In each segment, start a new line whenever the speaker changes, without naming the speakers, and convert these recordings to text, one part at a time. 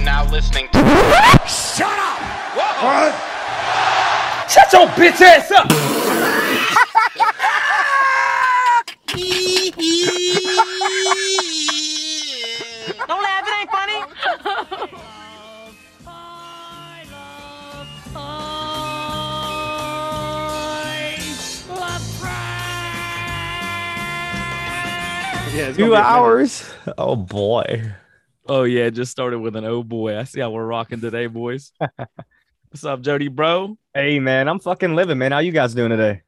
now listening to.
Shut up!
Whoa!
What?
Shut your bitch ass up!
Don't laugh, it ain't funny.
Yeah, it's gonna
Two
be a minute.
hours. Oh boy.
Oh yeah, it just started with an oh boy. I see how we're rocking today, boys. What's up, Jody, bro?
Hey man, I'm fucking living, man. How you guys doing today?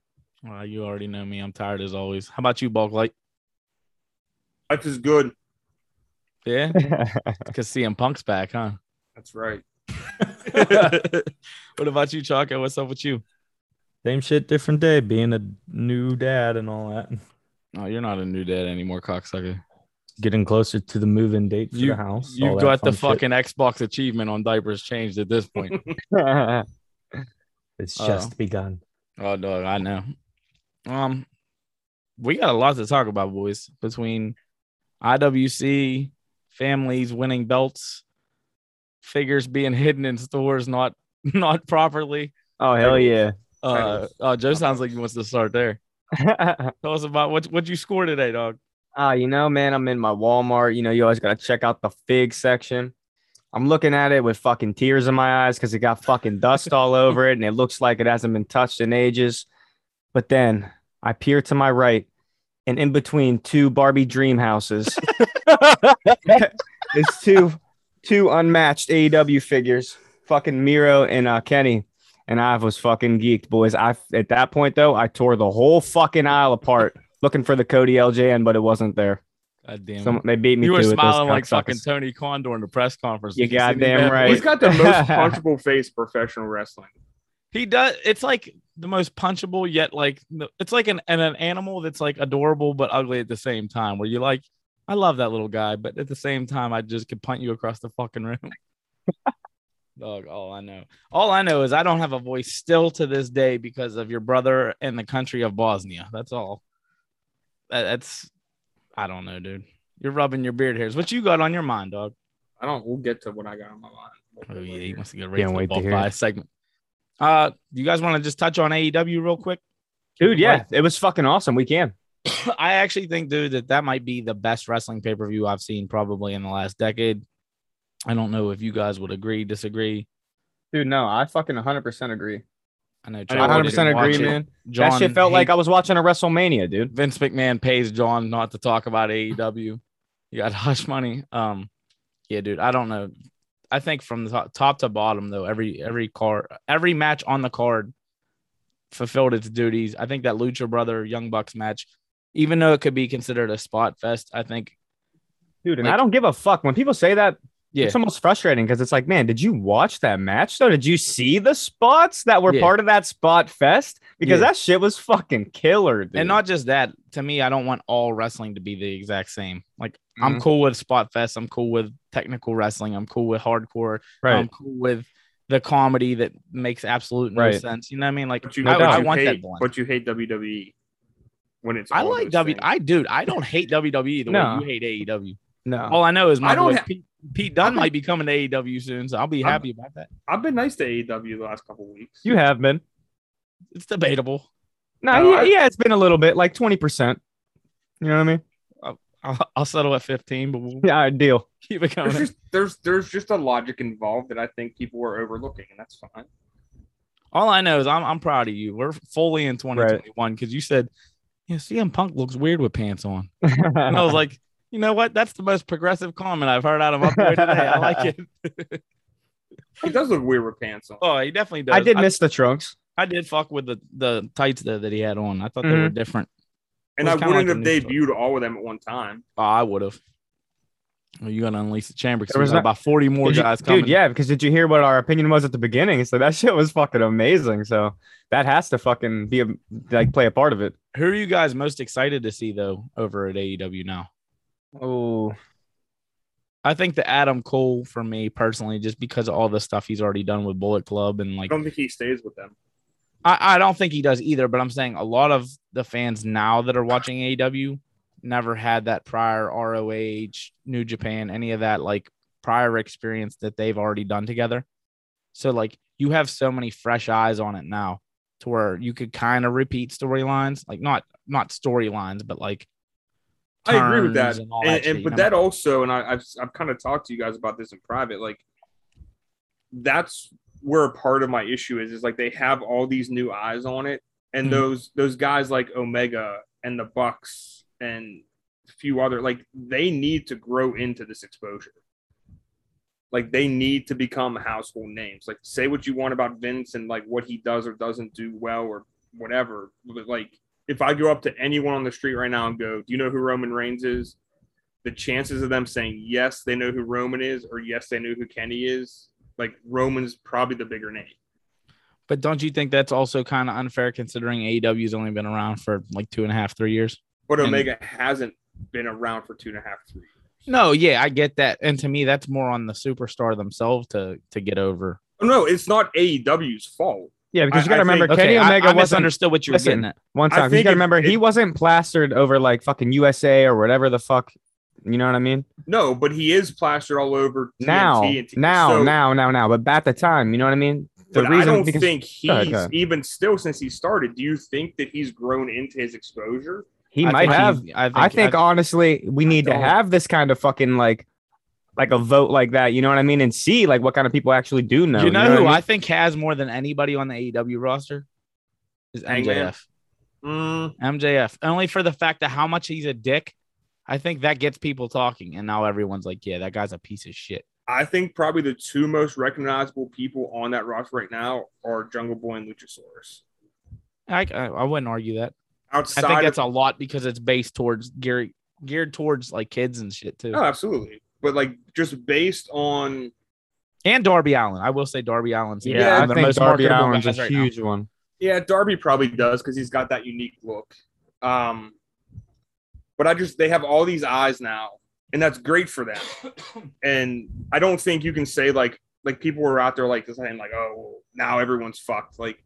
Oh, you already know me. I'm tired as always. How about you, Bulk Light?
Life is good.
Yeah, because CM Punk's back, huh?
That's right.
what about you, Chaco? What's up with you?
Same shit, different day. Being a new dad and all that.
Oh, you're not a new dad anymore, cocksucker.
Getting closer to the move-in date for
You-
the house. all
You
that
got the
fun shit.
fucking Xbox achievement on diapers changed at this point.
It's
Oh.
just begun.
Oh, dog, I know. Um, we got a lot to talk about, boys. Between IWC, families winning belts, figures being hidden in stores not not properly.
Oh hell yeah.
Uh, uh Joe sounds like he wants to start there. Tell us about what what you score today, dog.
Ah, you know, man, I'm in my Walmart. You know, you always gotta check out the fig section. I'm looking at it with fucking tears in my eyes because it got fucking dust all over it, and it looks like it hasn't been touched in ages. But then I peer to my right, and in between two Barbie dream houses, it's two two unmatched AEW figures, fucking Miro and uh, Kenny. And I was fucking geeked, boys. I at that point though, I tore the whole fucking aisle apart looking for the Cody LJN, but it wasn't there.
God damn. it.
Some, they beat me
you
to
were
it. those
smiling like
cocksuckers.
fucking Tony Condor in the press conference.
You
Did see the
goddamn
bad boy?
right.
He's got the most punchable face in professional wrestling.
He does. It's like the most punchable yet like no- it's like an an, an animal that's like adorable but ugly at the same time. Where you like, I love that little guy, but at the same time, I just could punt you across the fucking room. Dog, all I know, all I know is I don't have a voice still to this day because of your brother and the country of Bosnia. That's all. That- that's, I don't know, dude. You're rubbing your beard hairs. What you got on your mind, dog?
I don't. We'll get to what I got on my mind.
Oh yeah, he wants to get
Can't
raised
wait
up
to
off
hear
by
it.
a segment. Uh, you guys want to just touch on AEW real quick?
dude. Yeah, it was fucking awesome. We can.
I actually think, dude, that that might be the best wrestling pay per view I've seen probably in the last decade. I don't know if you guys would agree, disagree.
Dude, no, I fucking 100% agree.
I know.
I
I 100%
didn't watch
agree,
it.
man.
John
that shit felt like
hates-
I was watching a WrestleMania, dude.
Vince McMahon pays John not to talk about AEW. You got hush money. Um, yeah, dude. I don't know. I think from the top, top to bottom, though, every every card, every match on the card fulfilled its duties. I think that Lucha Brother Young Bucks match, even though it code be considered a spot fest, I think
Dude, and
Like-
I don't give a fuck when people say that.
yeah,
It's almost frustrating because it's like, man, did you watch that match? So did you see the spots that were
Yeah.
part of that spot fest? Because
Yeah.
that shit was fucking killer, dude.
And not just that, to me, I don't want all wrestling to be the exact same. Like I'm
Mm-hmm.
Mhm.
cool with spot fest, I'm cool with technical wrestling, I'm cool with hardcore, I'm cool with the comedy that makes absolute no
Right.
sense. You know what I mean? Like
But you,
I,
but
I
you
want
hate,
that blend.
But you hate WWE when it's.
I
all
like
those
W.
things.
I dude, I don't hate WWE the
No.
way you hate AEW.
no.
All I know is my
I don't
boy
ha-
Pete, Pete Dunne might be coming to AEW soon, so I'll be
I'm-
happy about that.
I've been nice to AEW the last couple weeks.
You have been.
It's debatable.
No,
No,
yeah,
I-
yeah, it's been a little bit, like 20%. You know what I mean?
I'll, I'll settle at 15, but we'll
Yeah, all right, deal.
keep it coming.
There's just there's there's just a logic involved that I think people are overlooking, and that's fine.
All I know is I'm I'm proud of you. We're fully in 2021 because you said, "Yeah, CM Punk looks weird with pants on," and I was like, "You know what? That's the most progressive comment I've heard out of my boy today. I like it."
He does look weird with pants on.
Oh, he definitely does.
I did miss the trunks.
I, did fuck with the the tights though that he had on. I thought they
Mm-hmm.
were different.
and
it
I
was kinda
wouldn't
like
have
a news story.
debuted all of them at one time.
Oh, I would have. Well, you gonna unleash the chamber
There
because
was
got
not-
about 40 more
Did you-
guys coming.
Dude, yeah, because did you hear what our opinion was at the beginning? So that shit was fucking amazing. So that has to fucking be a, like play a part of it.
Who are you guys most excited to see though over at AEW now?
Oh,
I think the Adam Cole for me personally, just because of all the stuff he's already done with Bullet Club and
I
like
don't think he stays with them.
I, I don't think he does either, but I'm saying a lot of the fans now that are watching E AEW never had that prior ROH, New Japan, any of that like prior experience that they've already done together. So like you have so many fresh eyes on it now to where you could kind of repeat storylines, like not not storylines, but like
I agree with
turns
that.
and all
and,
that shit,
and-
you
but
know?
that also, and I, I've I've kind of talked to you guys about this in private. Like, that's where a part of my issue is. Is like they have all these new eyes on it, and
Mhm.
those those guys like Omega and the Bucks and a few other like they need to grow into this exposure. Like they need to become household names. Like say what you want about Vince and like what he does or doesn't do well or whatever. But like if I go up to anyone on the street right now and go, "Do you know who Roman Reigns is?" The chances of them saying yes, they know who Roman is, or yes, they know who Kenny is, like Roman's probably the bigger name.
But don't you think that's also kind of unfair considering AEW's only been around for like two and a half, three years?
But
And-
Omega hasn't been around for two and a half, three. years.
No, yeah, I get that. And to me, that's more on the superstar themselves to to get over.
Oh, No, it's not AEW's fault.
Yeah, because you
I-
got to
I
remember
think-
Kenny
I-
Omega
I,
wasn't
misunderstood what you were
Listen,
getting at.
one
I
time. 'cause You
think
got
it-
to remember he
it-
wasn't plastered over like fucking USA or whatever the fuck. You know what I mean?
No, but he is plastered all over TNT
Now,
and T-
now,
so-
now, now, now. But at the time, you know what I mean? The
but
reason
I don't
because
think he's
Go ahead, go ahead.
even still since he started. Do you think that he's grown into his exposure?
he
I
might
think
have.
he- I think,
I think honestly, we need to
don't.
have this kind of fucking like, like a vote like that. You know what I mean? And see like what kind of people actually do know.
you
what
know, who
I
I,
mean?
think has more than anybody on the AEW roster is
Hangman?
MJF.
Mm,
MJF only for the fact that how much he's a dick. I think that gets people talking, and now everyone's like, "Yeah, that guy's a piece of shit."
I think probably the two most recognizable people on that roster right now are Jungle Boy and Luchasaurus.
I I, I wouldn't argue that. I
Outside,
think
of-
that's a lot because it's based towards geared geared towards like kids and shit too.
Oh.
no, Oh, absolutely. But like just based on
And Darby Allen, I will say Darby Allen's
Yeah,
Yeah,
I
the
think
most
Darby
marketable
Allen's a
guys right now.
huge one.
yeah, Darby probably does because he's got that unique look. Um, but I just they have all these eyes now, and that's great for them. and I don't think you can say like like people were out there like saying like oh well, now everyone's fucked like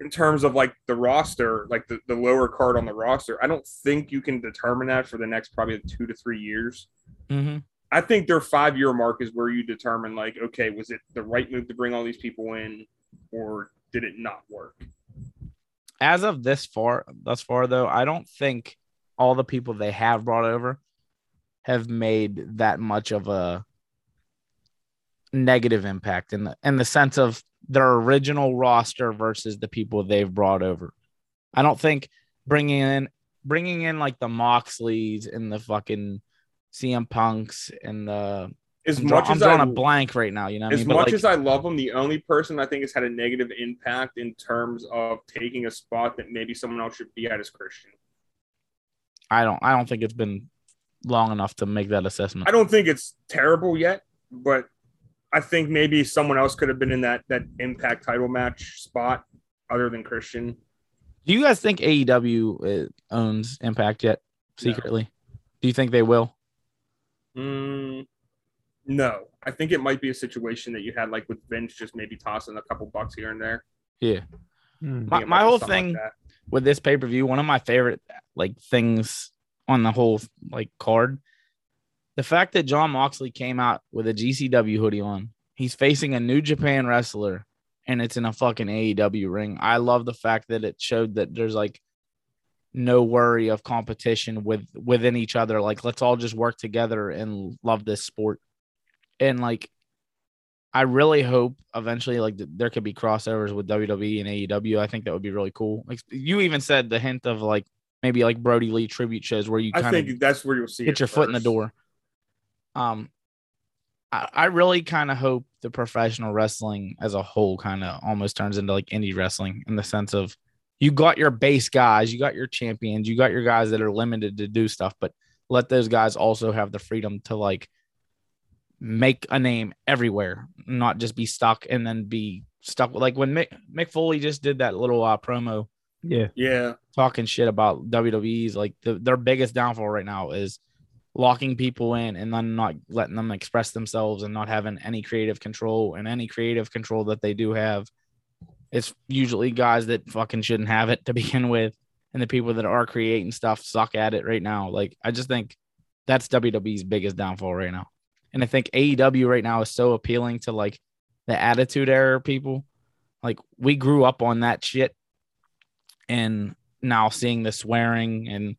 in terms of like the roster like the, the lower card on the roster I don't think you can determine that for the next probably two to three years
Mhm.
I think their five year mark is where you determine like okay was it the right move to bring all these people in or did it not work
As of this far, thus far though, I don't think all the people they have brought over have made that much of a negative impact in the in the sense of their original roster versus the people they've brought over. I don't think bringing in bringing in like the Moxleys and the fucking CM Punks and the
as
I'm, draw-
much
I'm
as
drawing
I,
a blank right now, you know. What I
as
mean? But,
much
like,
as I love them, the only person I think has had a negative impact in terms of taking a spot that maybe someone else should be at is Christian.
I don't I don't think it's been long enough to make that assessment.
I don't think it's terrible yet, but I think maybe someone else could have been in that that impact title match spot other than Christian.
Do you guys think AEW uh, owns Impact yet secretly? Do you think they will?
Mm, no, I think it might be a situation that you had like with Vince just maybe tossing a couple bucks here and there.
Yeah.
Hmm.
I think
My,
it
my
might be
whole
something
thing
like
with this pay per view, one of my favorite like things on the whole like card, the fact that John Moxley came out with a GCW hoodie on. He's facing a New Japan wrestler, and it's in a fucking AEW ring. I love the fact that it showed that there's like no worry of competition with within each other. Like let's all just work together and love this sport. And like, I really hope eventually like th- there could be crossovers with WWE and AEW. I think that would be really cool. Like you even said the hint of like maybe like Brody Lee tribute shows where you
that. I
kind of
think that's where you'll see
get
it
your foot in the
first.
door. Um, I, I really kind of hope the professional wrestling as a whole kind of almost turns into like indie wrestling in the sense of you got your base guys, you got your champions, you got your guys that are limited to do stuff, but let those guys also have the freedom to like make a name everywhere, not just be stuck and then be stuck with like when Mick, Mick Foley just did that little uh, promo
Yeah.
Yeah.
talking shit about WWE's like the, their biggest downfall right now is locking people in and then not letting them express themselves and not having any creative control and any creative control that they do have it's usually guys that fucking shouldn't have it to begin with and the people that are creating stuff suck at it right now like i just think that's WWE's biggest downfall right now And I think AEW right now is so appealing to like the attitude era people. Like we grew up on that shit. And now seeing the swearing and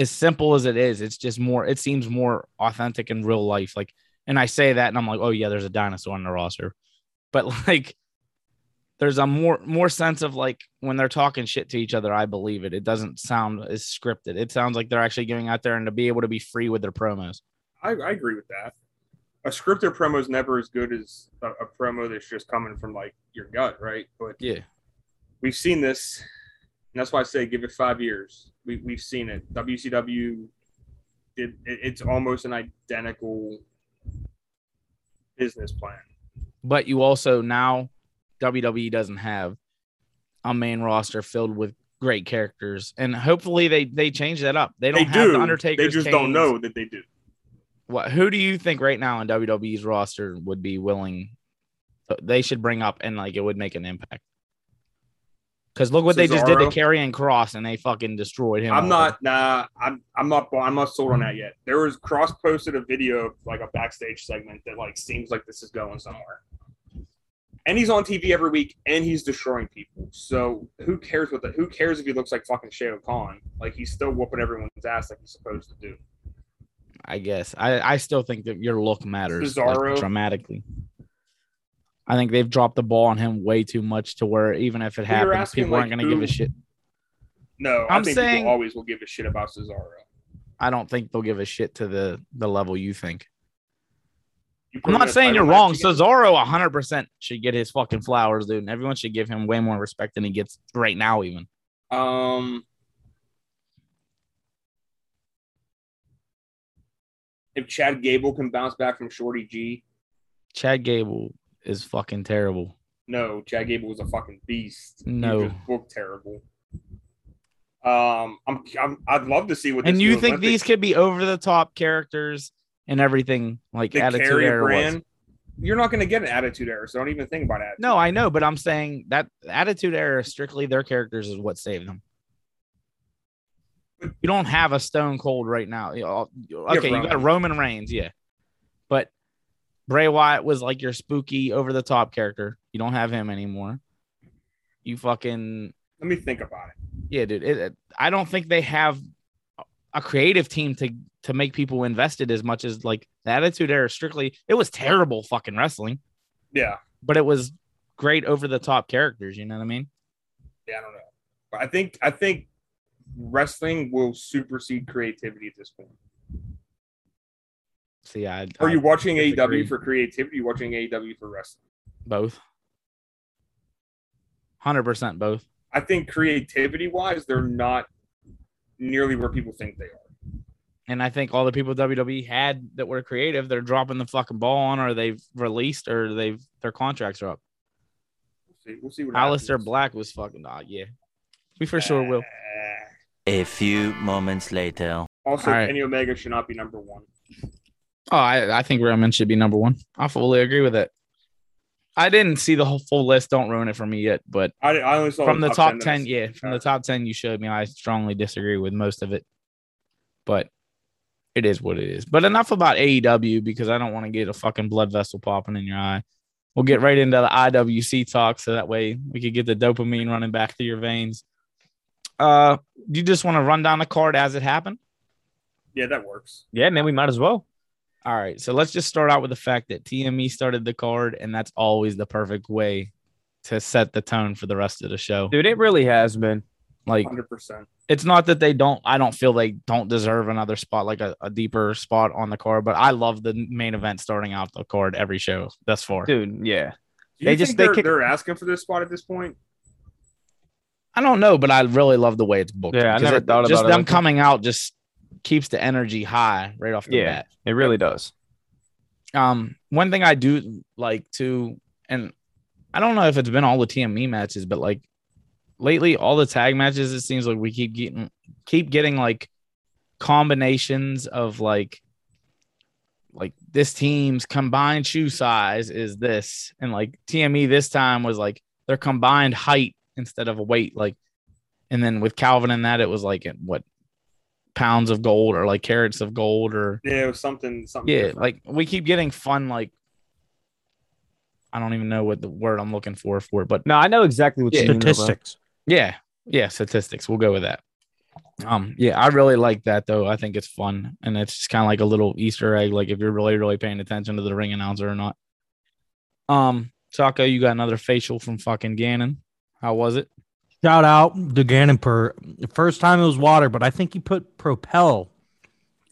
as simple as it is, it's just more, it seems more authentic in real life. Like, and I say that and I'm like, oh yeah, there's a dinosaur on the roster. But like there's a more more sense of like when they're talking shit to each other, I believe it. It doesn't sound as scripted. It sounds like they're actually going out there and to be able to be free with their promos.
I, I agree with that. A scripted promo is never as good as a, a promo that's just coming from like your gut, right? But
Yeah.
we've seen this, and that's why I say give it five years. We, we've seen it. WCW did it, it's almost an identical business plan.
but you also now WWE doesn't have a main roster filled with great characters, and hopefully they they change that up. They don't
They,
have
do.
the Undertaker.
they just don't know that they do.
What? Who do you think right now in WWE's roster would be willing? uh, They should bring up and like it would make an impact. Because look what they just did to
Cesaro?
Karrion Cross, and they fucking destroyed him.
I'm
over.
not. Nah, I'm. I'm not. I'm not sold on that yet. There was cross posted a video of like a backstage segment that like seems like this is going somewhere. And he's on TV every week, and he's destroying people. So who cares what the? Who cares if he looks like fucking Shao Khan? Like he's still whooping everyone's ass like he's supposed to do.
I guess I, I still think that your look matters like,
Cesaro.
dramatically. I think they've dropped the ball on him way too much to where even if it
Well, you're
happens,
asking,
people aren't
like,
going to give
who-
a shit.
No, i
I'm
think
saying-
people always will give a shit about Cesaro.
I don't think they'll give a shit to the the level you think.
You put
I'm
him in
not
a
saying
title
you're
match again-
wrong. Cesaro 100 percent should get his fucking flowers, dude. And everyone should give him way more respect than he gets right now. Even
Um, if Chad Gable can bounce back from Shorty G,
Chad Gable is fucking terrible.
no, Chad Gable was a fucking beast.
No.
he was booked terrible. Um, I'm, I'm I'd love to see what.
And
this
you
new
think
Olympic-
these could be over the top characters and everything like
the
attitude
Carey
era was?
brand? You're not going to get an attitude error, so don't even think about it.
No, I know, but I'm saying that attitude error, strictly their characters, is what saved them. You don't have a Stone Cold right now. You know, Okay, you got
Roman.
Roman Reigns, yeah, but Bray Wyatt was like your spooky, over the top character. You don't have him anymore. You fucking
Let me think about it.
yeah, dude. It, it- I don't think they have a creative team to to make people invested as much as like the Attitude Era. Strictly, it was terrible fucking wrestling
Yeah,
but it was great over the top characters. You know what I mean?
yeah, I don't know. But I think I think wrestling will supersede creativity at this point.
See, I
Are
I-
you watching
disagree.
AEW for creativity? You're watching AEW for wrestling?
both? Hundred percent both.
I think creativity wise, they're not nearly where people think they are.
And I think all the people WWE had that were creative, they're dropping the fucking ball on, or they've released, or they've their contracts are up.
We'll see. We'll see what
Alistair
happens.
Black was fucking ah, yeah. We for sure will.
Uh,
A few moments later.
Also,
All right.
Kenny Omega should not be number one.
Oh, I, I think Roman should be number one. I fully agree with it. I didn't see the whole full list. Don't ruin it for me yet, but
I, I only saw
from the top 10,
of this.
yeah from the top 10 you showed me i strongly disagree with most of it but it is what it is but enough about aew because i don't want to get a fucking blood vessel popping in your eye we'll get right into the iwc talk so that way we could get the dopamine running back through your veins uh you just want to run down the card as it happened
Yeah, that works.
Yeah, man, we might as well.
all right so let's just start out with the fact that tme started the card and that's always the perfect way to set the tone for the rest of the show
Dude, it really has been.
like
Hundred percent.
it's not that they don't i don't feel they don't deserve another spot like a, a deeper spot on the card but i love the main event starting out the card every show thus far
Dude, yeah.
Do
They
you
just-
think
they
they're,
kick-
they're asking for this spot at this point?
i don't know but i really love the way it's booked
Yeah, I
because
never
it-
thought
just
about it
them
like that.
coming out just keeps the energy high right off the
Yeah.
bat
It really does.
um one thing i do like too and i don't know if it's been all the tme matches but like lately all the tag matches it seems like we keep getting keep getting like combinations of like like this team's combined shoe size is this and like tme this time was like their combined height instead of weight like and then with calvin and that it was like at what pounds of gold or like carrots of gold or
Yeah, it was something something.
yeah,
different.
like we keep getting fun like I don't even know what the word I'm looking for for it, but
No, I know exactly what
Yeah.
you mean, though, bro.
Statistics.
yeah, yeah, statistics. We'll go with that. Um, yeah, I really like that though. I think it's fun, and it's just kind of like a little Easter egg, like if you're really, really paying attention to the ring announcer or not. Um, Taco, you got another facial from fucking Gannon. How was it?
Shout out to Gannon per first time it was water, but I think he put Propel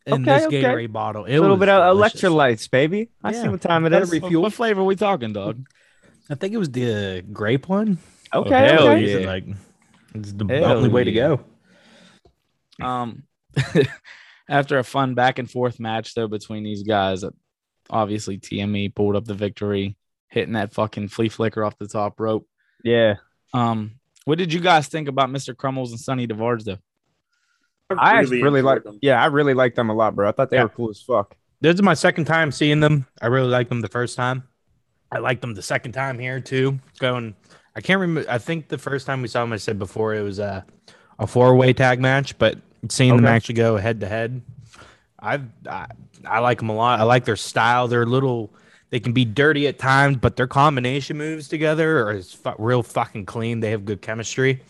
in
Okay,
this
okay.
Gatorade bottle. It
A little
was
bit of
delicious.
electrolytes, baby. I see
Yeah.
what time it
What-
is.
what, what flavor we talking, dog?
I think it was the grape one.
Okay,
hell
okay.
yeah.
Using, Like it's the
Hell
only way to
yeah.
go.
Um, after a fun back and forth match though between these guys, obviously TME pulled up the victory, hitting that fucking flea flicker off the top rope.
Yeah.
Um, what did you guys think about Mr. Crumbles and Sonny DeVarge though?
I actually really
enjoyed
like
them.
Yeah, I really liked them a lot, bro. I thought they
Yeah.
were cool as fuck.
This is my second time seeing them. I really liked them the first time. I liked them the second time here too. Going, I can't remember. I think the first time we saw them, I said before it was a a four way tag match, but seeing them
Okay.
actually go head to head, I've I, I like them a lot. I like their style. They're little. They can be dirty at times, but their combination moves together are is fu- real fucking clean. They have good chemistry.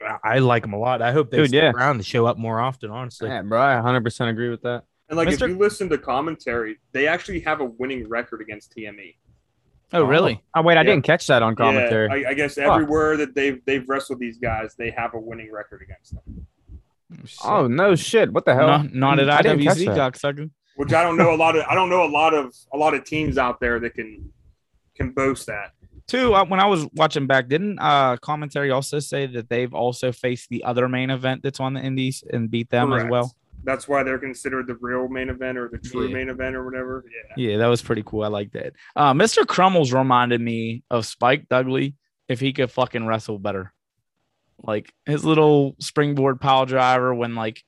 I- I like them a lot. I hope they
Dude,
stick
yeah.
around to show up more often. Honestly,
Yeah, bro. I 100% agree with that.
And like
Mr.
if you listen to commentary, they actually have a winning record against E. TME.
Oh, really?
Oh, wait, I
Yeah.
didn't catch that on commentary.
Yeah, I, I guess
Fuck.
everywhere that they've they've wrestled these guys, they have a winning record against them.
oh, no shit. What the hell?
no, not at
I didn't catch
IWC,
that.
cocksucker.
Which I don't know a lot of I don't know a lot of a lot of teams out there that can can boast that.
Two, I, when I was watching back, didn't uh commentary also say that they've also faced the other main event that's on the Indies and beat them as
Correct.
well?
That's why they're considered the real main event or the true
Yeah.
main event or whatever. Yeah.
Yeah, that was pretty cool. I like that. Uh, Mr. Crumbles reminded me of Spike Dudley if he could fucking wrestle better. Like his little springboard pile driver when like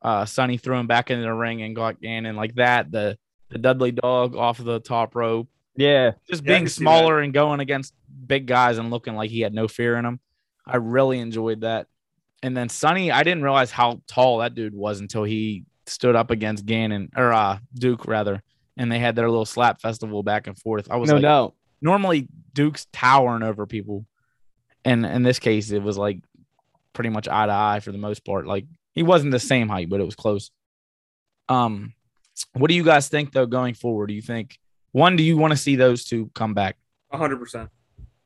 uh Sonny threw him back into the ring and got in and like that, the the Dudley dog off the top rope.
Yeah.
Just
Yeah, I
being
can see
smaller and going against big guys and looking like he had no fear in him. I really enjoyed that. And then Sonny, I didn't realize how tall that dude was until he stood up against Gannon or uh, Duke rather, and they had their little slap festival back and forth. I was
No
like,
doubt.
normally Duke's towering over people, and in this case, it was like pretty much eye to eye for the most part. Like he wasn't the same height, but it was close. Um, what do you guys think though going forward? Do you think one? Do you want to see those two come back?
hundred percent.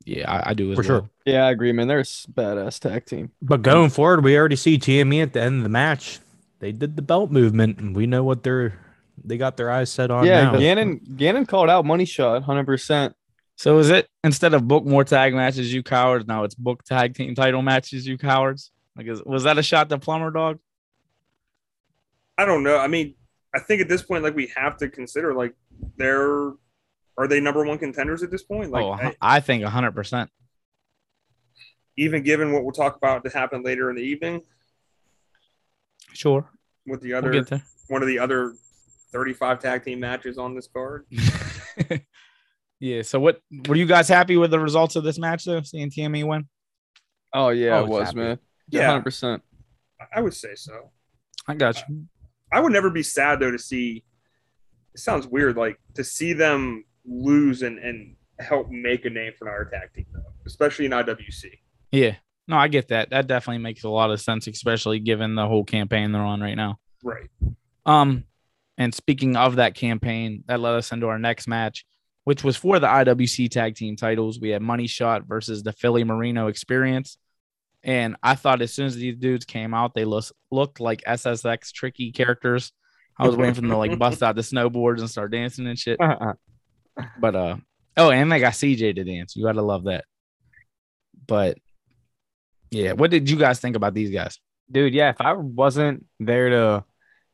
Yeah, I, I do as
For
well.
sure.
Yeah, I agree, man. They're a s- badass tag team.
But going forward, we already see TME at the end of the match. They did the belt movement, and we know what they're they got their eyes set on.
yeah,
now.
Gannon Gannon called out Money Shot 100%.
So is it instead of book more tag matches, you cowards? Now it's book tag team title matches, you cowards. Like, is, was that a shot to Plumber Dog?
I don't know. I mean, I think at this point, like we have to consider like they're are they number one contenders at this point? Like
oh,
I-
I, I think 100. percent
even given what we'll talk about to happen later in the evening
Sure,
with the
we'll
other
get there.
one of the other 35 tag team matches on this card.
yeah. So what were you guys happy with the results of this match though? Seeing TME win?
Oh, yeah,
Oh,
it
it's
was,
happy.
man.
Yeah.
100%.
I would say so.
I got you.
I would never be sad though to see it sounds weird, like to see them lose and, and help make a name for another tag team though, especially in IWC.
Yeah. No, I get that. That definitely makes a lot of sense, especially given the whole campaign they're on right now.
Right.
Um, and speaking of that campaign, that led us into our next match, which was for the IWC tag team titles. We had Money Shot versus the Philly Marino Experience. And I thought as soon as these dudes came out, they los- looked like SSX tricky characters. I was waiting for them to like bust out the snowboards and start dancing and shit.
Uh-uh.
But uh oh, and they got CJ to dance. You gotta love that. But yeah, what did you guys think about these guys?
Dude, yeah, if I wasn't there to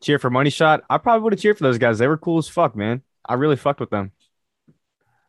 cheer for Money Shot, I probably would have cheered for those guys. They were cool as fuck, man. I really fucked with them.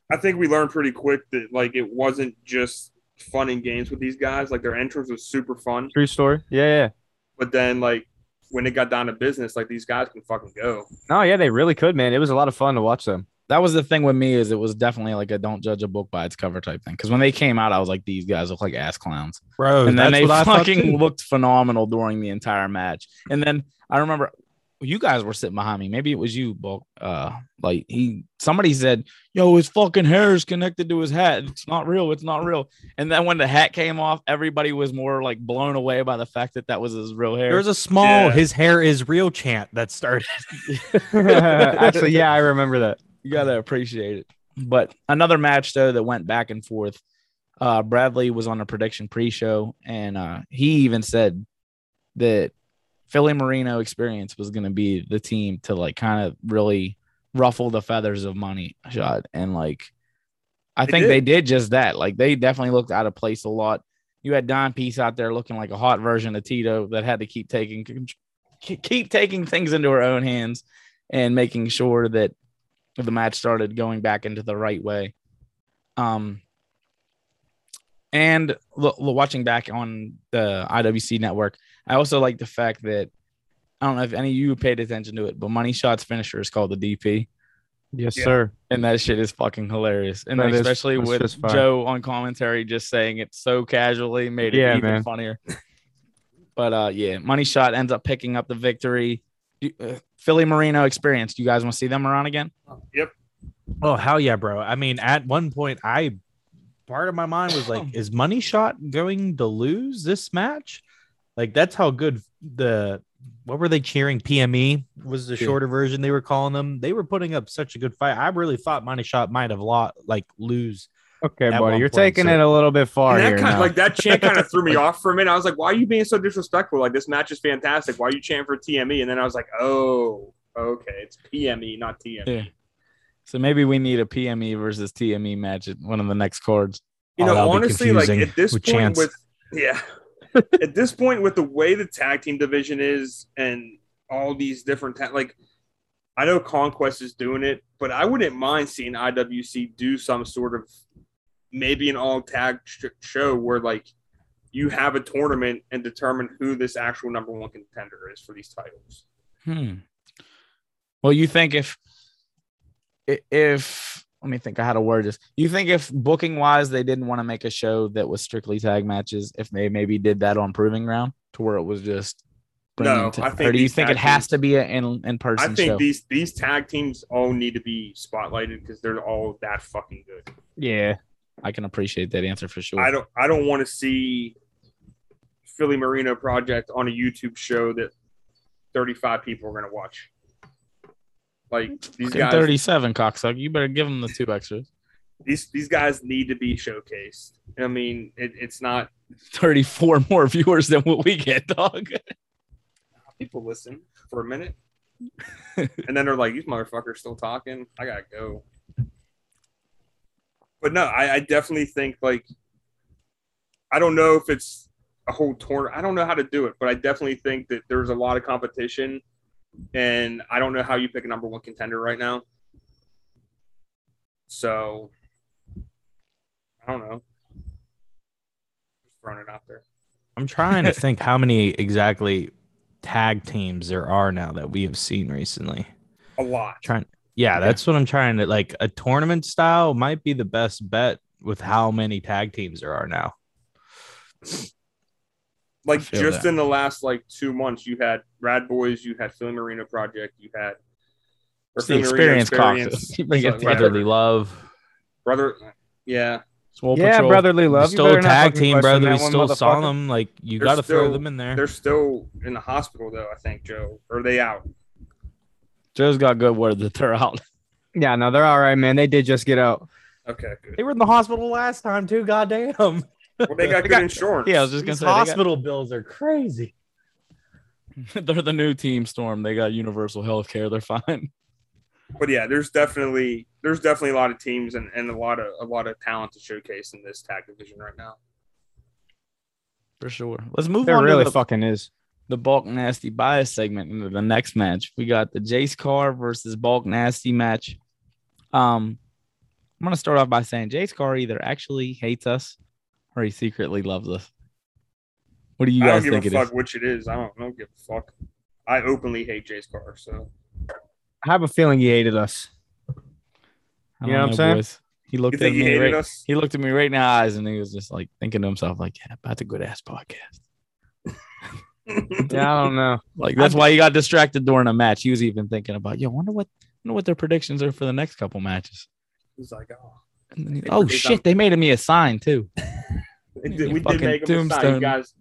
I think we learned pretty quick that like it wasn't just fun and games with these guys. Like their entrance was super fun,
True story. Yeah, yeah.
but then like when it got down to business, like these guys can fucking go.
No, yeah, they really could, man. It was a lot of fun to watch them.
that was the thing with me is it was definitely like a don't judge a book by its cover type thing. Because when they came out, I was like, these guys look like ass clowns,
bro.
and
that's
then they
what I thought
fucking
too.
looked phenomenal during the entire match. And then I remember you guys were sitting behind me. Maybe it was you, but uh, like he somebody said, "Yo, his fucking hair is connected to his hat. It's not real. It's not real." And then when the hat came off, everybody was more like blown away by the fact that that was his real hair.
There was a small
Yeah.
his hair is real chant that started.
Actually, yeah, I remember that.
you gotta appreciate it. But another match though that went back and forth. Uh, Bradley was on a prediction pre-show, and uh, he even said that Philly Marino experience was gonna be the team to like kind of really ruffle the feathers of money shot, and like I
They
think
did.
they did just that. Like they definitely looked out of place a lot. You had Don Peace out there looking like a hot version of Tito that had to keep taking con- keep taking things into her own hands and making sure that the match started going back into the right way. Um, and lo- lo- watching back on the IWC network, I also like the fact that I don't know if any of you paid attention to it, but Money Shot's finisher is called the DP,
Yes,
Yeah.
sir.
and that shit is fucking hilarious. And
That
then
is-
especially
that's
with
just fire.
Joe on commentary just saying it so casually made it
Yeah,
even
man.
funnier. but uh, yeah, Money Shot ends up picking up the victory. You- uh, Philly Marino experience. Do you guys want to see them around again?
Oh hell yeah, bro! I mean, at one point, I part of my mind was like, is Money Shot going to lose this match? Like that's how good the what were they cheering? PME was the
Yeah.
shorter version they were calling them. They were putting up such a good fight. I really thought Money Shot might have lost, like lose.
Okay,
At
buddy,
one
you're
point,
taking
so-
it a little bit far
And that
here.
kind of,
now.
like that chant kind of threw me off for a minute. I was like, "Why are you being so disrespectful? Like this match is fantastic. Why are you chanting for TME?" And then I was like, "Oh, okay, it's PME, not E." TME."
Yeah. So maybe we need a PME versus TME match at one of the next cards.
You
Oh,
know,
that'll be
honestly, like
confusing
at this
with
point
chance.
with yeah, at this point with the way the tag team division is and all these different ta- like, I know Conquest is doing it, but I wouldn't mind seeing IWC do some sort of maybe an all tag sh- show where like you have a tournament and determine who this actual number one contender is for these titles.
Hmm. Well, you think if i- if let me think of how to word this. You think if booking wise they didn't want to make a show that was strictly tag matches, if they maybe did that on proving ground to where it was just bringing
No,
ta-
I think
or do you
these
think
tag
it has
teams-
to be an in, in person
I think
show?
these these tag teams all need to be spotlighted because they're all that fucking good.
yeah,
I can appreciate that answer for sure.
I don't I don't want to see Philly Marino Project on a YouTube show that 35 people are going to watch. Like these
Fucking
guys
37 cocksuck. You better give them the two extras.
these these guys need to be showcased. I mean, it, it's not
34 more viewers than what we get, dog.
people listen for a minute. and then they're like, these motherfuckers still talking. I gotta go. But no, I, I definitely think like I don't know if it's a whole tour. I don't know how to do it, but I definitely think that there's a lot of competition. And I don't know how you pick a number one contender right now. So I don't know. Just throwing it out there.
I'm trying to think how many exactly tag teams there are now that we have seen recently.
A lot.
trying yeah that's what i'm trying to like a tournament style might be the best bet with how many tag teams there are now
like
feel
just
that.
in the last like two months, you had Rad Boys, you had Philly Marino Project, you had or
It's
Philly
the
Marino
experience, cocksuck. You bring
So,
it together.
brother,
brotherly love
brother, yeah,
Swole
yeah,
Patrol.
brotherly
you
love. you
still
better
a
not
tag
fucking
team
question
brother
that
you
one,
still saw
motherfucker.
them like you
They're
gotta throw
still-
them in there
they're still in the hospital though. I think Joe, or are they out?
Joe's got good word that they're out.
Yeah, no, they're all right, man. They did just get out.
Okay, good.
they were in the hospital last time too goddamn
Well, they got
They
good
got-
insurance.
Yeah, I was just gonna
these
say they got-
hospital bills are crazy
they're the new team storm. They got universal health care. They're fine.
but yeah, there's definitely there's definitely a lot of teams and, and a lot of a lot of talent to showcase in this tag division right now.
For sure. Let's move
There
on
really
to the,
fucking is.
the bulk nasty bias segment into the next match. We got the Jace Carr versus bulk nasty match. Um, I'm gonna start off by saying Jace Carr either actually hates us or he secretly loves us. What do you
I
guys
don't give
think
a
it
fuck
is?
which it is. I don't, I don't give a fuck. I openly hate Jay's car, so
I have a feeling he hated us.
I
You
don't
know what I'm saying?
boys. He
You
looked at
think he
me.
hated
Right,
us?
he looked at me right in the eyes, and he was just like thinking to himself, like, "Yeah, about the good ass podcast."
Yeah, I don't know.
Like that's why he got distracted during a match. He was even thinking about, "Yo, I wonder what, I wonder what their predictions are for the next couple matches."
He's like, oh,
And then he-
They
oh
predicted
shit, they made me a sign too.
we
You
did, we did
fucking
make him decide,
tombstone.
you guys.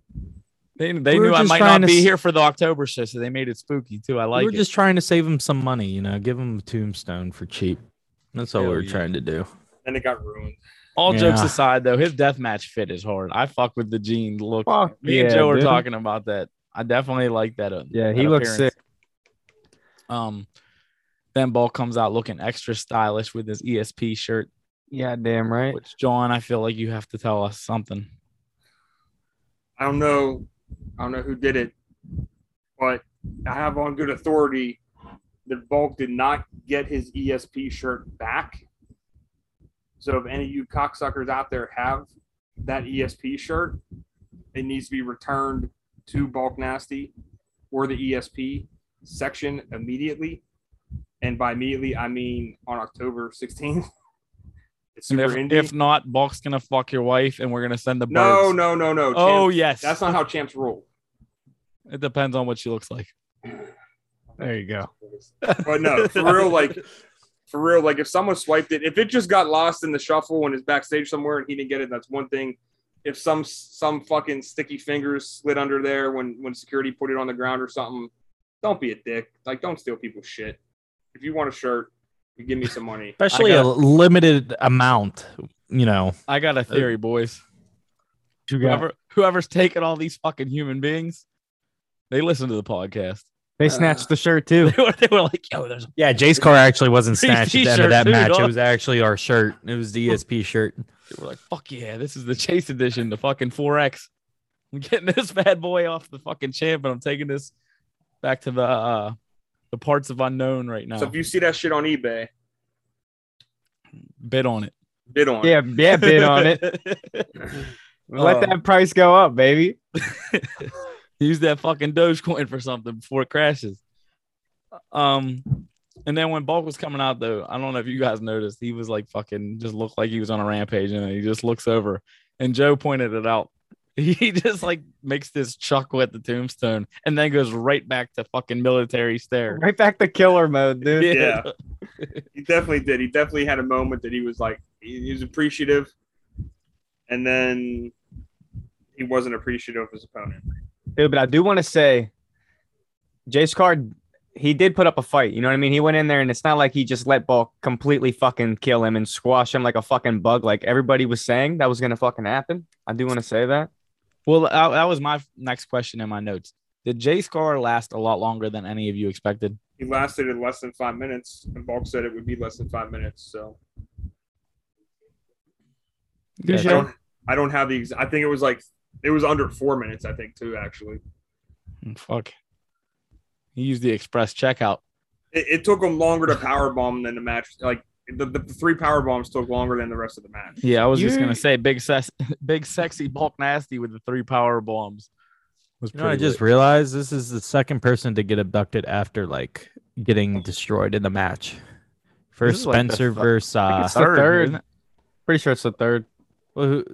They, they
We're
knew I
just
might
trying to
not be
s-
here for the October show, so they made it spooky too. I like
we were
it.
just trying to save him some money, you know, give him a tombstone for cheap. That's all we
Hell
were
yeah.
trying to do.
And it got ruined.
All jokes
Yeah.
aside, though, his deathmatch fit is hard. I fuck with the jean look.
Fuck
Me and
yeah,
Joe were
dude.
talking about that. I definitely like that. uh,
Yeah,
that
he looks
appearance. Um, then Ball comes out looking extra stylish with his ESP shirt.
Yeah, damn right.
Which John, I feel like you have to tell us something.
I don't know. I don't know who did it, but I have on good authority that Bulk did not get his ESP shirt back. So if any of you cocksuckers out there have that ESP shirt, it needs to be returned to Bulk Nasty or the ESP section immediately. And by immediately, I mean on October 16th. It's
And
super
if,
indie.
if not, Bulk's gonna fuck your wife, and we're gonna send the
no,
birds.
no, no, no.
Oh
champ.
yes,
that's not how champs roll.
it depends on what she looks like.
There you go.
But no, for real, like for real, like if someone swiped it, if it just got lost in the shuffle and is backstage somewhere and he didn't get it, that's one thing. If some some fucking sticky fingers slid under there when when security put it on the ground or something, don't be a dick. Like don't steal people's shit. If you want a shirt, you give me some money.
Especially
I
a limited amount, you know.
I got a theory, boys.
You got,
Whoever, whoever's taking all these fucking human beings, they listen to the podcast.
they snatched the shirt too.
they were, they were like, "Yo, there's a
Yeah, Jay's car actually wasn't
Free
snatched at the end
t-shirt
of that
too,
match. It
dog.
was actually our shirt. It was the ESP shirt.
They were like, fuck yeah, this is the chase edition, the fucking 4X. I'm getting this bad boy off the fucking champ, and I'm taking this back to the uh the parts of unknown right now.
So if you see that shit on eBay,
Bid on it.
bid on it.
Yeah, yeah, bid on it.
Oh.
Let that price go up, baby.
Use that fucking Dogecoin for something before it crashes. Um and then when Bulk was coming out though, I don't know if you guys noticed, he was like fucking just looked like he was on a rampage and then he just looks over and Joe pointed it out. He just like makes this chuckle at the tombstone and then goes right back to fucking military stare.
Right back to killer mode, dude.
Yeah. He definitely did. He definitely had a moment that he was like he, he was appreciative, and then he wasn't appreciative of his opponent.
Dude, but I do want to say, Jace Card, he did put up a fight. You know what I mean? He went in there, and it's not like he just let Bulk completely fucking kill him and squash him like a fucking bug, like everybody was saying that was gonna fucking happen. I do want to say that.
Well, I, that was my next question in my notes. Did J Scar last a lot longer than any of you expected?
He lasted in less than five minutes, and Bulk said it would be less than five minutes. So
Good
I don't, I don't have the. Ex- I think it was like it was under four minutes. I think too. Actually,
Mm, Fuck. He used the express checkout.
it, it took him longer to power bomb than the match. Like the, the three power bombs took longer than the rest of the match.
Yeah, I was just
You-
gonna say big ses- big sexy bulk nasty with the three power bombs. Was
You know, what I
pretty
just
lit.
realized this is the second person to get abducted after like getting destroyed in the match. First
is like the
Spencer
fu-
versus
I think
uh,
it's
the third.
isn't it?
Pretty sure it's the third.
well, who-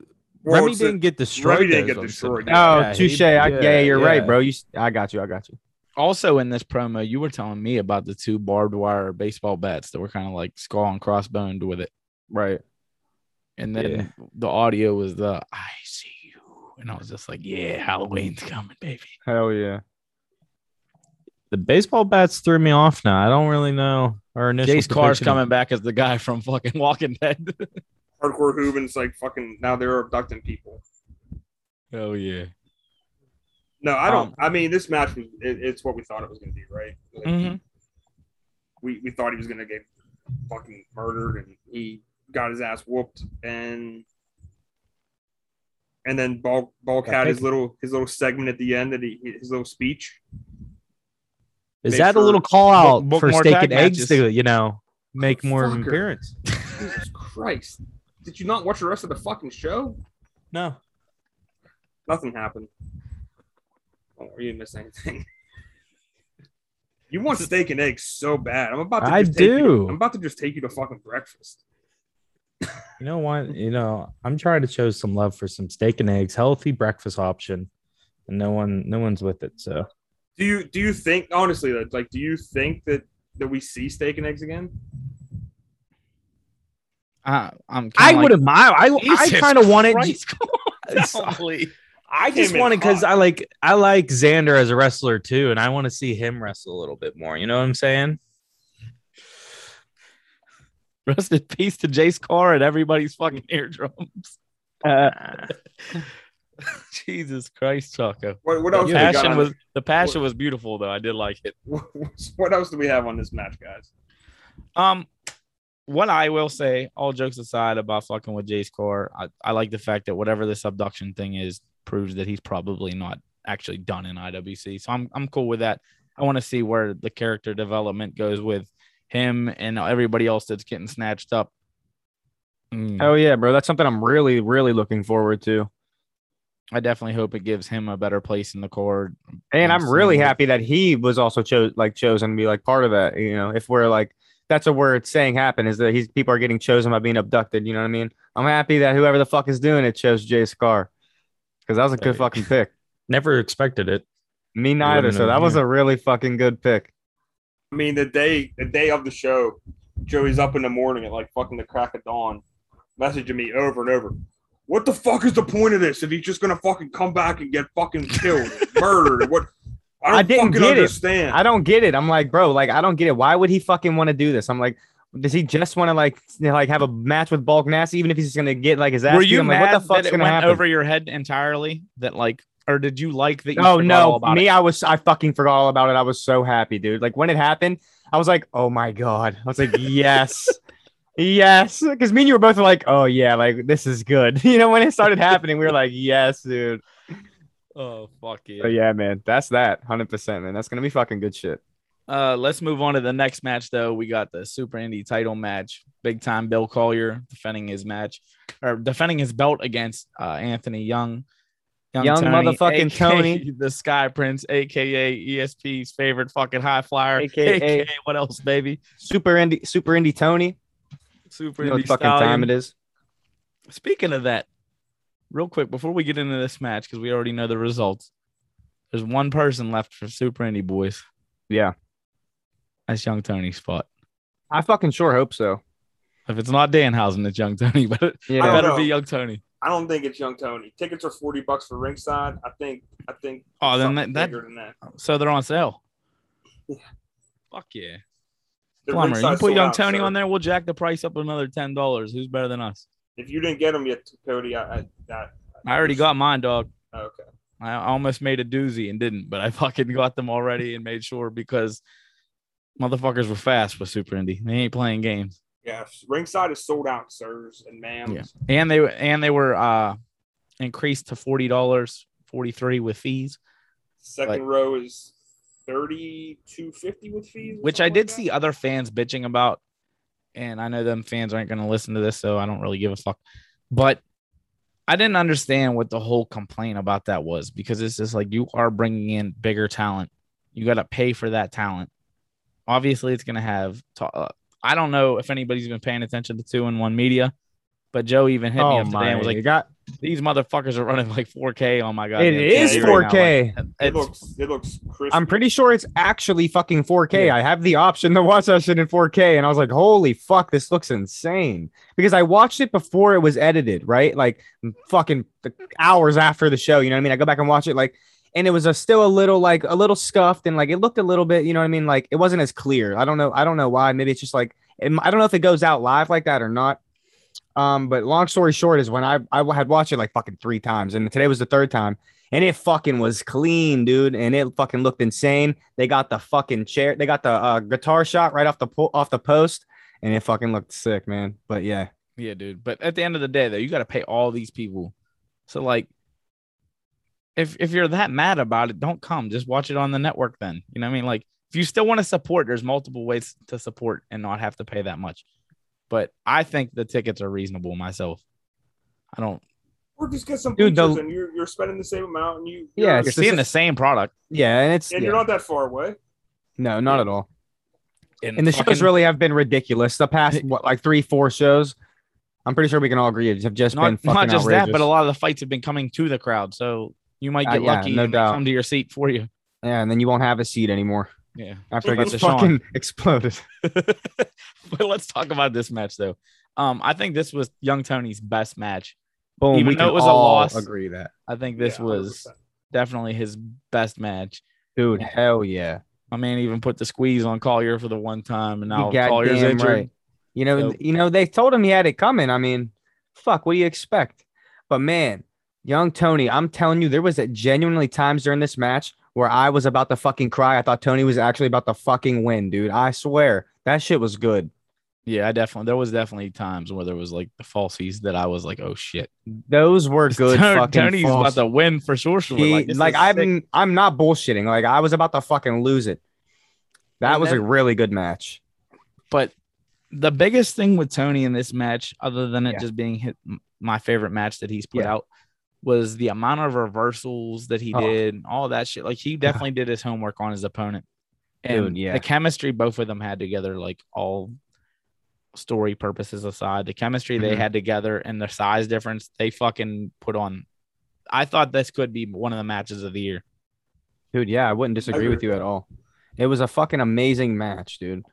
Well,
Remy
it's the-
didn't get destroyed.
Remy didn't
though, is
get
what
destroyed.
I'm saying.
Oh,
Yeah, he-
touche. I, yeah,
yeah,
you're
yeah.
right, bro. You, s- I got you. I got you.
Also in this promo, you were telling me about the two barbed wire baseball bats that were kind of like skull and crossboned with it,
Right.
and then the audio was the "I see you," and I was just like, "Yeah, Halloween's coming, baby."
Hell yeah.
The baseball bats threw me off. Now I don't really know our initial.
Jace Carr's
depiction of-
coming back as the guy from fucking Walking Dead.
Hardcore Hooban's like fucking now they're abducting people.
oh yeah.
No, I don't.
Um,
I mean, this match was it, it's what we thought it was going to be, right? Like,
Mhm.
We we thought he was going to get fucking murdered, and he got his ass whooped, and and then Bulk Bulk
I
had his
think-
little his little segment at the end that he his little speech.
Is
Make
that
sure-
a little call out
book
for
more
steak
tag
and eggs
matches.
to you know make more of an
Fucker.
appearance?
Jesus Christ! Did you not watch the rest of the fucking show?
No,
Nothing happened. Oh, you didn't miss anything. You want steak and eggs so bad. I'm about to.
I
just take you to-
do.
I'm about to just take you to fucking breakfast.
You know what? You know, I'm trying to show some love for some steak and eggs, healthy breakfast option, and no one, no one's with it. So
Do you do you think honestly though, like do you think that that we see steak and eggs again?
I, I'm. kinda
I
like,
would admire. I I
Jesus
kind of wanted.
Christ,
It's-
golly.
I just
Came in
wanted because
hot.
I like I like Xander as a wrestler too, and I want to see him wrestle a little bit more. You know what I'm saying?
Rest in peace to Jace Carr and everybody's fucking eardrums. Uh. Jesus Christ, Chaco.
What what
The
else do we got
passion
on
was the passion was beautiful though. I did like it.
this- what else do we have on this match, guys?
Um, what I will say, all jokes aside about fucking with Jace Core, I, I like the fact that whatever this abduction thing is proves that he's probably not actually done in IWC. So I'm I'm cool with that. I want to see where the character development goes with him and everybody else that's getting snatched up. Mm,
Hell Oh, yeah, bro. That's something I'm really, really looking forward to.
I definitely hope it gives him a better place in the core.
And I'm really
Absolutely.
happy that he was also chose like chosen to be like part of that. You know, if we're like that's a word saying happen is that he's people are getting chosen by being abducted. You know what I mean? I'm happy that whoever the fuck is doing it chose Jay Scar. Because that was a
There
good
you
fucking pick.
Never expected it.
Me
wouldn't
neither. So
have
that was
known.
a really fucking good pick.
I mean the day the day of the show, Joey's up in the morning at like fucking the crack of dawn, messaging me over and over. What the fuck is the point of this if he's just gonna fucking come back and get fucking killed, murdered? What I don't
I didn't
fucking
get it.
understand.
I don't get it. I'm like, bro, like I don't get it. Why would he fucking want to do this? I'm like, does he just want to like you know, like have a match with Bulk Nasty, even if he's just gonna get like his ass?
Were
beat?
you
I'm like,
mad
what the fuck's
that it
gonna
went
happen?
over your head entirely? That like, or did you like that? You
Oh
forgot all
no,
about
me,
it?
I was I fucking forgot all about it. I was so happy, dude. Like when it happened, I was like, oh my god. I was like, yes. Yes, because me and you were both like, "Oh yeah, like this is good." You know, when it started happening, we were like, "Yes, dude."
Oh fuck yeah.
But yeah, man, that's that, hundred percent, man. That's gonna be fucking good shit.
Uh, let's move on to the next match, though. We got the Super Indy title match. Big time Bill Collier defending his match or defending his belt against uh, Anthony Young.
Young motherfucking
aka
Tony.
the Sky Prince, aka ESP's E favorite fucking high flyer,
AKA.
aka, what else, baby?
Super indie, super indie Tony.
Super
You know what
Indy
fucking time
Stallion.
it is.
Speaking of that, real quick before we get into this match, because we already know the results. There's one person left for Super Indy Boys.
Yeah.
that's Young Tony's spot.
I fucking sure hope so.
If it's not Danhausen, it's Young Tony, but it
Yeah.
I don't
better
know.
be Young Tony.
I don't think it's Young Tony. Tickets are forty bucks for ringside. I think I think
Oh, then
something
that, that
bigger than that.
so they're on sale. Fuck yeah,
The
Plumber,
ringside
you put
sold
Young
out,
Tony
sir.
on there, we'll jack the price up another ten dollars. Who's better than us?
If you didn't get them yet, Cody, I, I, I
I already got mine, dog.
Okay.
I almost made a doozy and didn't, but I fucking got them already and made sure because motherfuckers were fast with Super Indy. They ain't playing games,
Yeah, ringside is sold out, sirs and ma'ams.
Yeah. and they and they were uh increased to forty dollars, forty three with fees.
Second
Like-
row is thirty two fifty with fees, or
which I
something
did
like
see
that.
other fans bitching about, and I know them fans aren't going to listen to this, so I don't really give a fuck. But I didn't understand what the whole complaint about that was because it's just like you are bringing in bigger talent, you got to pay for that talent. Obviously, it's going to have. To- uh, I don't know if anybody's been paying attention to two in one media, but Joe even hit me
Oh
up today
my,
and was
you
like,
got
"These motherfuckers are running like 4K on my god."
it is
you're
4K.
It looks it looks crispy.
I'm pretty sure it's actually fucking 4K. I have the option to watch that shit in 4K, and I was like, holy fuck, this looks insane. Because I watched it before it was edited, right? Like fucking hours after the show. You know what I mean? I go back and watch it, like, and it was a, still a little like a little scuffed, and like it looked a little bit. You know what I mean? Like it wasn't as clear. I don't know. I don't know why. Maybe it's just like it, I don't know if it goes out live like that or not. Um, but long story short is when I I had watched it like fucking three times, and today was the third time and it fucking was clean, dude. And it fucking looked insane. They got the fucking chair. They got the uh, guitar shot right off the po- off the post, and it fucking looked sick, man. But yeah,
Yeah, dude. But at the end of the day, though, you got to pay all these people. So like, if if you're that mad about it, don't come. Just watch it on the network. Then you know what I mean. Like, if you still want to support, there's multiple ways to support and not have to pay that much. But I think the tickets are reasonable myself. I don't.
or just get some
Dude, the-
pictures and you're you're spending the same amount and you
Yeah,
you're-
it's
You're
just-
seeing the same product.
yeah, and it's
and
yeah.
you're not that far away.
no, not at all. And the shows
fucking-
really have been ridiculous. The past what like three, four shows I'm pretty sure we can all agree it's have just been
Not,
fucking
not just
outrageous.
that, but a lot of the fights have been coming to the crowd, so you might
Uh,
get
yeah,
lucky
no
and they
doubt.
come to your seat for you.
yeah, and then you won't have a seat anymore
Yeah.
after it
Let's
gets
talk-
fucking exploded.
but let's talk about this match though. Um, I think this was Young Tony's best match.
Boom.
Even
we
though
can
it was a
all
loss-
agree that,
I think this
Yeah,
was
100%.
definitely his best match.
dude. Hell yeah.
My man even put the squeeze on Collier for the one time, and
You
now
goddamn
Collier's injured.
right. You know,
So-
you know, they told him he had it coming. I mean, fuck, what do you expect? But man, young Tony, I'm telling you, there was a genuinely times during this match where I was about to fucking cry. I thought Tony was actually about to fucking win, dude. I swear that shit was good.
Yeah, I definitely there was definitely times where there was like the falsies that I was like, oh shit,
Those were good.
Tony-
fucking
Tony's
falls.
about to win for sure. sure.
He-
this
like
is
I'm,
sick.
I'm not bullshitting. Like I was about to fucking lose it. That
And
was a
then-
really good match.
but the biggest thing with Tony in this match, other than it
Yeah.
just being hit, m- my favorite match that he's put
Yeah.
out, was the amount of reversals that he
Oh.
did, and all that shit. Like he definitely did his homework on his opponent, and
Dude, yeah.
the chemistry both of them had together, like all story purposes aside, the chemistry they
Mhm.
had together and the size difference they fucking put on. I thought this could be one of the matches of the year.
Dude, yeah, I wouldn't disagree with you at all. It was a fucking amazing match, dude.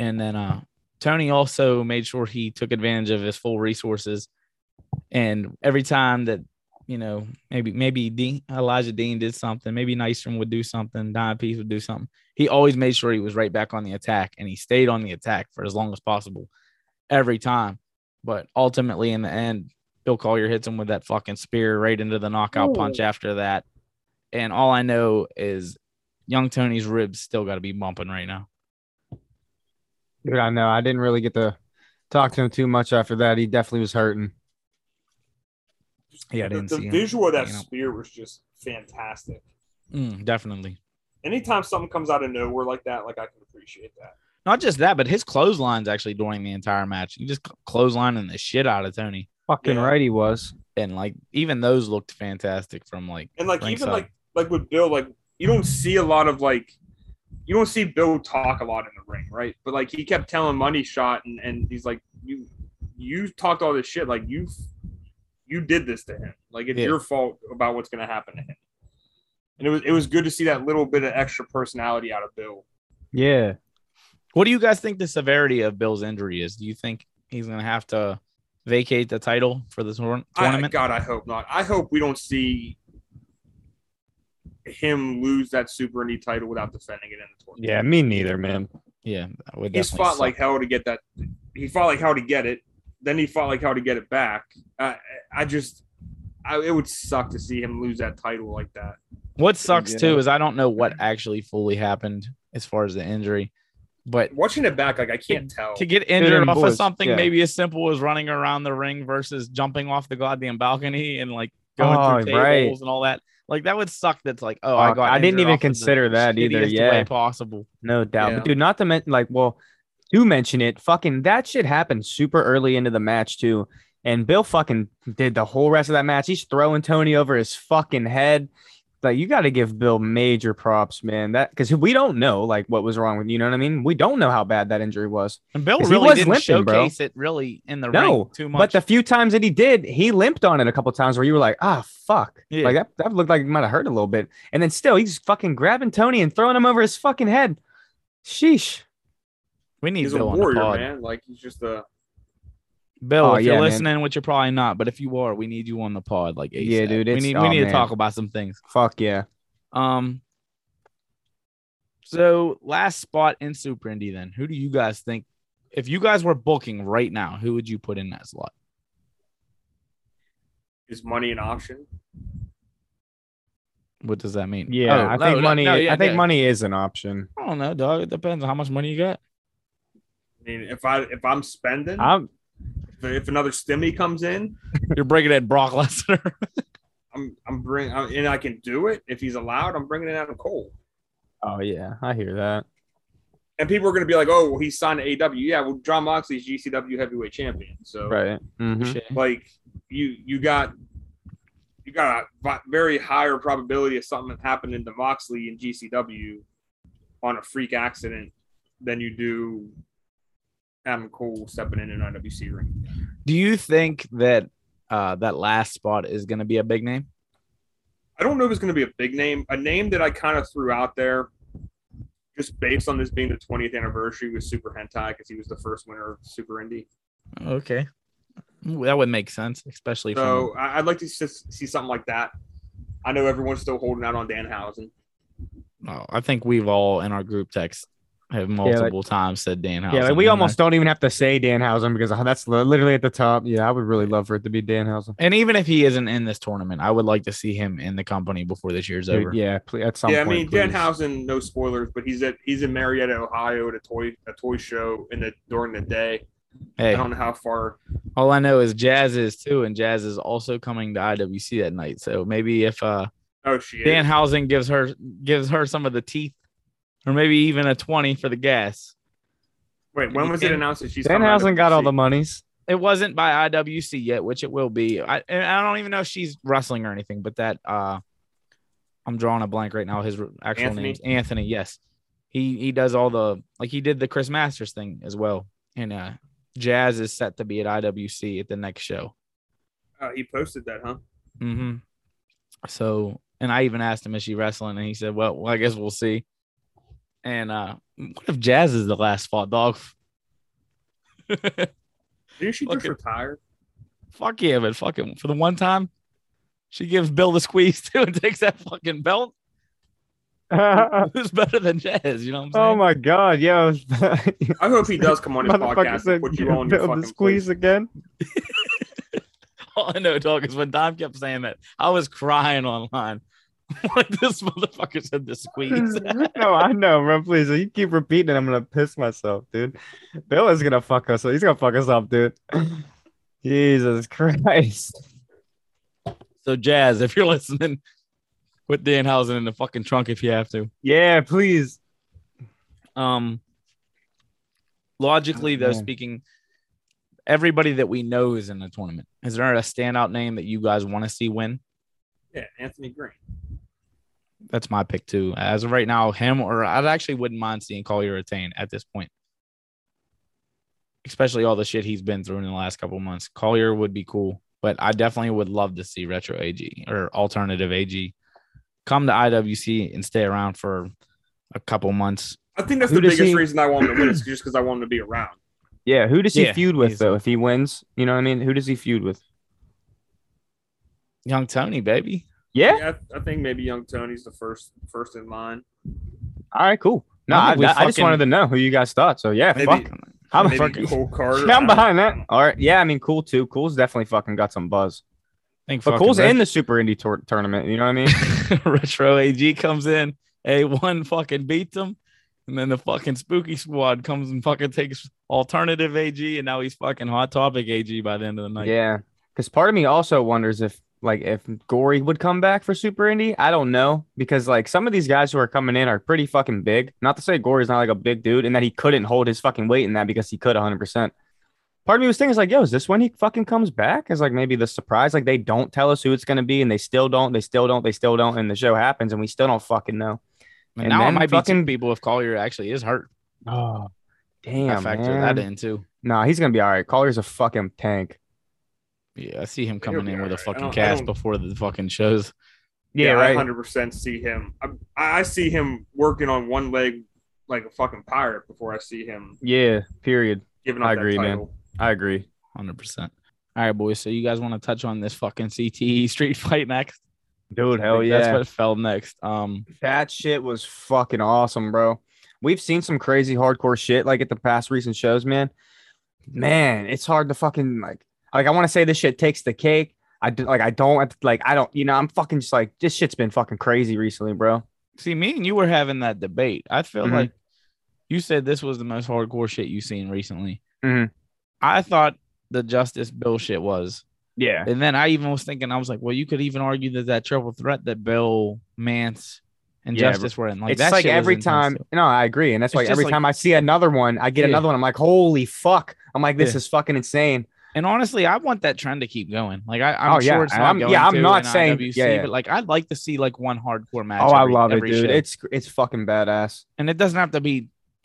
And then uh, Tony also made sure he took advantage of his full resources. And every time that, you know, maybe maybe Dean, Elijah Dean did something, maybe Nystrom would do something, Don Pease would do something. He always made sure he was right back on the attack and he stayed on the attack for as long as possible every time. But ultimately, in the end, Bill Collier hits him with that fucking spear right into the knockout punch after that. And all I know is young Tony's ribs still got to be bumping right now.
Dude, I know. I didn't really get to talk to him too much after that. He definitely was hurting.
Yeah, I
The,
didn't
the
see him.
visual of that
hanging out.
spear was just fantastic.
Mm, definitely.
Anytime something comes out of nowhere like that, like I can appreciate that.
Not just that, but his clotheslines actually during the entire match. He just cl- clotheslining the shit out of Tony.
Fucking
Yeah.
right, he was.
And like even those looked fantastic from like
And like
Ringside.
even like like with Bill, like you don't see a lot of like you don't see Bill talk a lot in the ring, right? But like he kept telling Money Shot and and he's like you you talked all this shit, like you you did this to him. Like it's
Yeah.
your fault about what's gonna happen to him. And it was it was good to see that little bit of extra personality out of Bill.
Yeah.
what do you guys think the severity of Bill's injury is? Do you think he's gonna have to vacate the title for the tour-
I,
tournament?
God, I hope not. I hope we don't see him lose that Super Indy title without defending it in the tournament.
Yeah, me neither, man.
yeah, that would
he's
definitely
fought
suck.
like hell to get that. He fought like hell to get it. Then he fought like hell to get it back. I I just, I, it would suck to see him lose that title like that.
what sucks
Yeah.
too is I don't know what actually fully happened as far as the injury, but
Watching it back, like I can't tell.
to get injured
and
off of
boys,
something
yeah.
maybe as simple as running around the ring versus jumping off the goddamn balcony and like going through
Oh,
tables
right.
and all that. Like that would suck. That's like, oh, I
Fuck,
got.
I didn't
injured
even
off of the
consider that either,
shittiest
yeah.
way possible.
No doubt.
Yeah.
But dude, not to mention like, well, to mention it, fucking that shit happened super early into the match too. And Bill fucking did the whole rest of that match. He's throwing Tony over his fucking head. Like you got to give Bill major props, man. That because we don't know like what was wrong with you know what I mean. We don't know how bad that injury was.
And Bill
'Cause he
really
was
didn't
limping, bro.
showcase it really in the
No,
ring too much.
But the few times that he did, he limped on it a couple times where you were like, ah, fuck.
Yeah.
Like that, that looked like it might have hurt a little bit. And then still, he's fucking grabbing Tony and throwing him over his fucking head. Sheesh.
we need
he's a
Bill on the
warrior,
pod.
man. Like he's just a.
Bill,
Oh,
if you're
yeah, man.
listening, which you're probably not, but if you are, we need you on the pod. Like,
Yeah,
ASAP.
dude,
we
it's-
need we
oh,
need to
man.
talk about some things.
Fuck yeah.
Um. So last spot in Super Indy, then who do you guys think? If you guys were booking right now, who would you put in that slot?
Is money an option?
What does that mean?
Yeah,
Oh,
I
no,
think
no,
money.
no, yeah,
I think
no.
money is an option.
I don't know, dog. It depends on how much money you got.
I mean, if I if I'm spending,
I'm
if, if another stimmy comes in,
You're breaking at Brock Lesnar.
I'm I'm bring I, and I can do it if he's allowed. I'm bringing it out of Cole.
oh yeah, I hear that.
And people are going to be like, "Oh, well, he signed to AW." Yeah, well, John Moxley's GCW heavyweight champion. So,
Right. Mhm.
Shit.
like, you you got you got a vi- very higher probability of something happening to Moxley in GCW on a freak accident than you do Adam Cole stepping in an IWC ring.
Do you think that uh, that last spot is going to be a big name?
I don't know if it's going to be a big name. A name that I kind of threw out there, just based on this being the 20th anniversary, was Super Hentai because he was the first winner of Super Indy.
Okay. That would make sense, especially
So I- I'd like to s- see something like that. I know everyone's still holding out on Danhausen.
from. Oh, I think we've all in our group text have multiple times said Dan House.
Yeah, like we almost don't even have to say Danhausen because that's li- literally at the top. Yeah, I would really love for it to be Danhausen.
And even if he isn't in this tournament, I would like to see him in the company before this year's
Dude,
over.
yeah, please, at some
yeah,
point.
I mean
please.
Danhausen, no spoilers, but he's at he's in Marietta, Ohio, at a toy a toy show in the during the day. I
Hey,
don't know how far.
all I know is Jazz is too, and Jazz is also coming to IWC that night. So maybe if uh
Oh, she is.
Dan Housing gives her gives her some of the teeth, or maybe even a twenty for the gas.
Wait, when was it
Dan-
announced that she's coming out of
Danhausen got all
NXT?
the monies.
It wasn't by IWC yet, which it will be. I and I don't even know if she's wrestling or anything, but that uh, I'm drawing a blank right now. His r- actual
Anthony?
name's Anthony. Yes, he he does all the like he did the Chris Masters thing as well, and uh, Jazz is set to be at IWC at the next show.
Oh, he posted that, huh?
Mm-hmm. So, and I even asked him, is she wrestling? And he said, well, well, I guess we'll see. And uh, what if Jazz is the last fought dog?
Didn't she
Look
just
at-
retire?
Fuck yeah, but fucking for the one time, she gives Bill the squeeze too and takes that fucking belt.
oh
Who's better than Jazz? You know what I'm saying?
my god, yo.
I hope he does come on his
Motherfucker
podcast
said
and put you all in your
build
fucking
the squeeze
place.
again.
All I know, dog, is when Dom kept saying that, I was crying online. like this motherfucker said the squeeze.
no, I know, bro. Please, you keep repeating it. I'm gonna piss myself, dude. Bill is gonna fuck us. up. He's gonna fuck us up, dude. Jesus Christ.
so, Jazz, if you're listening, put Danhausen in the fucking trunk if you have to.
Yeah, please.
um logically
Oh,
though
man.
speaking everybody that we know is in the tournament is there a standout name that you guys want to see win
Yeah, Anthony Green.
that's my pick too as of right now him or i actually wouldn't mind seeing collier retain at this point especially all the shit he's been through in the last couple months collier would be cool but i definitely would love to see retro ag or alternative ag come to iwc and stay around for a couple months
I think that's
Who
the
does
biggest
he-
reason I want him to win is just because I want him to be around.
Yeah, who does he
Yeah,
feud with
he's-
though? If he wins, you know what I mean? Who does he feud with?
young tony baby
Yeah.
Yeah, I, I think maybe Young Tony's the first first in line.
All right, cool. No,
I
I,
think we
I just
fucking-
wanted to know who you guys thought. So yeah,
Maybe,
fuck. I'm
maybe
fucking.
Cole Carter.
Yeah, I'm
I don't-
behind that. All right. Yeah, I mean, cool too. Cool's definitely fucking got some buzz.
think
But
fucking
Cool's
Ret-
in the Super Indie tour- tournament. You know what I mean?
retro AG comes in, A1 fucking beats him, and then the fucking spooky squad comes and fucking takes alternative AG, and now he's fucking hot topic AG by the end of the night.
yeah. Because part of me also wonders if like if Gory would come back for Super Indie. I don't know because like some of these guys who are coming in are pretty fucking big. Not to say Gory's not like a big dude and that he couldn't hold his fucking weight in that because he could 100. percent Part of me was thinking, it's like, yo, is this when he fucking comes back? Is like maybe the surprise, like they don't tell us who it's gonna be, and they still don't, they still don't, they still don't, and the show happens, and we still don't fucking know.
and,
And
now I
then
might be
fucking-
two people if Collier actually is hurt.
Oh,
I
damn,
factor
man.
that in too.
Nah, he's gonna be all right. Collier's a fucking tank.
Yeah, I see him
He'll
coming
be
in with a
alright. I
fucking
don't- I
cast
don't-
before the fucking shows.
Yeah, I 100% see him. I, I see him working on one leg like a fucking pirate before I see him
Yeah, period.
giving up
I
that
agree, man.
title.
I agree.
100%. All right, boys. So you guys want to touch on this fucking CTE street fight next?
Dude,
I
hell
think
yeah.
That's what fell next. Um,
that shit was fucking awesome, bro. We've seen some crazy hardcore shit like at the past recent shows, man. Man, it's hard to fucking like like I want to say this shit takes the cake. I do, like I don't like I don't you know I'm fucking just like this shit's been fucking crazy recently, bro.
see me and you were having that debate i feel
Mhm.
like you said this was the most hardcore shit you've seen recently
Mhm.
i thought the justice bill shit was
Yeah.
and then i even was thinking i was like well you could even argue that that triple threat that bill mance and
Yeah,
justice were in like
it's
that
like
shit was
every
intense,
time.
too.
No, I agree, and that's
It's
why
just
every
like-
time I see another one, I get
Yeah.
another one. I'm like, holy fuck! I'm like, this
Yeah.
is fucking insane.
and honestly i want that trend to keep going like I, i'm
Oh, yeah,
sure it's
and
not
I'm-
going
yeah, I'm
to
not
in
saying-
IWC,
yeah, yeah.
but like i'd like to see like one hardcore match
Oh, I
every-
love it,
every
dude.
show.
It's it's fucking badass.
and it doesn't have to be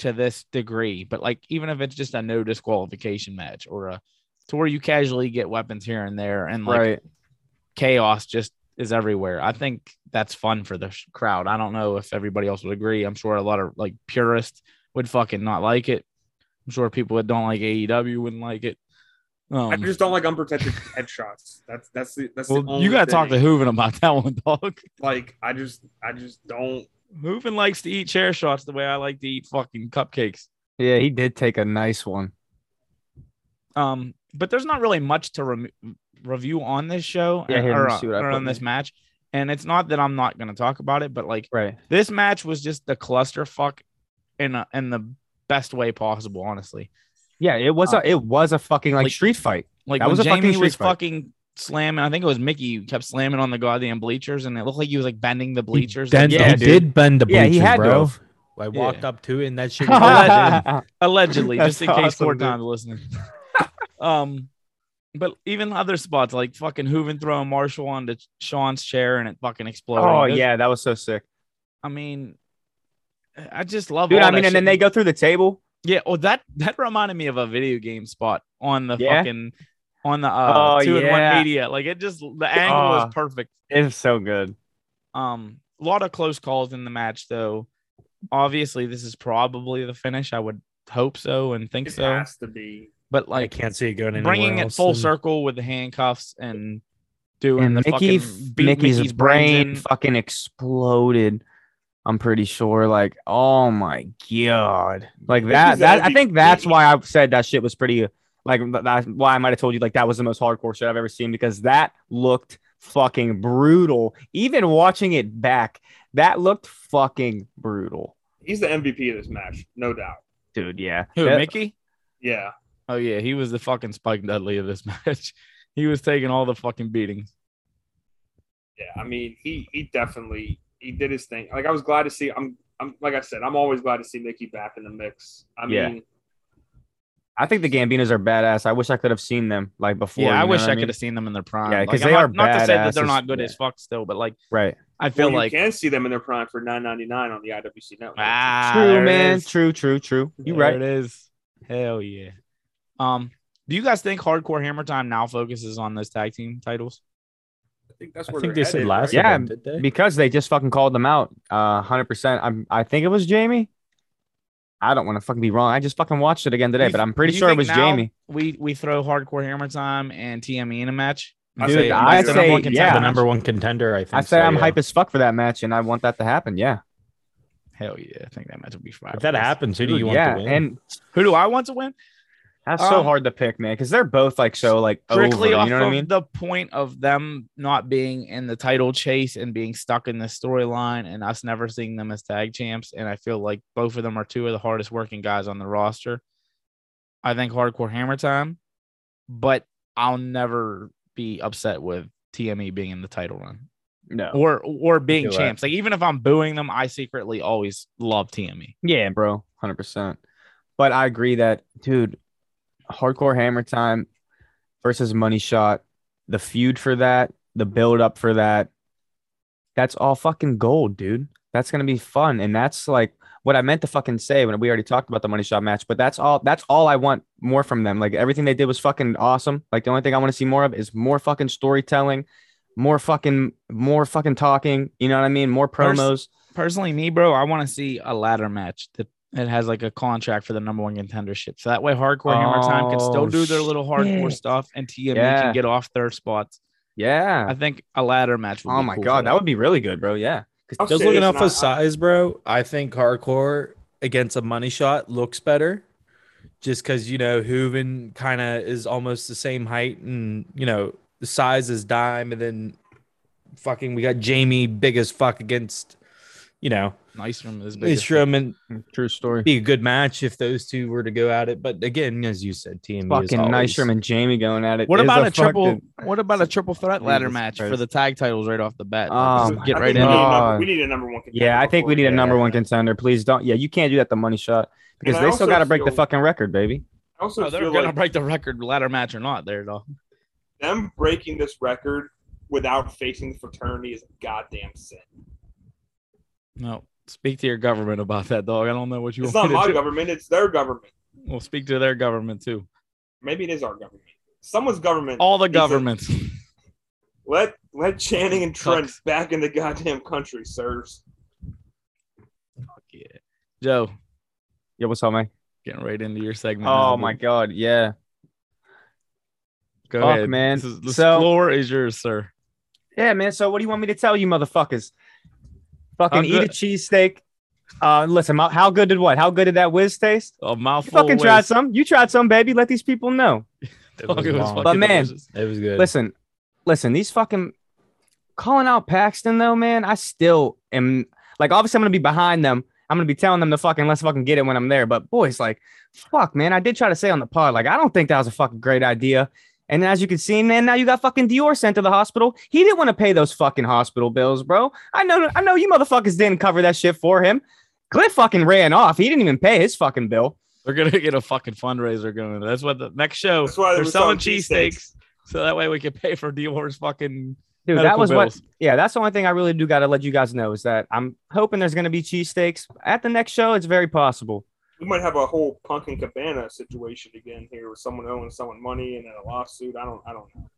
to this degree, but like even if it's just a no disqualification match or a to where you casually get weapons here and there and like
right.
chaos just is everywhere. I think that's fun for the sh- crowd. I don't know if everybody else would agree. I'm sure a lot of like purists would fucking not like it. I'm sure people that don't like AEW wouldn't like it. Um,
I just don't like unprotected headshots. That's that's the that's the
well,
only
you gotta talk to
thing.
Hooven about that one, dog.
like I just I just don't
Hooven likes to eat chair shots the way I like to eat fucking cupcakes.
Yeah, he did take a nice one.
Um, but there's not really much to rem review on this show
Yeah, here, let me
or,
see what I
or
put
on
in
this
here.
match. And it's not that I'm not gonna talk about it, but like
Right.
this match was just the clusterfuck in a, in the best way possible, honestly.
Yeah, it was a it was a fucking Uh, like,
Like-
street fight.
Like
That
when
was a fucking
Jamie was
street fight.
fucking slamming, I think it was Mickey who kept slamming on the goddamn bleachers, and it looked like he was like bending the bleachers.
Then
like,
Yeah,
he
dude.
did bend the
Yeah,
bleachers,
he had to
bro.
have.
I walked up to it and that shit. Was bent in.
yeah,
allegedly, just
That's
in case
awesome,
more
dude.
time's listening. um, but even other spots like fucking Hooven throwing Marshall onto Sean's chair and it fucking exploding.
oh
Those-
yeah, that was so sick,
I mean, I just love.
dude.
all
I
that
mean,
shit.
and then they go through the table.
Yeah, oh that that reminded me of a video game spot on the
Yeah?
fucking on the uh
Oh,
two and one
yeah.
media. Like it just the angle
Ah.
is perfect.
It was so good.
Um a lot of close calls in the match though. Obviously, this is probably the finish. I would hope so and think
it
so.
has to be.
But
I
like
can't see it going anywhere
bringing it
else.
full circle with the handcuffs and doing
and
the
Mickey,
fucking beat
Mickey's,
Mickey's brains
brain
in.
fucking exploded. I'm pretty sure. Like, oh my god, like that.
Mickey's gotta
That I
be
think that's
big.
why I said that shit was pretty. Like, th- that's why I might have told you like that was the most hardcore shit I've ever seen because that looked fucking brutal. Even watching it back, that looked fucking brutal,
He's the MVP of this match, no doubt.
dude. Yeah,
Who,
That-
Mickey?
Yeah.
Oh yeah, he was the fucking Spike Dudley of this match. he was taking all the fucking beatings.
Yeah. I mean, he he definitely he did his thing. Like I was glad to see I'm I'm like I said, I'm always glad to see Mickey back in the mix. I mean
Yeah. I think the Gambinos are badass. I wish I could have seen them like before.
yeah,
you
I
know
wish I
what
could
mean?
have seen them in their prime.
Yeah,
Like,
'cause
I'm
they
not,
are
not to say that they're
badasses.
not good
Yeah.
as fuck still, but like
Right.
I feel
well,
like
you can see them in their prime for nine ninety nine on the IWC network.
ah, there
true,
it
man.
is.
True, true, true. You
There
right.
It is. Hell yeah. Um, do you guys think Hardcore Hammer Time now focuses on those tag team titles?
I think that's
I
where
think
they're
they said
headed,
last.
right?
Yeah,
event, did they?
because they just fucking called them out. Uh, hundred percent. I'm. I think it was Jamie. I don't want to fucking be wrong. I just fucking watched it again today,
You-
but I'm pretty
do you
sure it
think
was
now
Jamie.
We we throw Hardcore Hammer Time and TME in a match.
I
Dude,
say-
I
I say-
say,
contender
yeah.
the
match?
number one contender. I think.
I said
so,
I'm
yeah.
hype as fuck for that match, and I want that to happen. Yeah,
Hell yeah, I think that match would be fire.
If that happens, who do
Dude,
you want
yeah,
to win?
and
Who do I want to win?
that's so
Um,
hard to pick, man, because they're both like so like over. You
strictly
know
off
what I
of
mean?
the point of them not being in the title chase and being stuck in the storyline and us never seeing them as tag champs. And I feel like both of them are two of the hardest working guys on the roster. I think hardcore hammer time, but I'll never be upset with TME being in the title run
No.
or or being
feel that.
champs. Like even if I'm booing them, I secretly always love E. TME.
Yeah, bro, hundred percent. But I agree that, dude, hardcore hammer time versus money shot, the feud for that, the build up for that, that's all fucking gold, dude. That's gonna be fun, and that's like what I meant to fucking say when we already talked about the money shot match. But that's all. That's all I want more from them. Like everything they did was fucking awesome. Like the only thing I want to see more of is more fucking storytelling, more fucking, more fucking talking. You know what I mean? More
Pers-
promos.
personally, me, bro, I want to see a ladder match that it has like a contract for the number one contendership. So that way, Hardcore Hammer Time can still
Oh,
do their little hardcore stuff, and TME
Yeah.
can get off their spots.
Yeah.
I think a ladder match. Would
Oh
be
my
cool for
god, that would be really good, bro. Yeah.
I'll
Just
say
looking
this,
off
and
of
I-
size, bro, I think hardcore against a money shot looks better. Just because you know Hooven kind of is almost the same height, and you know the size is dime, and then fucking we got Jamie big as fuck against you know
nice from this. big as fuck.
Ishram, and
True story.
be a good match if those two were to go at it. But again, as you said, TME is
Fucking
always-
nice room and Jamie going at it.
What
is
about a, triple?
fucking-
What about a triple threat ladder
Jesus
match for
Christ.
the tag titles right off the bat?
Oh
Let's
my
um, get
I
right
think
in.
we need,
it.
a
Oh.
number, we need a number one contender.
Yeah, I think we
before
need a
get
number
there.
one contender. Please don't. Yeah, you can't do that. The money shot because
I
they still
also
got to break the
feel-
fucking record, baby.
I also
Oh, they're
feel
gonna
like
break the record ladder match or not? There, though.
them breaking this record without facing the fraternity is a goddamn sin.
No, Speak to your government about that, dog. I don't know what you
It's not
want me to
my
do.
government, it's their government.
Well, speak to their government too.
Maybe it is our government. Someone's government.
All the
needs to
governments.
Let let Channing and Trent
Cucks.
back in the goddamn country, sirs.
yeah. Joe,
Yo, what's up, man?
getting right into your segment. now,
Oh
dude.
my god, yeah.
Go
fuck,
ahead.
man.
This is- this
So-
floor is yours, sir.
Yeah, man. So what do you want me to tell you, motherfuckers? Fucking
How
eat a
good-
cheesesteak. Uh, listen, how- how good did what? How good did that whiz taste?
A
You
mouthful.
fucking
of
tried
waste.
some. You tried some, baby. Let these people know.
It
Fuck,
was
it was
bomb.
fucking
But man,
delicious.
It was good.
Listen, listen. These fucking calling out Paxton though, man. I still am like obviously I'm gonna be behind them. I'm gonna be telling them to fucking let's fucking get it when I'm there. But boys, like, fuck, man. I did try to say on the pod, like, I don't think that was a fucking great idea. And as you can see, man, now you got fucking Dior sent to the hospital. He didn't want to pay those fucking hospital bills, bro. I know, I know you motherfuckers didn't cover that shit for him. Cliff fucking ran off. He didn't even pay his fucking bill.
We're gonna get a fucking fundraiser going. That's what the next show.
That's why they
they're
were
selling
selling
cheesesteaks, so that way we can pay for Dior's fucking.
Dude, that
medical
was what
bills.
yeah, that's the only thing I really do got to let you guys know is that I'm hoping there's going to be cheesesteaks at the next show. It's very possible.
We might have a whole punk and cabana situation again here with someone owing someone money and then a lawsuit. I don't I don't know.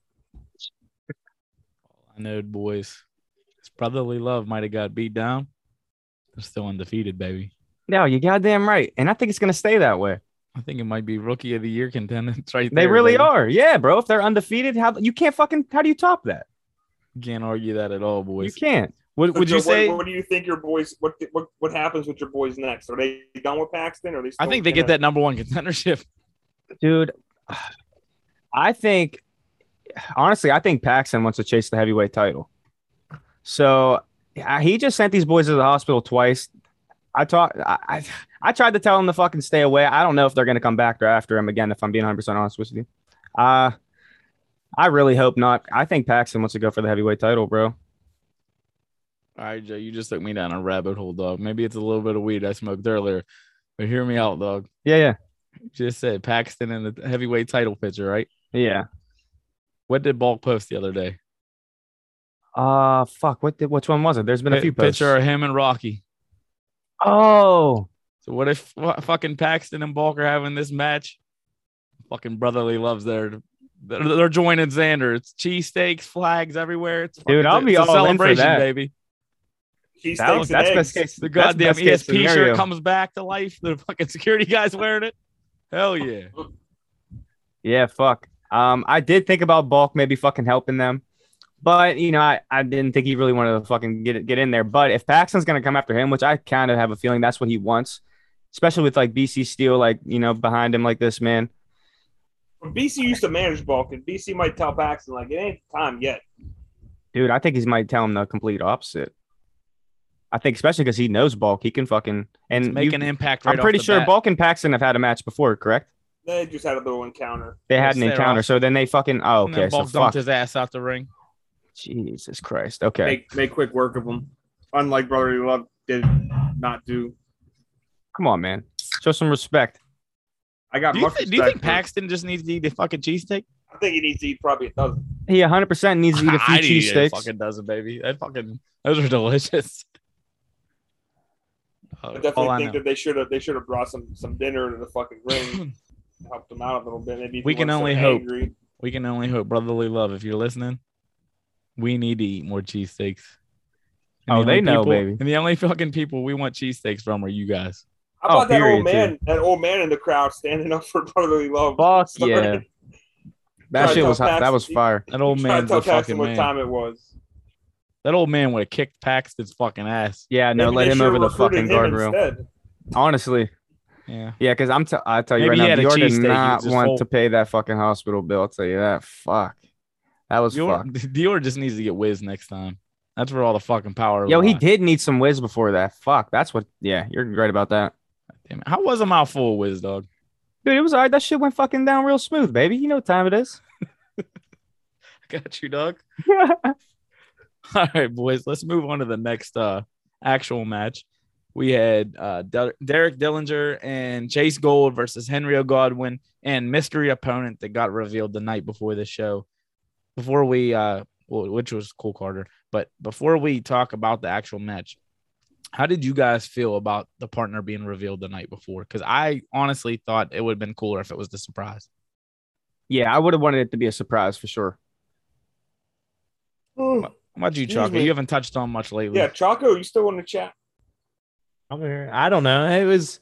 I know, boys. His brotherly love might have got beat down. They're still undefeated, baby.
No, you goddamn right. And I think it's going to stay that way.
I think it might be rookie of the year contenders right
They
there,
really
baby.
are. Yeah, bro. If they're undefeated, how you can't fucking how do you top that?
Can't argue that at all,
You
boys.
can't.
Would, would
So,
you
Joe, what-
say?
what, do you think your boys what what what happens with your boys next? Are they done with Paxton or are they
I
still
think they get
gonna-
that number one contendership.
Dude, I think honestly, I think Paxton wants to chase the heavyweight title. So I- he just sent these boys to the hospital twice. I talked. I, I I tried to tell him to fucking stay away. I don't know if they're gonna come back or after him again. If I'm being 100 percent honest with you, uh, I really hope not. I think Paxton wants to go for the heavyweight title, bro.
All right, Joe, you just took me down a rabbit hole, dog. Maybe it's a little bit of weed I smoked earlier, but hear me out, dog.
Yeah, yeah,
You just said Paxton in the heavyweight title picture, right?
yeah.
What did Bulk post the other day?
Uh, fuck. What? Did, which one was it? There's been a
Pi-
few posts.
picture of him and Rocky.
Oh,
So what if fu- fucking Paxton and Bulk are having this match? Fucking brotherly loves their they're, they're joining Xander. It's cheesesteaks, flags everywhere. It's fucking-
Dude, I'll be
it's a
all in for
celebration,
that.
baby.
cheesesteaks
that,
and
was- that's
eggs.
best case.
The
that's
goddamn
best case
ESP shirt
scenario.
comes back to life. The fucking security guy's wearing it. Hell yeah.
Yeah, fuck. Um, I did think about Bulk maybe fucking helping them, but you know, I, I didn't think he really wanted to fucking get get in there. But if Paxton's gonna come after him, which I kind of have a feeling that's what he wants, especially with like BC Steel, like you know, behind him like this, man.
BC used to manage Bulk and BC might tell Paxton like it ain't time yet.
Dude, I think he might tell him the complete opposite. I think especially because he knows Bulk, he can fucking and
It's
Mm, you-
make an impact right
I'm
off
pretty
the
sure
bat.
Bulk and Paxton have had a match before, correct?
They just had a little encounter.
They
Yes,
had an
they're
encounter,
off.
so then they fucking oh
And then
okay, so
Bulk dumped
fuck,
his ass out the ring.
Jesus Christ, okay.
Make make quick work of them. Unlike Brotherly Love did not do.
Come on, man. Show some respect.
I got
Do you,
much
thi- do you think
respect for-
Paxton just needs to eat the fucking cheesesteak?
I think he needs to eat probably a dozen.
He 100% needs to eat a few
I'd eat a
cheesesteaks.
Fucking dozen, baby. That fucking those are delicious.
I
All
definitely
I
think
know.
that they should have they should have brought some some dinner to the fucking ring, helped them out a little bit. Maybe if
We
he
can
wasn't so
only hope.
angry.
we can only hope, brotherly love. If you're listening, we need to eat more cheesesteaks. And
Oh,
the only
they know,
people-
baby.
And the only fucking people we want cheesesteaks from are you guys.
How
Oh,
about that
period,
old man? That old man in the crowd standing up for Brotherly Love.
Fuck
Sorry.
yeah.
Try
That
to
shit
tell
was hot. That was
Paxton-
fire.
That old
Try to
man's
tell
a
Paxton
fucking
what
man.
time it was.
That old man would have kicked Paxton's fucking ass.
Yeah, no,
Maybe
let
they
him
should've
over the fucking
recruited him
guardrail.
instead.
Honestly,
Yeah.
yeah, because I'm. T- I tell you
Maybe he
right
had a
now, Dior
cheesesteak,
did
he was
not
just
want
full.
to pay that fucking hospital bill. I'll tell you that. Fuck, that was
Dior,
fucked.
Dior just needs to get whiz next time. That's where all the fucking power.
Yo, he
lies.
did need some whiz before that. Fuck, that's what. Yeah, you're right about that,
Damn it. How was a mouthful of whiz, dog?
dude. It was alright. That shit went fucking down real smooth, baby. You know what time it is.
Got you, dog. All right, boys, let's move on to the next uh, actual match. We had uh, Der- Derek Dillinger and Chase Gold versus Henry O'Godwin and mystery opponent that got revealed the night before the show. Before we, uh, well, which was Cole Carter, but before we talk about the actual match, How did you guys feel about the partner being revealed the night before? Because I honestly thought it would have been cooler if it was the surprise.
Yeah, I would have wanted it to be a surprise for sure.
What about you,
Excuse
Chaka?
me.
You haven't touched on much lately.
Yeah, Chaco, you still want to chat?
I'm here. I don't know. It was.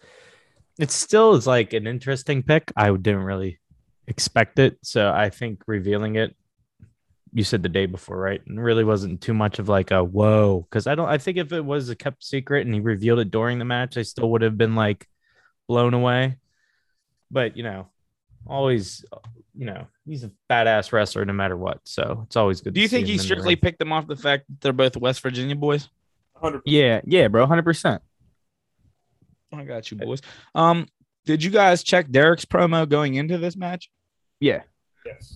It still is like an interesting pick. I didn't really expect it, so I think revealing it. You said the day before, right? And really wasn't too much of like a whoa, because I don't. I think if it was a kept secret and he revealed it during the match, I still would have been like blown away. But you know, always, you know, he's a badass wrestler no matter what, so it's always good.
Do
to
you
see
think
him
he
in the
strictly
ring.
picked them off the fact that they're both West Virginia boys?
100
Yeah, yeah, bro, hundred percent.
I got you, boys. Um, did you guys check Derek's promo going into this match?
yes.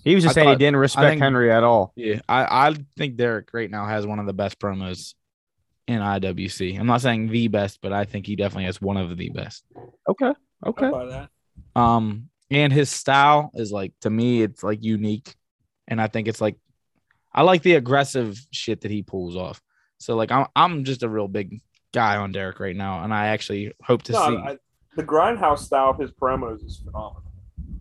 He was just
I
saying
thought-
he didn't respect
think-
Henry at all.
Yeah, I, I think Derek right now has one of the best promos in IWC. I'm not saying the best, but I think he definitely has one of the best.
Okay,
I'll
okay.
buy that.
Um, and his style is like to me, it's like unique, and I think it's like I like the aggressive shit that he pulls off. So like I'm I'm just a real big guy on Derek right now, and I actually hope to
No,
see.
I, the grindhouse style of his promos is phenomenal.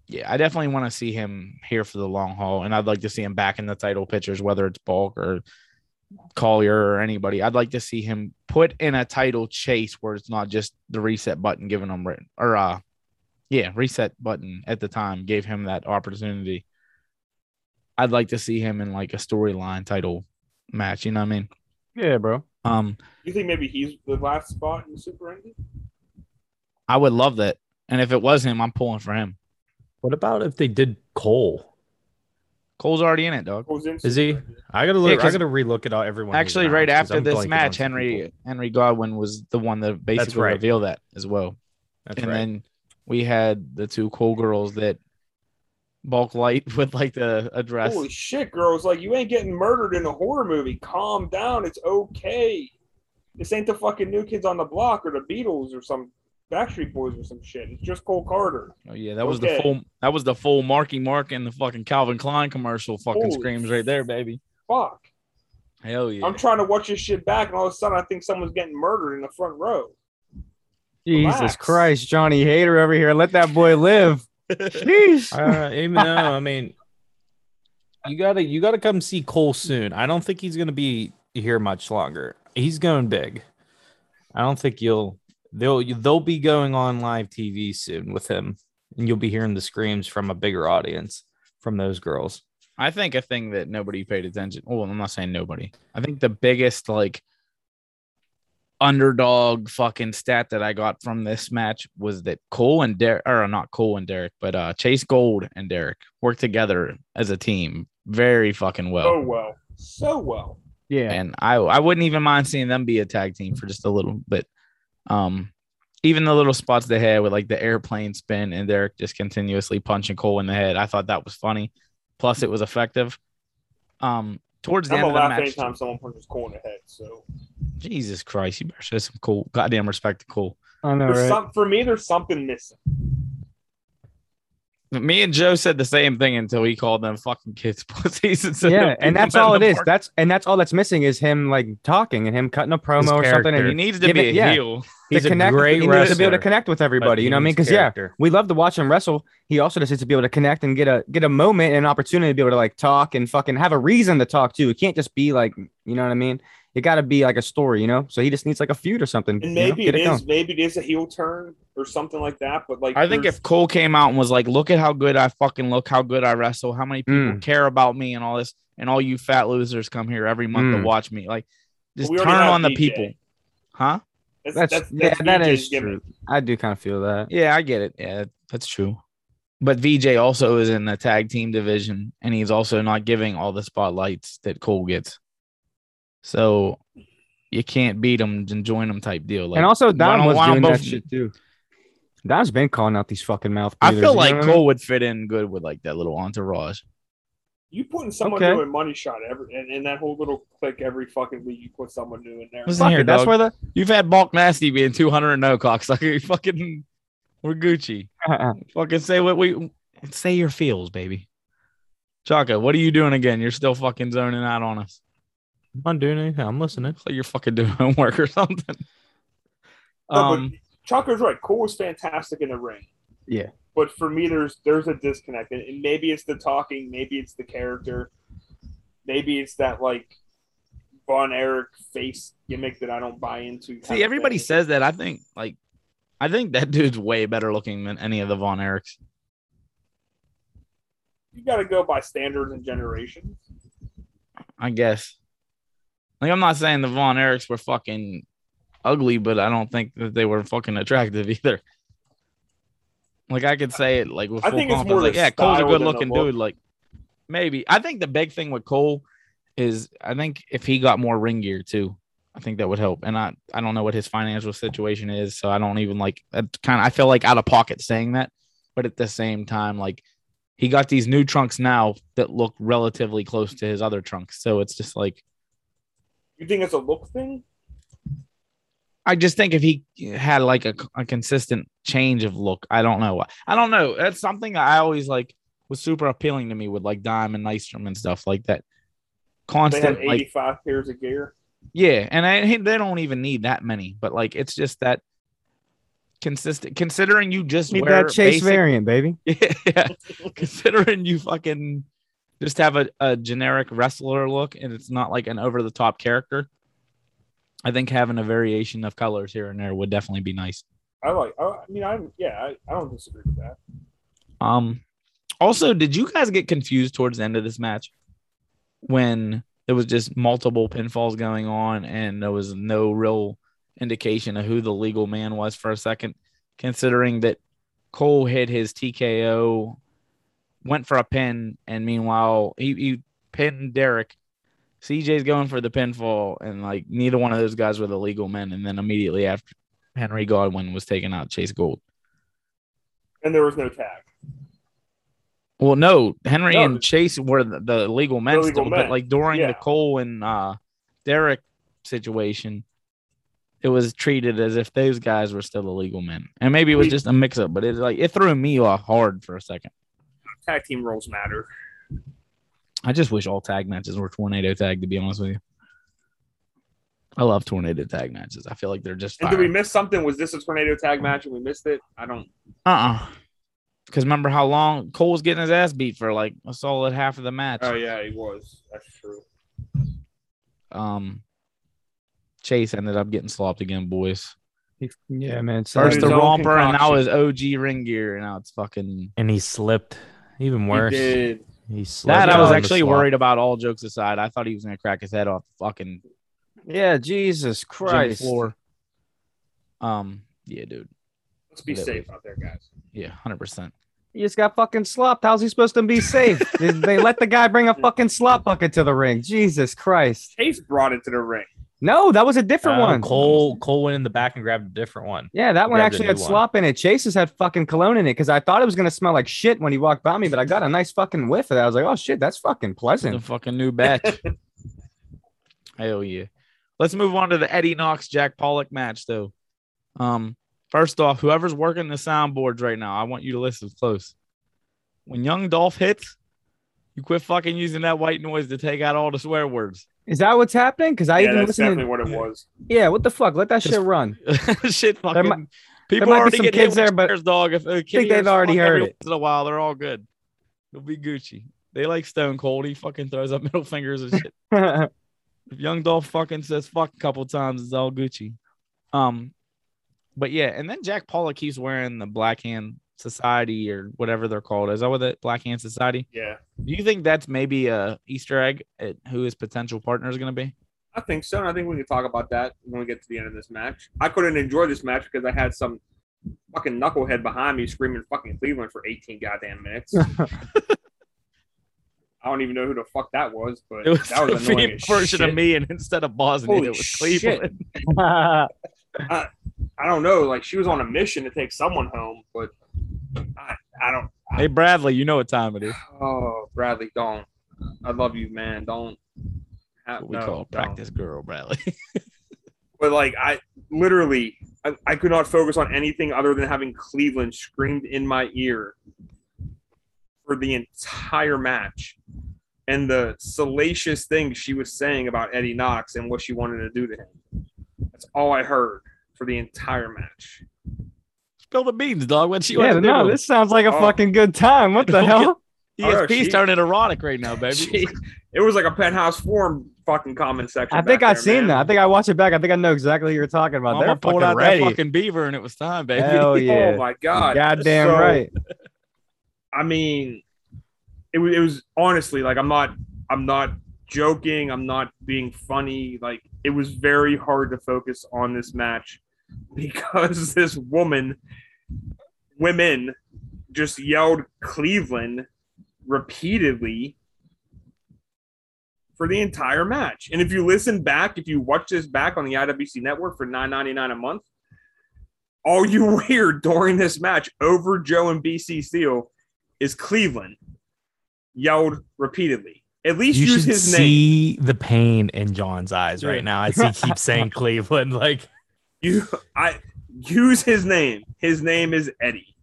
yeah, I definitely want to see him here for the long haul, and I'd like to see him back in the title pictures, whether it's Bulk or Collier or anybody. I'd like to see him put in a title chase where it's not just the reset button giving him written or uh, yeah, reset button at the time gave him that opportunity. I'd like to see him in like a storyline title match. You know what I mean?
Yeah, bro.
Um,
You think maybe he's the last spot in the Super Indie?
I would love that, and if it was him, I'm pulling for him.
What about if they did Cole?
Cole's already in it, dog.
Or was in
Is
Super
he?
Indie?
I gotta look. I
'cause-
gotta relook at all everyone. who's
Actually, right
announced, 'cause
after
I'm blanking
this
on
match,
some
Henry
people.
Henry Godwin was the one that basically
right.
revealed that as well.
That's
and
right.
then we had the two cool girls that Bulk Light would like to address.
Holy shit, girls! Like you ain't getting murdered in a horror movie. Calm down. It's okay. This ain't the fucking New Kids on the Block or the Beatles or some Backstreet Boys or some shit. It's just Cole Carter.
oh yeah, that was the
Okay.
full that was the full Marky Mark and the fucking Calvin Klein commercial fucking
Holy
screams right there, baby.
Fuck.
Hell yeah.
I'm trying to watch this shit back, and all of a sudden I think someone's getting murdered in the front row.
Jesus
Relax.
Christ, Johnny Hater over here. Let that boy live. Jeez.
Uh, even though I mean, you gotta you gotta come see Cole soon. I don't think he's gonna be here much longer. He's going big. I don't think you'll they'll they'll be going on live TV soon with him, and you'll be hearing the screams from a bigger audience from those girls.
I think a thing that nobody paid attention. Well, I'm not saying nobody. I think the biggest like underdog fucking stat that I got from this match was that Cole and Derek, or not Cole and Derek, but uh, Chase Gold and Derek worked together as a team very fucking well.
Oh well, so well.
Yeah.
And I I wouldn't even mind seeing them be a tag team for just a little bit. Um, even the little spots they had with like the airplane spin and Derek just continuously punching Cole in the head, I thought that was funny. Plus, it was effective. Um, towards the
I'm gonna
end of the
laugh
match,
anytime someone punches Cole in the head. So
Jesus Christ, you better show some cool goddamn respect to Cole.
I know,
there's
right?
some, for me, there's something missing.
Me and Joe said the same thing until he called them fucking kids pussies. And said
yeah,
that
and
people
that's
better
all it
than
is.
Mark.
That's and that's all that's missing is him like talking and him cutting a promo or something.
character.
And
he needs to
Yeah,
be
but-
a
yeah.
heel.
to
He's a
connect,
great
he needs to be able
wrestler,
to connect with
but
everybody.
he
You know what I mean?
needs
Because yeah,
character.
we love to watch him wrestle. He also just needs to be able to connect and get a get a moment and an opportunity to be able to like talk and fucking have a reason to talk too. It can't just be like you know what I mean. It got to be like a story, you know. So he just needs like a feud or something.
And
you know?
maybe
Get
it
going.
is, maybe it is a heel turn or something like that. But like,
I think
there's-
if Cole came out and was like, "Look at how good I fucking look, how good I wrestle, how many people
Mm.
care about me, and all this, and all you fat losers come here every month to
Mm.
watch me," like, just
We
turn
already have
on the
DJ.
people, huh?
that's,
That's,
that's,
yeah,
that's
that
VJ's
is true.
gimmick.
I do kind of feel that.
Yeah, I get it. Yeah, that's true. But VJ also is in the tag team division, and he's also not giving all the spotlights that Cole gets. So you can't beat him and join him type deal. Like,
and also,
why
Don
don't-
was
why don't
doing that
both-
shit too. Don's been calling out these fucking mouth.
I
breathers,
feel
you know
like
what I mean?
Cole would fit in good with like that little entourage.
You putting someone
Okay.
new in money shot every and, and that whole little click every fucking week you put someone new in there.
Listen
Fuck
here,
it, that's
dog.
where the
You've had Bulk Nasty being 200 and no cocksucker. You fucking, we're Gucci. Fucking say what we say your feels, baby. Chaka, what are you doing again? You're still fucking zoning out on us.
I'm not doing anything. I'm listening.
It's Like you're fucking doing homework or something.
No,
Um,
but Chucker's right. Cole was fantastic in the ring.
Yeah.
But for me, there's there's a disconnect, and, and maybe it's the talking, maybe it's the character, maybe it's that like Von Eric face gimmick that I don't buy into. kind
see,
of
everybody
thing.
says that. I think like, I think that dude's way better looking than any of the Von Erichs.
you got to go by standards and generations.
I guess. Like, I'm not saying the Von Erichs were fucking ugly, but I don't think that they were fucking attractive either. Like, I could say it like with
I
full
think it's more
confidence. Like,
the
yeah, Cole's a
style than
good
the
looking
look.
dude. Like, maybe. I think the big thing with Cole is I think if he got more ring gear too, I think that would help. And I, I don't know what his financial situation is, so I don't even like that kind of I feel like out of pocket saying that, but at the same time, like he got these new trunks now that look relatively close to his other trunks. So it's just like
You think it's a look thing?
I just think if he had like a, a consistent change of look, I don't know. I don't know. That's something I always like was super appealing to me with like Dime and Nystrom and stuff like that.
They had
Constant like
85 pairs of gear.
Yeah, and I, he- they don't even need that many, but like it's just that consistent. Considering you just
Need
wear
that chase
basic-
variant, baby.
yeah, considering you fucking just have a, a generic wrestler look, and it's not like an over the top character. I think having a variation of colors here and there would definitely be nice.
I like. I, I mean, I'm yeah. I, I don't disagree with that.
Um, also, did you guys get confused towards the end of this match when there was just multiple pinfalls going on and there was no real indication of who the legal man was for a second, considering that Cole hit his TKO, went for a pin, and meanwhile he, he pinned Derek. CJ's going for the pinfall, and like neither one of those guys were the legal men. And then immediately after, Henry Godwin was taken out Chase Gold.
And there was no tag.
Well, no, Henry
No,
and Chase were the, the legal men
legal
still,
men,
but like during
yeah.
the Cole and uh, Derek situation, it was treated as if those guys were still the legal men, and maybe it was
We-
just a mix-up. But it like it threw me off hard for a second.
Tag team roles matter.
I just wish all tag matches were tornado tag. To be honest with you, I love tornado tag matches. I feel like they're just
And
fire.
did we miss something? Was this a tornado tag match and we missed it? I don't.
uh-uh. Because remember how long Cole was getting his ass beat for like a solid half of the match.
Oh yeah, it was. That's true.
um Chase ended up getting slopped again, boys.
Yeah, man. it's
First
his
the
own
romper, and now his OG ring gear, and now it's fucking.
and he slipped. Even worse,
He
he,
did.
slipped.
That I was
on the
actually
slop.
worried about. All jokes aside, I thought he was gonna crack his head off the fucking gym
yeah, Jesus Christ.
floor. Um, yeah, dude,
Let's be
That
safe out there, guys.
yeah, hundred percent.
He just got fucking slopped. How's he supposed to be safe? Did they let the guy bring a fucking slop bucket to the ring. Jesus Christ.
Chase brought it to the ring.
No, that was a different
Uh,
one.
Cole Cole went in the back and grabbed a different one.
Yeah, that one
Grabbed a
actually
new
had
one.
slop in it. Chase's had fucking cologne in it because I thought it was gonna smell like shit when he walked by me, but I got a nice fucking whiff of that. I was like, oh shit, that's fucking
The
pleasant.
fucking new batch. Hell yeah. Let's move on to the Eddie Knox Jack Pollock match, though. Um, first off, whoever's working the soundboards right now, I want you to listen close. When Young Dolph hits, you quit fucking using that white noise to take out all the swear words.
Is that what's happening? Because I
yeah,
even
that's
listened.
definitely
To,
what it was.
yeah, what the fuck? Let that
Just-
shit run.
Shit, fucking
might-
people
might be
already
some
get
kids
kids
there,
there,
but
dog. If a kid
think they've
hears
already
fuck
heard
every
it.
once in a while, they're all good. It'll be Gucci. They like Stone Cold. He fucking throws up middle fingers and shit. If Young Dolph fucking says fuck a couple times, it's all Gucci. Um, but yeah, and then Jack Pollock keeps wearing the Black Hand Society or whatever they're called. Is that what that Black Hand Society?
Yeah,
Do you think that's maybe a Easter egg at who his potential partner is going to be?
I think so. And I think we can talk about that when we get to the end of this match. I couldn't enjoy this match because I had some fucking knucklehead behind me screaming fucking Cleveland for 18 goddamn minutes. I don't even know who the fuck that was, but
It was
that was
the
annoying.
female
As
version
shit.
of me, and instead of Bosnia,
Holy
it was
shit.
Cleveland.
I don't know. Like she was on a mission to take someone home, but I, I don't.
Hey Bradley, you know what time it is?
Oh, Bradley, don't. I love you, man. Don't. I-
What we
no,
call
don't.
practice girl, Bradley.
But like I literally I, I could not focus on anything other than having Cleveland screamed in my ear for the entire match. And the salacious things she was saying about Eddie Knox and what she wanted to do to him. That's all I heard for the entire match.
Spill the beans, dog. What she
Yeah,
wants to
no,
do.
this sounds like a
Oh.
fucking good time. What the
Look
hell?
ESP's
Oh, she-
turning erotic right now, baby.
She- it was like a penthouse forum fucking comment section.
I think
back
I've seen
there, man.
that. I think I watched it back. I think I know exactly what you're talking about.
Mama
They're
pulled out
fucking
that
ready.
fucking beaver, and it was time, baby.
Hell
Oh
yeah.
my god.
Goddamn
So,
right.
I mean, it was it was honestly like I'm not I'm not joking. I'm not being funny. Like it was very hard to focus on this match because this woman, women, just yelled Cleveland repeatedly for the entire match. And if you listen back, if you watch this back on the IWC network for 9.99 a month all you hear during this match over Joe and BC Steel is Cleveland yelled repeatedly. At least
you
use
should
his name.
see the pain in John's eyes
Yeah.
right now as he keeps saying Cleveland. Like,
You, I use his name. His name is Eddie.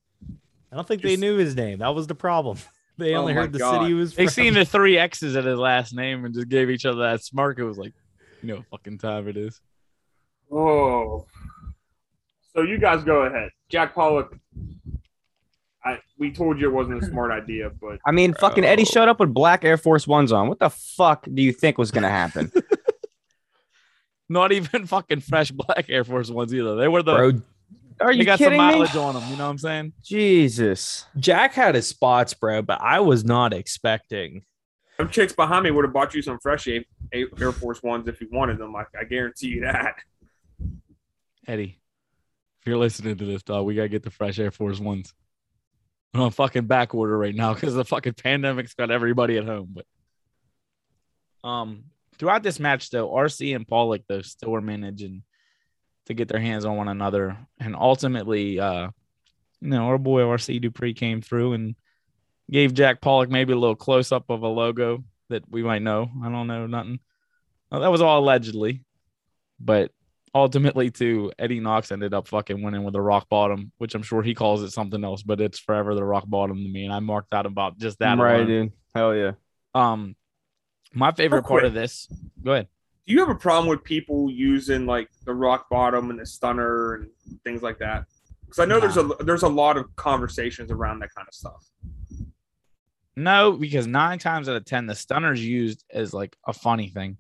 I don't think they
Just-
knew his name. That was the problem. They
Oh
only
my
heard the
God.
city he was.
They
from.
seen the three X's at his last name and just gave each other that smirk. It was like, you know, what fucking time it is.
Oh, so you guys go ahead, Jack Pollock. I we told you it wasn't a smart idea, but
I mean, fucking Eddie
Oh.
showed up with black Air Force Ones on. What the fuck do you think was gonna happen?
Not even fucking fresh black Air Force Ones either. They were the
Bro,
Are
they
you
got some
kidding me?
mileage on them. You know what I'm saying?
Jesus.
Jack had his spots, bro, but I was not expecting.
some chicks behind me would have bought you some fresh Air Air Force Ones if you wanted them. I, I guarantee you that.
Eddie, if you're listening to this, dog, we gotta get the fresh Air Force Ones. I'm on fucking back order right now because the fucking pandemic's got everybody at home. But um, throughout this match, though, RC and Pollock though still were managing to get their hands on one another, and ultimately, uh, you know, our boy RC Dupree came through and gave Jack Pollock maybe a little close up of a logo that we might know. I don't know nothing. Well, that was all allegedly, but ultimately too eddie knox ended up fucking winning with a rock bottom which i'm sure he calls it something else but it's forever the rock bottom to me and i marked out about just that
right,
alone.
dude. Hell yeah.
um my favorite
Real
part
quick.
of this go ahead
do you have a problem with people using like the rock bottom and the stunner and things like that? Because I know there's a there's a lot of conversations around that kind of stuff.
no because nine times out of ten the stunner's used as like a funny thing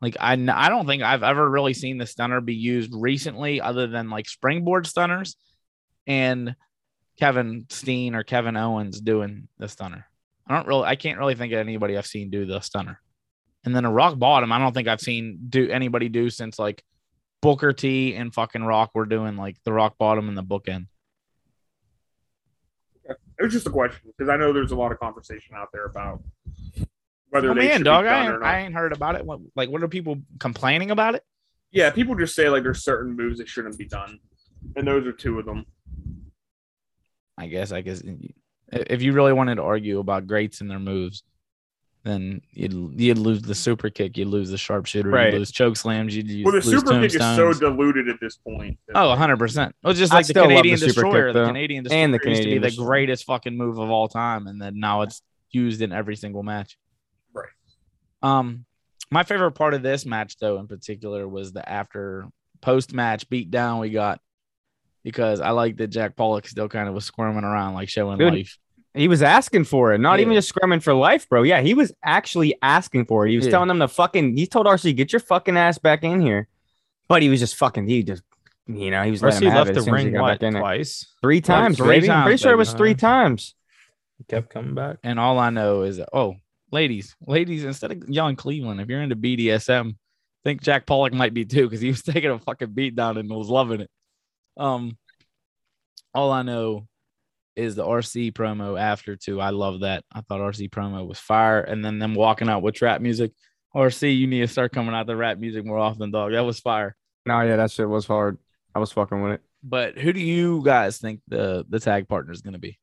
like I, n- I don't think i've ever really seen the stunner be used recently other than like springboard stunners and kevin steen or kevin owens doing the stunner i don't really i can't really think of anybody i've seen do the stunner and then a rock bottom i don't think i've seen do anybody do since like booker t and fucking rock were doing like the rock bottom and the bookend
It was just a question because I know there's a lot of conversation out there about whether
Oh,
they
man,
should
dog,
be done
I
or
ain't,
not.
I ain't heard about it. What, like, what are people complaining about it?
yeah, people just say like there's certain moves that shouldn't be done, and those are two of them.
I guess, I guess, if you really wanted to argue about greats and their moves, then you'd you'd lose the super kick, you'd lose the sharpshooter,
Right.
you'd lose choke slams, you'd use,
well, the
lose
super kick is so
tombstones.
diluted at this point. that-
Oh, 100 percent. It was just
I
like the
still love the
Canadian
super kick,
destroyer. the
though.
Canadian destroyer
And the
used to
Canadian
be the
destroyer.
greatest fucking move of all time, and then now it's used in every single match.
Right.
Um, my favorite part of this match, though, in particular, was the after post match beatdown we got because I like that Jack Pollock still kind of was squirming around, like showing
Dude,
life.
He was asking for it, not
Yeah.
even just scrumming for life, bro. Yeah, he was actually asking for it. He was
Yeah.
telling them to fucking he told RC, get your fucking ass back in here. But he was just fucking he just you know, he was letting
RC
him have
left
it
the
as soon as he
ring
got
what,
back in there.
twice.
Three times,
three
baby. I'm
times,
pretty sure it
baby.
was three times.
He kept coming back.
And all I know is, oh, ladies, ladies, instead of yelling Cleveland, if you're into BDSM, I think Jack Pollock might be too because he was taking a fucking beat down and was loving it. Um, all I know is the RC promo after too. I love that. I thought RC promo was fire, and then them walking out with trap music. RC, you need to start coming out the rap music more often, dog. That was fire.
No, yeah, that shit was hard. I was fucking with it.
But who do you guys think the the tag partner is going to be?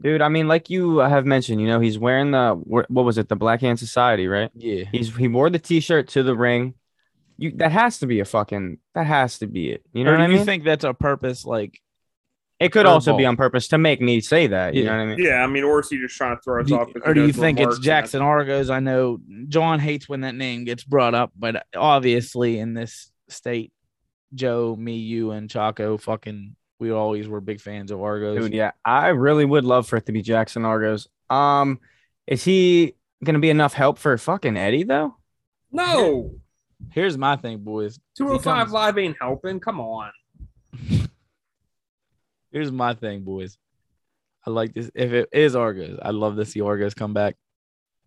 Dude, I mean, like you have mentioned, you know, he's wearing the wh- what was it, the Black Hand Society, right?
Yeah,
He's he wore the T-shirt to the ring. You that has to be a fucking that has to be it. You know
or
what
do
I mean?
you think that's a purpose? Like,
it could
curveball?
also be on purpose to make me say that. You
Yeah.
know what I mean?
Yeah, I mean, or is he just trying to throw us
Do-
off? 'cause he
or do you
knows we're
think
marks
it's
and
Jackson Argos? I know John hates when that name gets brought up, but obviously in this state, Joe, me, you, and Chaco, fucking, we always were big fans of Argos.
Dude, yeah, I really would love for it to be Jackson Argos. Um, is he gonna be enough help for fucking Eddie though?
No,
Here's my thing, boys.
two hundred five
comes-
live ain't helping. Come on,
Here's my thing, boys. I like this. If it is Argos, I'd love to see Argos come back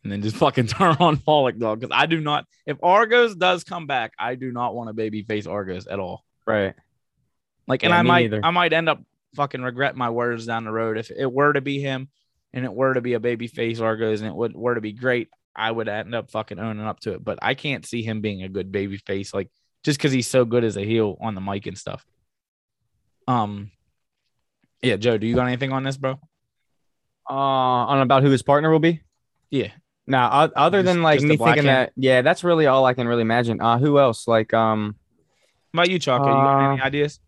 and then just fucking turn on Pollock, dog. Because I do not, if Argos does come back, I do not want to baby face Argos at all.
Right.
Like, and
Yeah,
I
me
might,
neither.
I might end up fucking regret my words down the road if it were to be him, and it were to be a baby face Argos, and it would were to be great. I would end up fucking owning up to it, but I can't see him being a good baby face, like just because he's so good as a heel on the mic and stuff. Um, yeah, Joe, do you got anything on this, bro?
Uh, on about who his partner will be.
Yeah,
Now, o- other
Just-
than like
just
me
the black
thinking
hand?
that, yeah, that's really all I can really imagine. Uh, who else? Like, um,
How about you, Chalker? you got any
Uh,
ideas?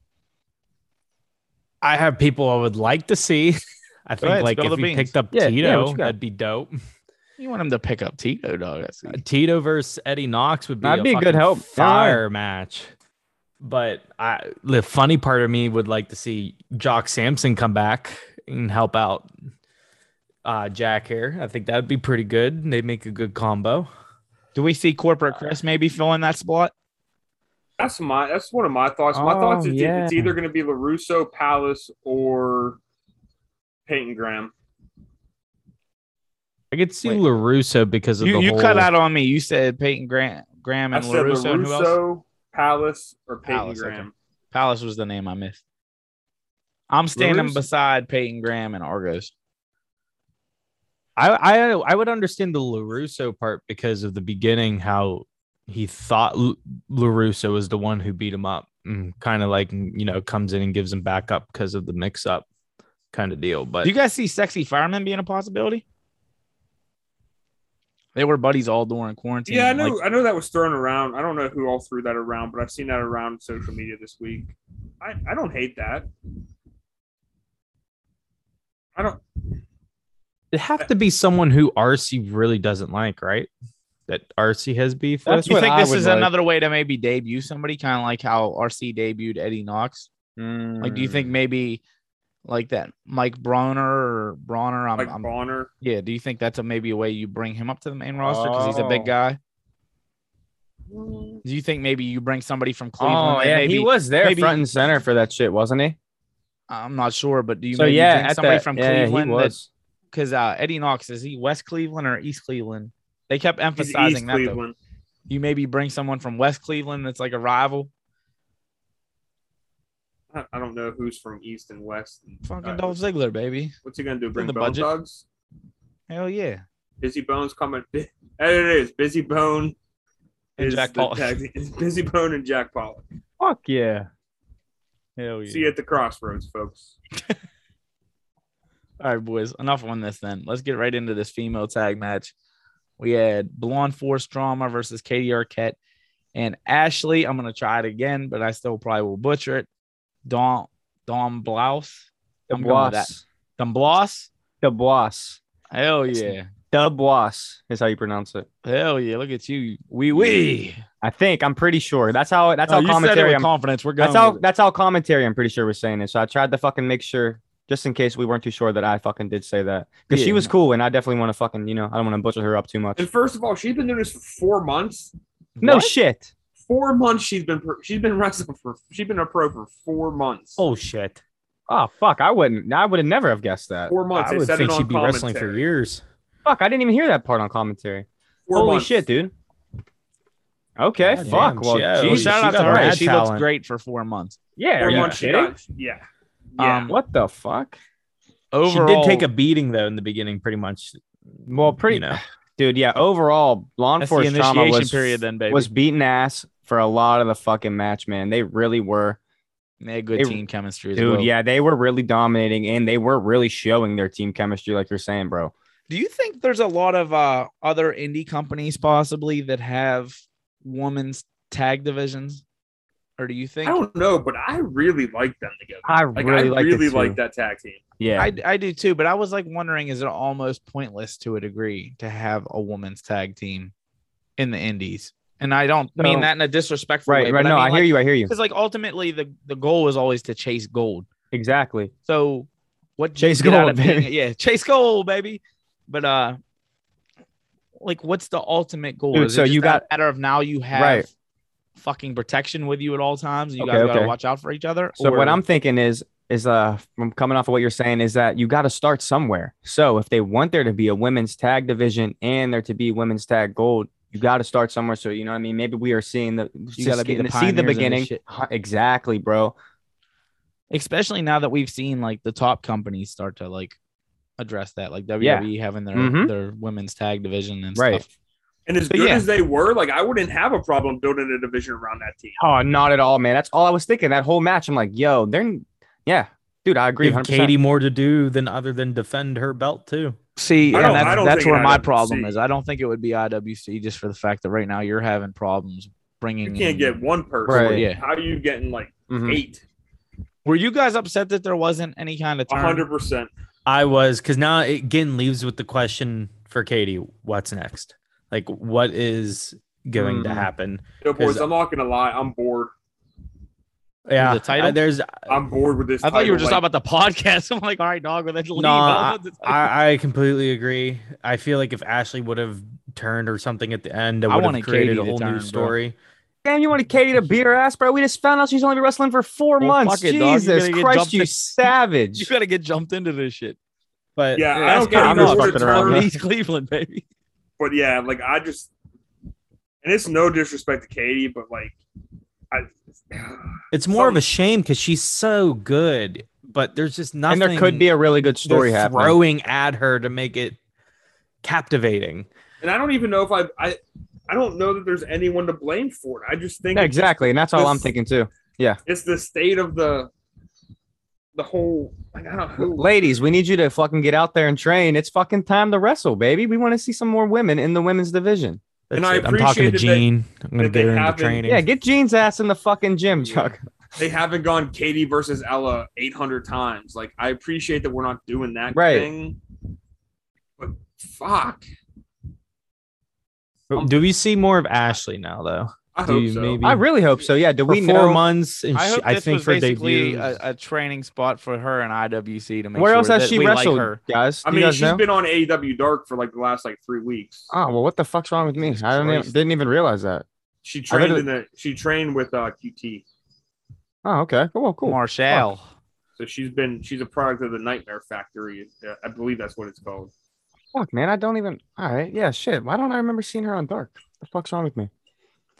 I have people I would like to see. I think
ahead,
like
spill
if
the
he
beans.
picked up
Yeah, yeah,
Tito,
what you got?
that'd be dope.
You want him to pick up Tito, dog? That's
Uh, Tito versus Eddie Knox would be
That'd
a
be a good
fucking
help. Yeah.
fire match. But I, the funny part of me would like to see Jock Sampson come back and help out uh, Jack here. I think that'd be pretty good. They make a good combo.
do we see corporate Chris maybe filling that spot?
that's my that's one of my thoughts. My
Oh,
thoughts is e-
yeah.
it's either going to be Larusso, Palace, or Peyton Graham.
I could see
Wait.
Larusso because of
You,
the
you
whole,
cut out on me. You said Peyton Grant, Graham,
I
and
said
LaRusso. and who else?
Larusso, Palace, or Peyton
Palace, okay.
Graham.
Palace was the name I missed. I'm standing
Larusso.
beside Peyton Graham and Argos.
I, I I would understand the Larusso part because of the beginning how he thought L- Larusso was the one who beat him up, and kind of like you know comes in and gives him back up because of the mix up kind of deal. But
Do you guys see sexy fireman being a possibility? They were buddies all during quarantine.
Yeah, I know.
Like,
I know that was thrown around. I don't know who all threw that around, but I've seen that around social media this week. I, I don't hate that. I don't.
it'd have to be someone who RC really doesn't like, right? That RC has beef
That's
with.
you
what
think
I
this
would
is
like.
another way to maybe debut somebody, kind of like how RC debuted Eddie Knox? Like, do you
Mm.
think maybe like that Mike Bronner or Bronner? I'm,
like
I'm-
Bonner.
yeah. Do you think that's a maybe a way you bring him up to the main roster because he's a big
Oh.
guy? Do you think maybe you bring somebody from Cleveland?
Oh
and
yeah,
maybe,
he was there
maybe-
front and center for that shit, wasn't he?
I'm not sure, but do you
So
maybe
yeah,
think
at
somebody
that-
from
yeah, he
Cleveland?
was.
Because uh, Eddie Knox is he West Cleveland or East Cleveland? They kept
He's
emphasizing
East
that. though.
Cleveland.
You maybe bring someone from West Cleveland that's like a rival.
I, I don't know who's from East and West.
Fucking
Uh,
Dolph Ziggler, baby.
What's he gonna do? Bring
the
Bone
budget.
Thugs?
Hell yeah.
Busy Bones coming. There it is. Busy Bone.
And
is
Jack
the
Pollock.
tag team- is Busy Bone and Jack Pollock.
Fuck yeah.
Hell yeah.
See you at the crossroads, folks.
All right, boys. Enough on this then. Let's get right into this female tag match. We had Blonde Force Drama versus Katie Arquette and Ashley. I'm gonna try it again, but I still probably will butcher it. Dom Dom Blouse.
The
I'm going with that.
Boss.
Dom Blouse.
The Boss.
Hell yeah.
The Boss is how you pronounce it.
Hell yeah. Look at you. Wee wee.
I think. I'm pretty sure. That's how. That's how
you said it
commentary.
with
I'm,
confidence. We're going.
that's how.
with it.
That's how commentary. I'm pretty sure was saying it. So I tried to fucking make sure, just in case we weren't too sure that I fucking did say that because she
Yeah.
was cool and I definitely want to fucking you know I don't want to butcher her up too much.
And first of all, she's been doing this for four months.
No
What?
shit.
Four months she's been pro- she's been wrestling for she's been a pro for four months.
Oh shit!
Oh fuck! I wouldn't. I would have never have guessed that.
Four months.
I
They
would
said
think
it on
she'd be wrestling for
commentary.
years.
Fuck! I didn't even hear that part on commentary.
Four
Holy
months.
shit, dude. Okay,
God
fuck.
damn,
well,
she- oh,
Well,
Jesus,
she
shout out
got
to her.
mad
She looks
talent.
great for four months.
Yeah,
Four
are you
months she
kidding?
got. Yeah. Yeah.
Um,
What the fuck?
Overall,
She did take a beating though in the beginning, pretty much.
Well, pretty
you know.
dude. Yeah, overall, law
that's the
enforcement trauma
initiation
was
period. Then baby,
was beating ass for a lot of the fucking match, man. They really were,
they had good
they-
team chemistry. as
dude.
well.
Yeah, they were really dominating, and they were really showing their team chemistry, like you're saying, bro.
Do you think there's a lot of uh, other indie companies possibly that have women's tag divisions, or do you
I
think?
don't know, but I really like them together.
I
Like
really
I
like
really
it
like
too.
that tag team.
Yeah,
I, I do too, but I was like wondering, is it almost pointless to a degree to have a women's tag team in the indies? And I don't mean
So-
that in a disrespectful way.
Right, right.
but
No, I,
mean,
hear
like,
you. I hear you.
Because like ultimately, the the goal is always to chase gold.
Exactly.
So what do
Chase
you get out
gold,
of being-
baby.
yeah, chase goal, baby. But uh, like, what's the ultimate goal?
Dude,
Is it
so
just
you
a
got-
matter of now you have
Right.
fucking protection with you at all times. And you
Okay,
guys gotta
okay.
watch out for each other.
So what
Or-
I'm thinking is is uh from coming off of what you're saying is that you got to start somewhere. So if they want there to be a women's tag division and there to be women's tag gold, you got to start somewhere. So you know what I mean. Maybe we are seeing the
You
just
gotta be
getting
the
to see the
pioneers of this
beginning.
shit.
Huh, Exactly, bro.
especially now that we've seen like the top companies start to like address that, like WWE having their
Mhm.
their women's tag division and
Right.
stuff.
And as
But
good
yeah.
as they were, like I wouldn't have a problem building a division around that team.
Oh, not at all, man. That's all I was thinking that whole match. I'm like, yo, they're yeah, dude. I agree.
Give
100%.
Katie more to do than other than defend her belt too.
See,
I
and
don't- I
that's,
don't
that's
think
where my
IWC.
problem is. I don't think it would be IWC just for the fact that right now you're having problems bringing.
You can't
in-
get one person.
Right.
Yeah.
How are you getting like
Mhm.
eight?
Were you guys upset that there wasn't any kind of
A
turn?
hundred percent.
I was because now it again leaves with the question for Katie: What's next? Like, what is going to
Mm.
happen?
Yo, boys,
Is-
I'm not gonna lie. I'm bored.
Yeah,
the title?
I- there's
I'm bored with this.
I thought you were just
title,
talking about the podcast. I'm like, all right, dog, well, then leave.
No,
I don't know what to-
I, I completely agree. I feel like if Ashley would have turned or something at the end,
I
I would
wanted
have created
Katie
a
to
whole
turn,
new
bro.
story.
Damn, you wanted Katie to beat her ass, bro. We just found out she's only been wrestling for four
Well,
months.
fuck it, dog. You're
Jesus
gonna get
Christ,
dumped
you
in-
savage.
you gotta get jumped into this shit.
But
Yeah, I
that's
don't care
kinda
if
how
it's
I felt.
fucking around,
East Cleveland, baby.
but yeah, like I just, and it's no disrespect to Katie, but like, I,
It's more of a shame because she's so good, but there's just
and
nothing.
there could be a really good story
they're
happening.
throwing at her to make it captivating.
and I don't even know if I, I, I don't know that there's anyone to blame for it. I just think
Yeah, exactly, and that's all I'm
This-
thinking too.
it's the state of the, the whole. Like I don't know.
Ladies, we need you to fucking get out there and train. It's fucking time to wrestle, baby. We want to see some more women in the women's division.
And
That's
I
it. I'm talking
appreciated
to
that-
Gene. I'm gonna
that they
get her into
haven't-
training.
Yeah, get Jean's ass in the fucking gym,
Yeah.
Chuck.
they haven't gone Katie versus Ella 800 times. Like, I appreciate that we're not doing that
Right.
thing. But fuck.
But do we see more of Ashley now though?
I
Do
hope
you
so.
maybe-
I really hope so. Yeah, do
For
we
four
know
months, and
I
she,
hope
I
this
think
was
for
basically
debut,
a, a training spot for her and IWC to make
where
sure
else has
that
she
we
wrestled,
like her.
guys?
I
Do
mean,
you
she's
guys know?
been on AEW Dark for like the last like three weeks.
oh well, what the fuck's wrong with me? I don't even,
Christ.
didn't even realize that.
She trained
literally-
in the she trained with uh QT.
Oh, okay, cool, cool.
Marshall.
So she's been she's a product of the Nightmare Factory. Uh, I believe that's what it's called.
Fuck, man, I don't even. All right, yeah, shit. Why don't I remember seeing her on Dark? The fuck's wrong with me?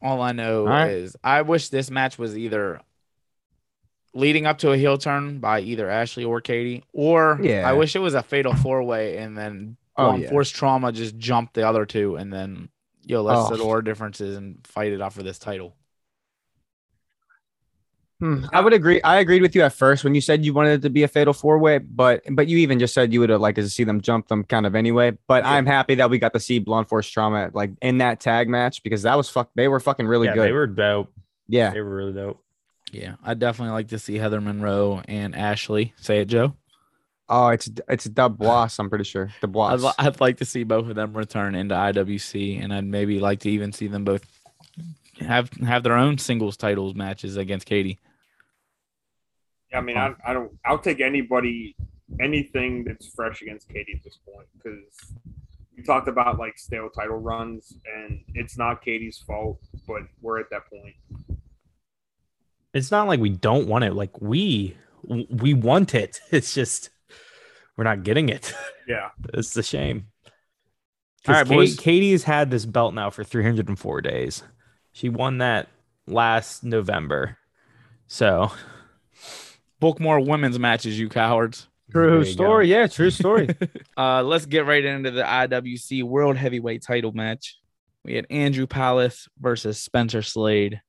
All I know
All right.
is I wish this match was either leading up to a heel turn by either Ashley or Katie, or
Yeah.
I wish it was a fatal four way and then
Oh,
oh,
yeah.
force trauma just jumped the other two and then yo let's
Oh.
settle our differences and fight it out for this title.
Hmm, I would agree. I agreed with you at first when you said you wanted it to be a fatal four way, but but you even just said you would have liked to see them jump them kind of anyway. But I'm happy that we got to see Blunt Force Trauma like in that tag match because that was fuck. They were fucking really
yeah,
good.
they were dope.
yeah,
They were really dope.
Yeah, I definitely like to see Heather Monroe and Ashley. Say it, Joe.
Oh, it's it's Dubois. I'm pretty sure Dubois.
I'd, li- I'd like to see both of them return into IWC, and I'd maybe like to even see them both have have their own singles titles matches against Katie.
I mean, I, I don't I'll take anybody anything that's fresh against Katie at this point because you talked about like stale title runs and it's not Katie's fault, but we're at that point.
It's not like we don't want it. Like we we want it. It's just we're not getting it.
Yeah.
It's a shame.
All
All right,
right, boys.
Katie's had this belt now for 304 days. She won that last November. So
Book more women's matches, you cowards.
There
true
you
story. Yeah, true story.
Uh, let's get right into the IWC World Heavyweight Title match. We had Andrew Palace versus Spencer Slade,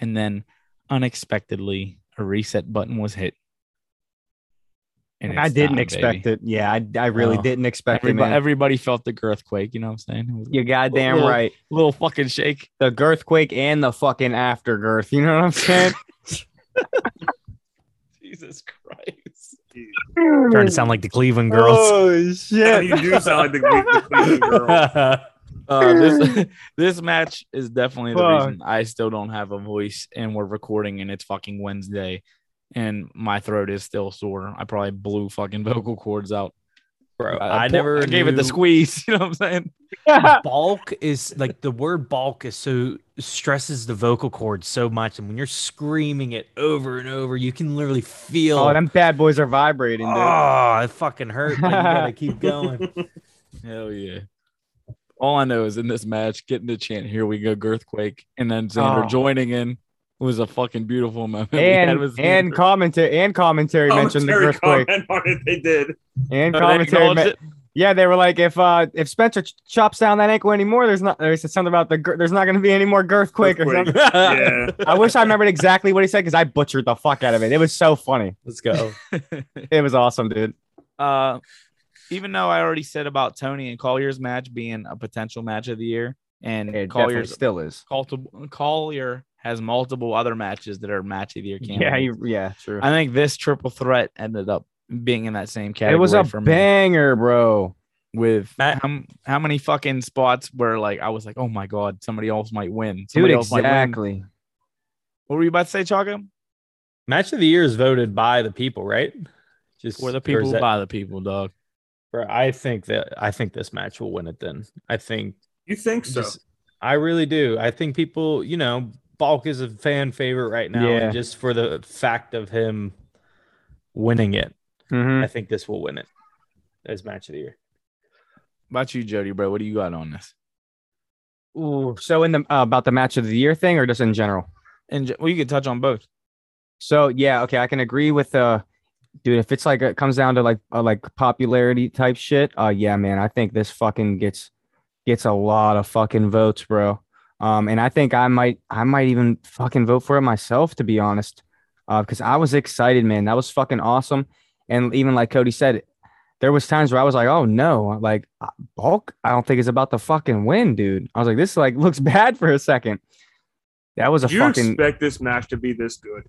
and then unexpectedly a reset button was hit. And
I
it's
didn't
time,
expect
baby.
it. Yeah, I, I really
Oh.
didn't expect
Everybody,
it. Man.
everybody felt the girthquake. You know what I'm saying? It was
You're goddamn
Well,
right.
a little fucking shake.
The girthquake and the fucking aftergirth. You know what I'm saying?
Jesus Christ.
trying to sound like the Cleveland girls.
Oh shit.
you do sound like the, the Cleveland girl.
Uh, this this match is definitely the reason I still don't have a voice, and we're recording, and it's fucking Wednesday, and my throat is still sore. I probably blew fucking vocal cords out.
bro.
I,
I,
I
never
I gave it the
knew-
squeeze. You know what I'm saying?
Bulk is like the word bulk is so stresses the vocal cords so much, and when you're screaming it over and over, you can literally feel.
Oh, them bad boys are vibrating, dude.
Oh, it fucking hurt. But you gotta keep going.
Hell yeah. All I know is in this match, getting the chant "Here we go, Girthquake," and then Xander
Oh.
joining in was a fucking beautiful moment. we had
and
with
and
Xander.
commentary and commentary mentioned the
Commentary
earthquake
comment on it, they did.
and
Oh, they
commentary.
acknowledged
Me-
it?
yeah, they were like, if uh if Spencer ch- chops down that ankle anymore, there's not. They said something about the gir- there's not going to be any more earthquake or something.
Earthquake. Yeah.
I wish I remembered exactly what he said because I butchered the fuck out of it. It was so funny.
Let's go.
It was awesome, dude.
uh, even though I already said about Tony and Collier's match being a potential match of the year, and
It definitely
Collier's
still is.
culti- Collier has multiple other matches that are match of the year candidates.
Yeah, you, yeah, true.
I think this triple threat ended up being in that same category.
It was a
for me.
banger, bro.
with
Matt-
how, how many fucking spots where like I was like, oh my god, somebody else might win.
Dude,
Somebody else might win.
exactly.
What were you about to say, Chaga?
Match of the year is voted by the people, right? Just
Were
or
the
is
people
that-
by the people, dog?
Bro, I think that I think this match will win it. Then I think
You think so?
just- I really do. I think people, you know, Balk is a fan favorite right now, and
Yeah.
just for the fact of him winning it,
Mhm.
I think this will win it as match of the year.
About you, Jody, bro. What do you got on this?
Ooh, so in the uh, about the match of the year thing, or just in general?
And j- well, you could touch on both.
So yeah, okay, I can agree with uh dude, if it's like it comes down to like uh, like popularity type shit, uh yeah, man, I think this fucking gets gets a lot of fucking votes, bro. Um and I think I might I might even fucking vote for it myself to be honest. Uh cuz I was excited, man. That was fucking awesome. And even like Cody said, there was times where I was like, "Oh no, like uh, Bulk, I don't think is about to fucking win, dude." I was like, "This like looks bad for a second. That was a
you
fucking
expect this match to be this good?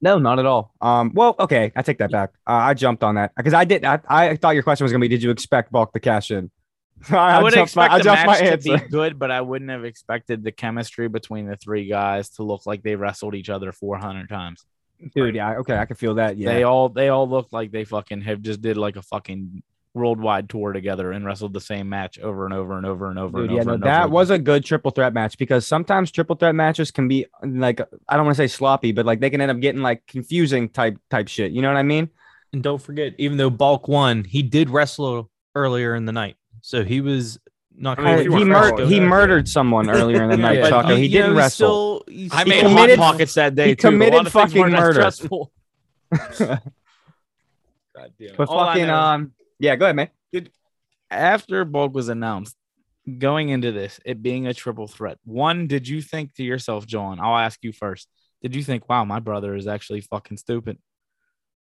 no, not at all. Um, well, okay, I take that back. Uh, I jumped on that because I did. I, I thought your question was gonna be, did you expect Balk to cash in? I,
I, would
jumped my-
expect
I
the
jumped
match
my
to
answer.
be good, but I wouldn't have expected the chemistry between the three guys to look like they wrestled each other 400 times.
Dude, yeah, okay, I can feel that. Yeah,
They all they all looked like they fucking have just did like a fucking worldwide tour together and wrestled the same match over and over and over and over.
Dude,
and
yeah,
over
no,
and
that
over
was a good triple threat match because sometimes triple threat matches can be like I don't want to say sloppy, but like they can end up getting like confusing type type shit. You know what I mean?
And don't forget, even though Balk won, he did wrestle earlier in the night, so he was not.
I mean,
Uh,
if you
he
were
mur-
following
he
that, yeah.
murdered someone earlier in the night,
Yeah, but
Chaco.
you-
He
you know,
didn't wrestle.
still- he
I
still
made
committed-
hot pockets that day.
he
too. A lot
committed
of things
fucking
weren't that
murder.
stressful.
But
All I
fucking
know-
um, yeah, go ahead, man.
After Bulk was announced, going into this, it being a triple threat. One, did you think to yourself, John? I'll ask you first. Did you think, wow, my brother is actually fucking stupid?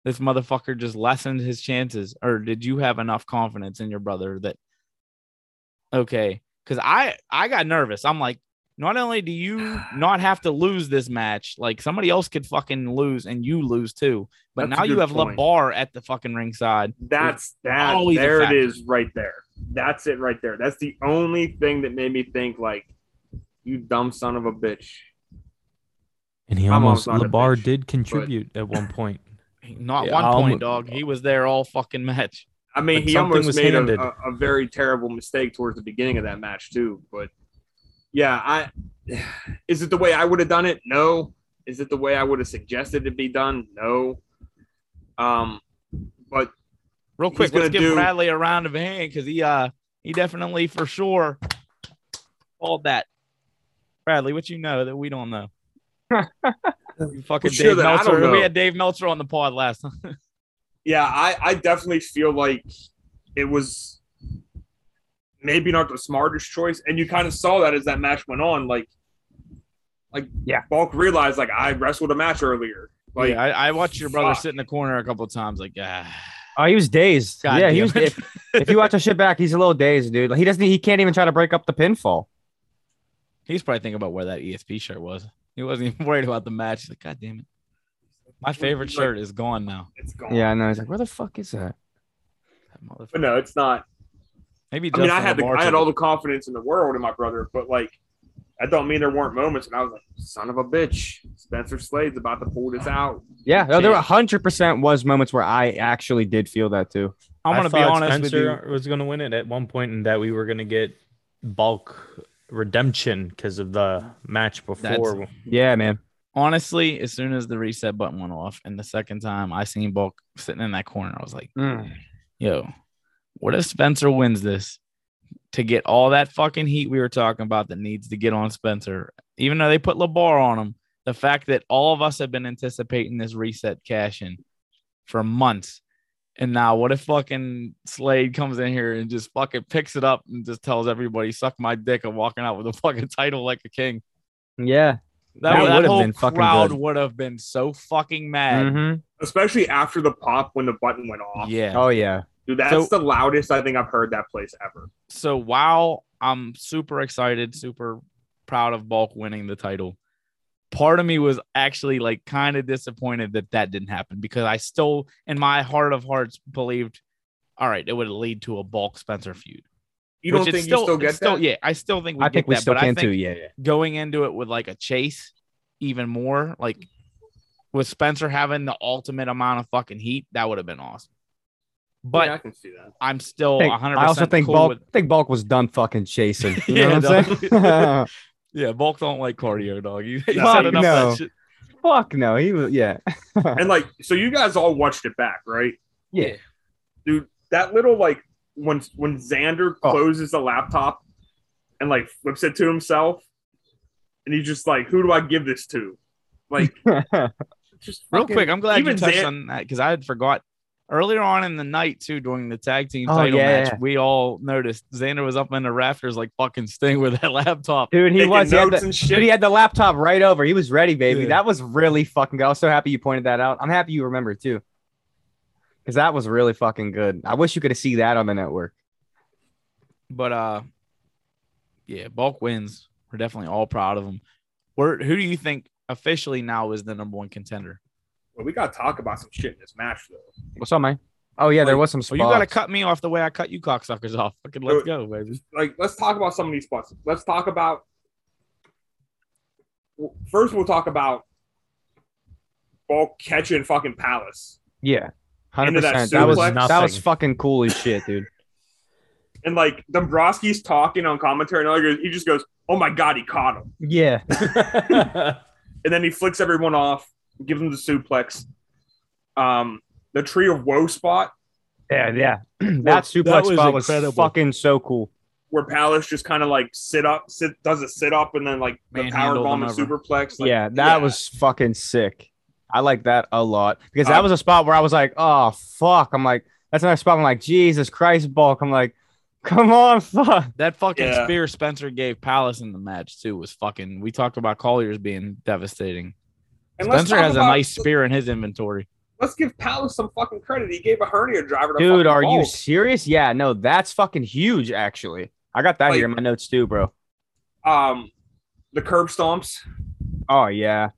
This motherfucker just lessened his chances, or did you have enough confidence in your brother that okay? Because I I got nervous. I'm like, not only do you not have to lose this match, like somebody else could fucking lose and you lose too. But
That's a
now you
good
have
point.
LeBar at the fucking ringside.
That's that.
always a
There it
factor.
is, right there. That's it, right there. That's the only thing that made me think like, you dumb son of a bitch.
and he
My mom's
almost
not a
Labar
bitch,
did contribute at one point.
Not
Yeah,
one
I'll-
point, dog. He was there all fucking match.
I mean,
But
he
something
almost
was
made
handed.
a, a, a very terrible mistake towards the beginning of that match too. But yeah, I is it the way I would have done it? No. Is it the way I would have suggested it be done? No. Um, but
Real
He's
quick,
gonna
let's give
do-
Bradley a round of hand because he uh he definitely for sure called that. Bradley, what you know that we don't know? You fucking
Well, sure
Dave
that I
Meltzer.
don't
We
know.
had Dave Meltzer on the pod last time.
yeah, I, I definitely feel like it was maybe not the smartest choice. And you kind of saw that as that match went on. Like, like
Yeah.
Bulk realized like I wrestled a match earlier. Like
yeah, I, I watched your brother
fuck.
sit in the corner a couple of times, like ah,
Oh, he was dazed.
God
yeah, he
damn
was.
it.
If, if you watch the shit back, he's a little dazed, dude. Like, he doesn't. He can't even try to break up the pinfall.
he's probably thinking about where that ESP shirt was. He wasn't even worried about the match. He's like, God damn it, my favorite
Like,
shirt is gone now.
it's gone.
Yeah, I know. He's like, where the fuck is that?
That motherfucker.
But no, it's not.
Maybe
I mean,
Justin
I had the,
LaBarge
I had
will-
all the confidence in the world in my brother, but like, I don't mean there weren't moments, and I was like, son of a bitch, Spencer Slade's about to pull this out.
Yeah, no, there 100% was moments where I actually did feel that too.
I'm gonna be
thought
honest
Spencer
with
was going to win it at one point, and that we were going to get bulk redemption because of the match before.
Yeah, man.
you. Honestly, as soon as the reset button went off, and the second time I seen Bulk sitting in that corner, I was like, yo, what if Spencer wins this to get all that fucking heat we were talking about that needs to get on Spencer? Even though they put LeBar on him, the fact that all of us have been anticipating this reset cash in for months. And now, what if fucking Slade comes in here and just fucking picks it up and just tells everybody, suck my dick, and walking out with a fucking title like a king?
Yeah.
That,
That
that
would've
whole
been fucking
crowd
good.
would have been so fucking mad.
Mhm.
Especially after the pop when the button went off.
Yeah.
Oh, yeah.
Dude, that's
So-
the loudest I think I've heard that place ever.
so while I'm super excited, super proud of Bulk winning the title, part of me was actually like kind of disappointed that that didn't happen because I still, in my heart of hearts, believed, all right, it would lead to a Bulk Spencer feud.
You
which
don't
it's
think you still
it's
get that?
Yeah, I still think we
I
get
think we
that,
still
but I
can
think
too. Yeah, yeah.
going into it with like a chase even more like with spencer having the ultimate amount of fucking heat that would have been awesome but
Yeah, I can see that.
i'm still
I, think-
100%
I also think
cool
Bulk,
with-
I think Bulk was done fucking chasing. You
Yeah,
know what I'm saying?
yeah bulk don't like cardio dog you, you
No,
said enough of
no.
that shit.
Fuck no. He was, yeah.
And like, so you guys all watched it back, right?
Yeah.
Dude, that little like when when Xander
Oh.
closes the laptop and like flips it to himself, and he's just like, "Who do I give this to?" Like, just
real
fucking-
quick i'm glad you
even
touched
Xan-
on that because i had forgot earlier on in the night too during the tag team
Oh,
title
yeah,
match
yeah.
we all noticed xander was up in the rafters like fucking sting with that laptop
Dude, he
taking
was. He had,
notes
the, dude,
and shit.
he had the laptop right over. He was ready, baby.
Yeah.
That was really fucking good. I was so happy you pointed that out. I'm happy you remembered too. Because that was really fucking good. I wish you could have seen that on the network.
But uh yeah, Bulk wins. We're definitely all proud of him. Where who do you think officially now is the number one contender?
Well, we gotta talk about some shit in this match though.
What's up, man? Oh, yeah, there
Like,
was some
Oh,
spots.
you gotta cut me off the way I cut you cocksuckers off. Fucking let's
Dude.
go, baby.
Like, let's talk about some of these spots. Let's talk about. w- First, we'll talk about ball catching fucking Palace
yeah. 100%.
Into that
That, was
suplex.
that was
Nothing.
fucking cool as shit, dude.
and like Dombrowski's talking on commentary, and all he goes- he just goes, "Oh my god, he caught him!"
yeah.
and then he flicks everyone off, gives them the suplex. Um, the tree of woe spot
Yeah, yeah. that
That
suplex
was
spot was
incredible.
fucking so cool.
where Palace just kind of like sit up, sit does a sit up, and then like the power
Manhandled
bomb
him
and
over.
superplex. Like,
yeah, that
yeah.
was fucking sick. I like that a lot because that
Uh,
was a spot where I was like, oh fuck. I'm like, that's another spot. I'm like, Jesus Christ, Bulk. I'm like, come on, fuck.
That fucking
Yeah.
spear Spencer gave Palace in the match too was fucking we talked about Collier's being devastating.
And let's
Spencer
talk
has a
about-
nice spear in his inventory.
Let's give Palace some fucking credit. He gave a hernia driver. To
Dude,
fucking
are you
Bulk.
serious? Yeah, no, that's fucking huge. Actually, I got that here in
Like-
my notes too, bro.
um the curb stomps?
Oh yeah,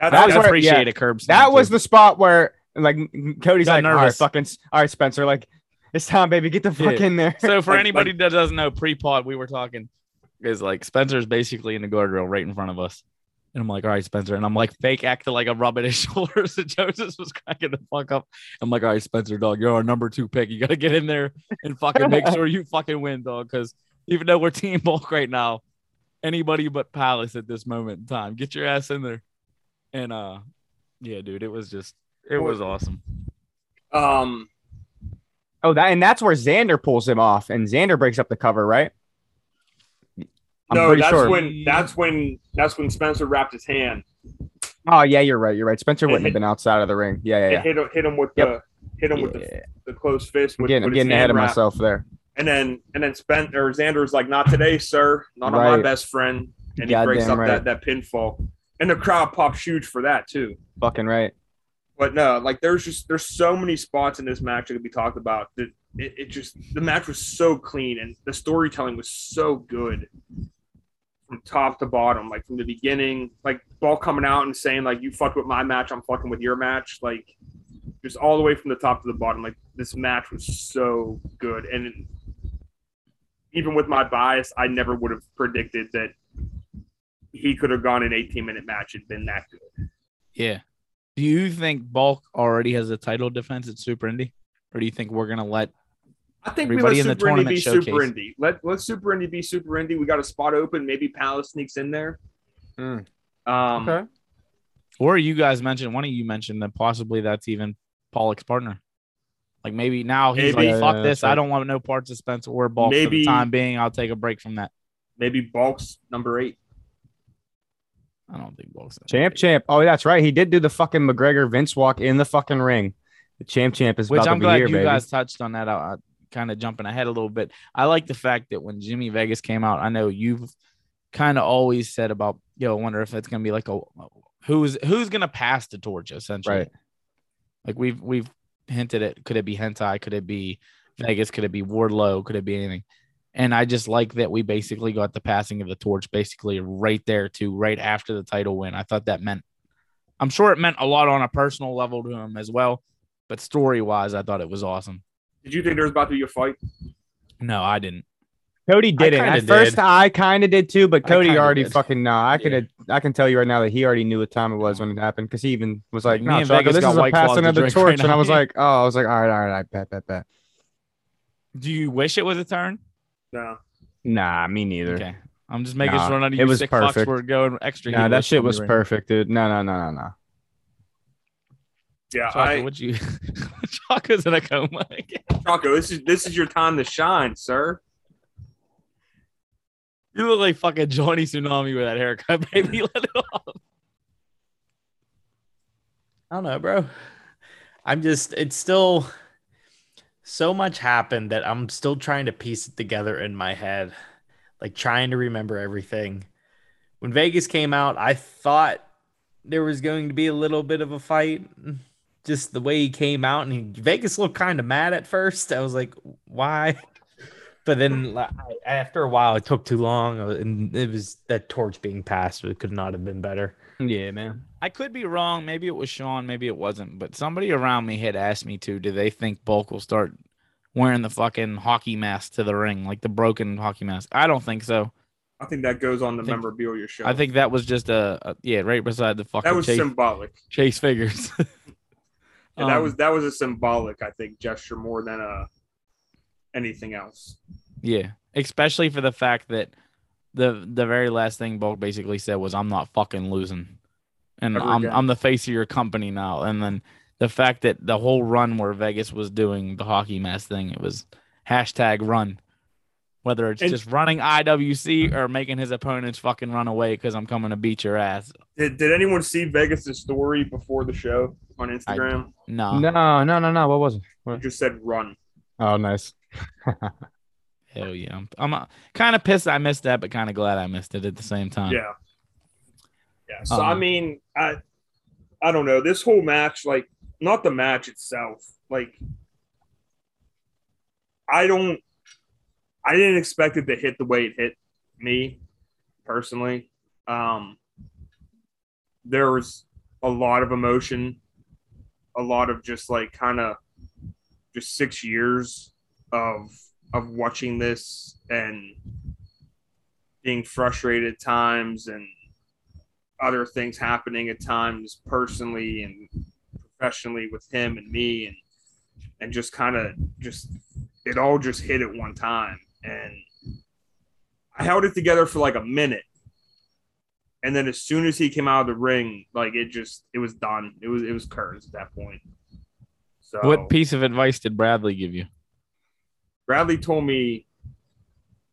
That,
That
I
was
that's-
where-
appreciate a curb
that
stomp,
was
too.
the spot where like Cody's
Got
like, all right,
nervous.
fucking, all right, Spencer, like it's time, baby, get the fuck
Yeah.
in there.
so for
like-
anybody that doesn't know pre-pod we were talking is like spencer's basically in the guardrail right in front of us and i'm like all right spencer and i'm like fake acting like i'm rubbing his shoulders and joseph was cracking the fuck up i'm like all right spencer dog you're our number two pick you gotta get in there and fucking make sure you fucking win dog because even though we're team bulk right now anybody but palace at this moment in time get your ass in there and uh yeah dude it was just it was awesome
um
Oh, that and that's where Xander pulls him off, and Xander breaks up the cover, right? I'm
no,
pretty
that's
sure.
when that's when that's when Spencer wrapped his hand.
Oh yeah, you're right. You're right. Spencer
It
wouldn't
hit-
have been outside of the ring. Yeah, yeah,
It
yeah.
hit him hit him with
Yep.
the hit him with
Yeah.
the, the closed fist
I'm
with,
getting, I'm
with his
getting ahead
hand
of
wrap.
myself there.
And then and then Spen or Xander's like, not today, sir. Not on
Right.
my best friend. And he
Goddamn
breaks up
right.
that, that pinfall. And the crowd pops huge for that too.
Fucking right.
But no, like there's just there's so many spots in this match that could be talked about. That it, it just the match was so clean and the storytelling was so good from top to bottom, like from the beginning, like ball coming out and saying like you fucked with my match, I'm fucking with your match, like just all the way from the top to the bottom. Like this match was so good, and even with my bias, I never would have predicted that he could have gone an 18 minute match and been that good.
Yeah. Do you think Bulk already has a title defense at Super Indy? Or do you think we're gonna let
I think
Everybody
we
in the
let Super Indy
tournament
be Super
showcase.
Indy. Let let Super Indy be Super Indy. We got a spot open. Maybe Palace sneaks in there.
Hmm.
Um,
Okay.
or you guys mentioned one of you mentioned that possibly that's even Pollock's partner. Like maybe now he's
Maybe.
like, fuck
Yeah, that's
this.
right.
I don't want no parts of Spencer or Bulk for
Maybe-
the time being. I'll take a break from that.
Maybe Bulk's number eight.
I don't think Bulk's
Champ, champ. Oh, that's right. He did do the fucking McGregor Vince walk in the fucking ring. The champ, champ is
Which
about
I'm
to be
glad
here,
you
baby.
guys touched on that. I, I kind of jumping ahead a little bit. I like the fact that when Jimmy Vegas came out, I know you've kind of always said about, yo, I wonder if it's gonna be like a who's who's gonna pass the torch essentially.
Right.
Like we've we've hinted at could it be hentai? Could it be Vegas? Could it be Wardlow? Could it be anything? And I just like that we basically got the passing of the torch basically right there to right after the title win. I thought that meant I'm sure it meant a lot on a personal level to him as well. But story wise, I thought it was awesome.
Did you think there was about to be a fight?
No, I didn't.
Cody didn't.
kinda
At first,
did.
I kind of did too, but
I
Cody
kinda
already
did.
fucking no. I could I can tell you right now that he already knew what time it was when it happened because he even was like,
Me
"No,
and
Chaco,
Vegas
this
got
is a
White Claws
passing
to
of the
drink right
torch," and
now.
I was like, "Oh, I was like, all right, all right, all right, bet, bet, bet."
Do you wish it was a turn?
No.
Nah, me neither.
Okay. I'm just making
Nah,
sure none
it
of you
was
sick fucks
perfect.
were going extra.
Nah,
heat
that
with
shit
me
was
right
perfect, dude. No, no, no, no, no.
Yeah,
now. Chaka,
I,
what you Chaka's in a coma again.
Chaco, this is this is your time to shine, sir.
You look like fucking Johnny Tsunami with that haircut, baby. Let it off.
I don't know, bro. I'm just, it's still so much happened that I'm still trying to piece it together in my head, like trying to remember everything. When Vegas came out, I thought there was going to be a little bit of a fight. Just the way he came out, and he, Vegas looked kind of mad at first. I was like, why? But then like, after a while, it took too long, uh, and it was that torch being passed. It could not have been better.
Yeah, man.
I could be wrong. Maybe it was Sean. Maybe it wasn't. But somebody around me had asked me to. Do they think Bulk will start wearing the fucking hockey mask to the ring, like the broken hockey mask? I don't think so.
I think that goes on the
I think-
memorabilia show.
I think that was just a, a- yeah, right beside the fucking
that was
chase,
symbolic.
chase figures.
And that
Um,
was that was a symbolic, I think, gesture more than a anything else.
Yeah, especially for the fact that the the very last thing Bulk basically said was, "I'm not fucking losing," and
Ever
I'm
again.
I'm the face of your company now. And then the fact that the whole run where Vegas was doing the hockey mask thing, it was hashtag run. Whether it's
And-
just running IWC or making his opponents fucking run away because I'm coming to beat your ass.
Did, did anyone see Vegas' story before the show on Instagram?
No,
No, no, no, no. What was it?
It just said run.
Oh, nice.
hell yeah, I'm, I'm uh, kind of pissed I missed that, but kind of glad I missed it at the same time.
Yeah. Yeah. So I
Um,
mean, I I don't know. This whole match, like, not the match itself, like I don't I didn't expect it to hit the way it hit me personally. Um there was a lot of emotion, a lot of just like kind of just six years of of watching this and being frustrated at times and other things happening at times personally and professionally with him and me and and just kind of just it all just hit at one time and I held it together for like a minute and then as soon as he came out of the ring like it just it was done it was it was curtains at that point so
What piece of advice did Bradley give you?
Bradley told me,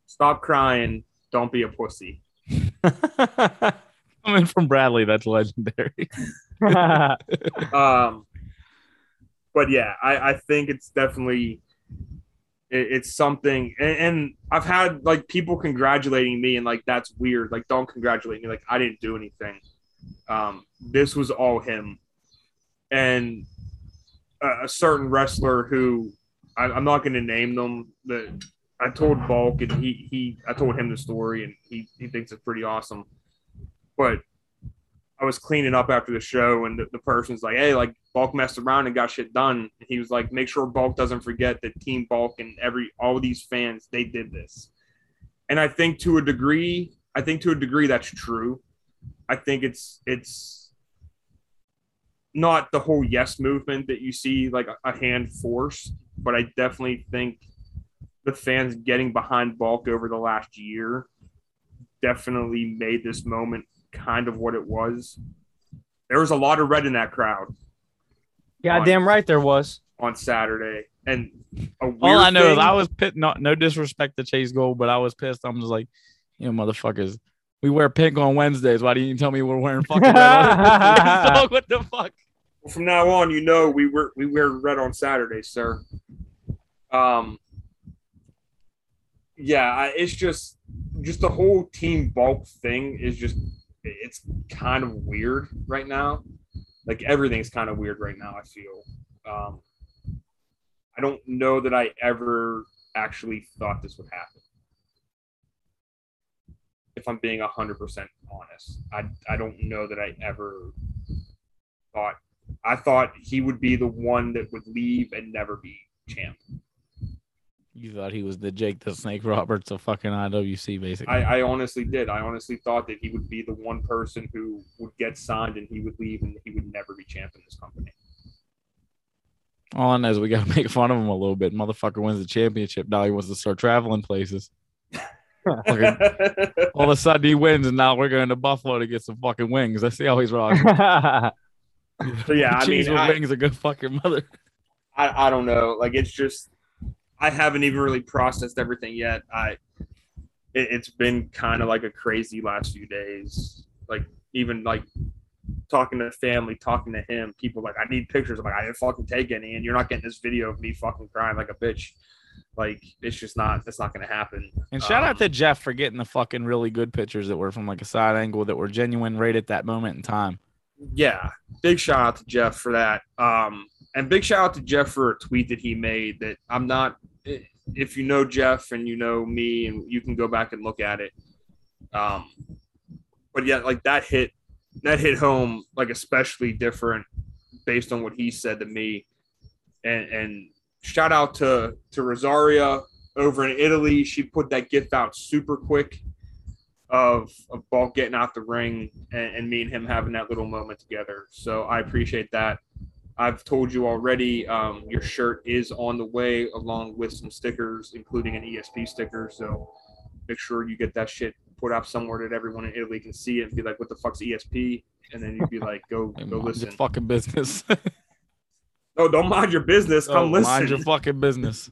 "Stop crying. Don't be a pussy."
Coming from Bradley, that's legendary.
Um, but yeah, I, I think it's definitely it, it's something, and, and I've had like people congratulating me, and like that's weird. Like, don't congratulate me. Like, I didn't do anything. Um, this was all him, and a, a certain wrestler who I, I'm not going to name them. That I told Bulk, and he he I told him the story, and he he thinks it's pretty awesome. But I was cleaning up after the show, and the, the person's like, "Hey, like Bulk messed around and got shit done." And he was like, "Make sure Bulk doesn't forget that Team Bulk and every all these fans they did this." and I think to a degree, I think to a degree that's true. I think it's it's not the whole yes movement that you see like a- a hand forced, but I definitely think the fans getting behind Bulk over the last year definitely made this moment kind of what it was. There was a lot of red in that crowd
Goddamn right there was.
on Saturday, and a weird
All I know is
thing-
I was pit. Not no disrespect to Chase Gold, but I was pissed. I'm just like, you know, motherfuckers. We wear pink on Wednesdays. Why didn't you tell me we're wearing fucking red? on- Dog, what the fuck?
Well, from now on, you know we wear we wear red on Saturday, sir. Um, yeah, I, it's just just the whole team bulk thing is just it's kind of weird right now. Like everything's kind of weird right now. I feel. Um, I don't know that I ever actually thought this would happen. If I'm being hundred percent honest, I I don't know that I ever thought I thought he would be the one that would leave and never be champ.
You thought he was the Jake the Snake Roberts of fucking IWC, basically.
I, I honestly did. I honestly thought that he would be the one person who would get signed and he would leave and he would never be champ in this company.
All I know is we gotta make fun of him a little bit. Motherfucker wins the championship. Now he wants to start traveling places. Fucking- all of a sudden he wins, and now we're going to Buffalo to get some fucking wings. I see how he's wrong.
so yeah, I
Cheese
mean,
with
I,
wings are good fucking mother.
I, I don't know. Like it's just I haven't even really processed everything yet. I it, it's been kind of like a crazy last few days. Like even like talking to the family, talking to him, people like I need pictures. I'm like I didn't fucking take any, and you're not getting this video of me fucking crying like a bitch. Like it's just not. That's not gonna happen.
And shout out
Uh.
to Jeff for getting the fucking really good pictures that were from like a side angle that were genuine right at that moment in time.
yeah, big shout out to Jeff for that. Um, and big shout out to Jeff for a tweet that he made that I'm not. If you know Jeff and you know me, and you can go back and look at it. Um, but yeah, like that hit, that hit home like especially different based on what he said to me. And and shout out to to Rosaria over in Italy. She put that gift out super quick of of Bulk getting out the ring and, and me and him having that little moment together. So I appreciate that. I've told you already. Um, your shirt is on the way, along with some stickers, including an ESP sticker. So make sure you get that shit put up somewhere that everyone in Italy can see it and be like, "What the fuck's ESP?" And then you'd be like, "Go,
Like,
go
mind
listen."
your fucking business.
Oh, don't mind your business. Come
Oh,
listen.
Mind your fucking business.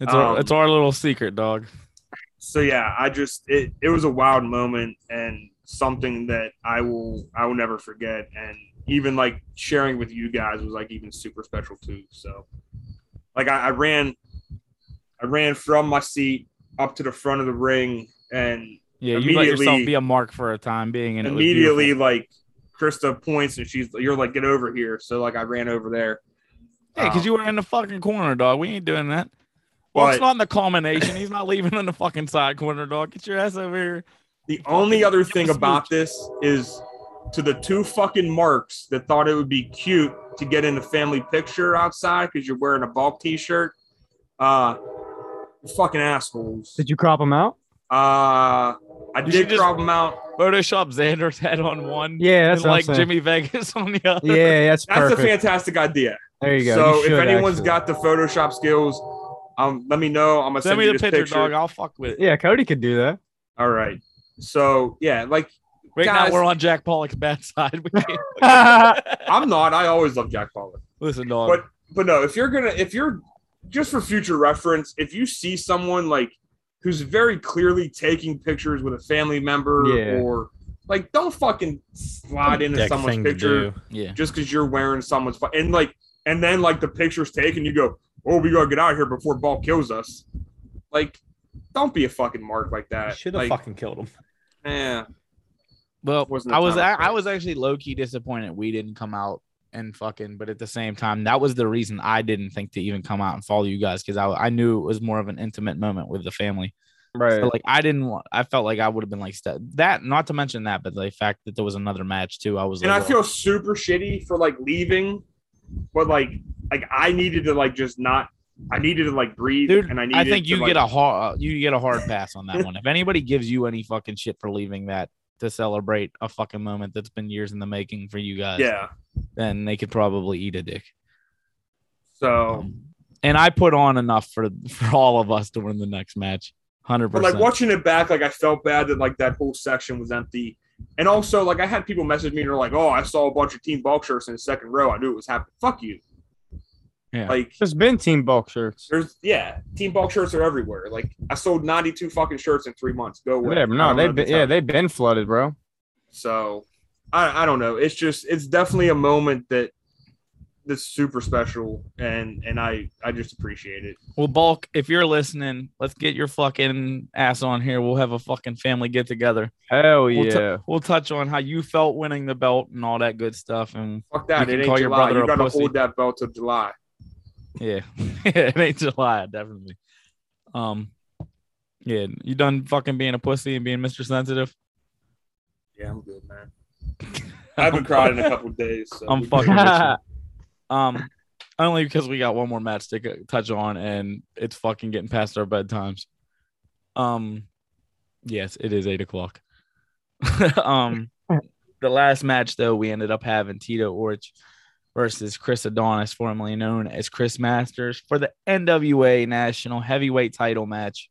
It's our
Um,
it's our little secret, dog.
so yeah, I just it, it was a wild moment and something that I will I will never forget. And even like sharing with you guys was like even super special too. So like I, I ran I ran from my seat up to the front of the ring and
Yeah, you let yourself
immediately-
be a mark for a time being, and it was
immediately
beautiful.
like Krista points and she's you're like get over here. So like I ran over there.
Yeah, because you were in the fucking corner, dog. We ain't doing that. Well,
But
it's not in the culmination. He's not leaving in the fucking side corner, dog. Get your ass over here.
The only other thing
speech.
about this is to the two fucking marks that thought it would be cute to get in a family picture outside because you're wearing a bulk t-shirt. Uh you're fucking assholes.
Did you crop them out?
Uh I
should
did
just-
crop them out.
Photoshop Xander's head on one,
Yeah, that's
and like
like Jimmy.
Jimmy Vegas on the other.
Yeah, that's
That's
perfect.
a fantastic idea.
there you go.
So
You
if
should,
anyone's
actually.
got the Photoshop skills, um let me know. I'm gonna send,
Send me
you
the
this
picture, dog. I'll fuck with it.
yeah, Cody could do that.
All right. So yeah, like
Right
Guys-
now we're on Jack Pollock's bad side. We can't.
I'm not. I always love Jack Pollock.
Listen, dog.
But but no, if you're gonna if you're just for future reference, if you see someone like who's very clearly taking pictures with a family member
Yeah.
or like don't fucking slide into
Dick
someone's
thing to
picture
do.
yeah.
just because you're wearing someone's fu- and like and then like the picture's taken, you go, Oh, we gotta get out of here before ball kills us. Like, don't be a fucking mark like that.
Should have
like,
fucking killed him.
eh.
Well,
Wasn't the
I was
time
I,
I
I was actually low key disappointed we didn't come out and fucking. But at the same time, that was the reason I didn't think to even come out and follow you guys because I I knew it was more of an intimate moment with the family.
Right.
So, like I didn't want. I felt like I would have been like st- that. Not to mention that, but the fact that there was another match too. I was.
and I
like, "Oh, well,
feel super shitty for like leaving, but like like I needed to like just not I needed to like breathe,
Dude,
and I needed.
I think
to,
you
like-
get a hard you get a hard pass on that one. If anybody gives you any fucking shit for leaving that to celebrate a fucking moment that's been years in the making for you guys,
yeah.
then they could probably eat a dick.
So,
Um, And I put on enough for for all of us to win the next match. Hundred
but
percent.
like watching it back, like I felt bad that like that whole section was empty, and also like I had people message me and they're like, "Oh, I saw a bunch of Team Bulk shirts in the second row. I knew it was happening. Fuck you."
Yeah.
Like
There's been team bulk shirts.
there's yeah, Team Bulk shirts are everywhere. Like I sold 92 fucking shirts in three months. Go away.
Whatever.
I
No,
don't know
they've
if
been
it's
yeah,
happening.
they've been flooded, bro.
So I I don't know. It's just it's definitely a moment that that's super special and and I I just appreciate it.
Well, Bulk, if you're listening, let's get your fucking ass on here. We'll have a fucking family get together.
Hell yeah.
We'll, tou- we'll touch on how you felt winning the belt and all that good stuff. And
Fuck
You
that.
can
It
call
ain't
your
July.
brother
You
a
gotta
pussy.
hold that belt till July.
yeah, it ain't July, definitely. Um, yeah, you done fucking being a pussy and being Mr. Sensitive?
Yeah, I'm good, man. I haven't cried in a couple days. So
I'm
we good.
fucking with you. Um, only because we got one more match to go- touch on, and it's fucking getting past our bedtimes. Um, yes, it is eight o'clock. um, the last match though, we ended up having Tito Orch versus Chris Adonis, formerly known as Chris Masters, for the NWA National Heavyweight Title match.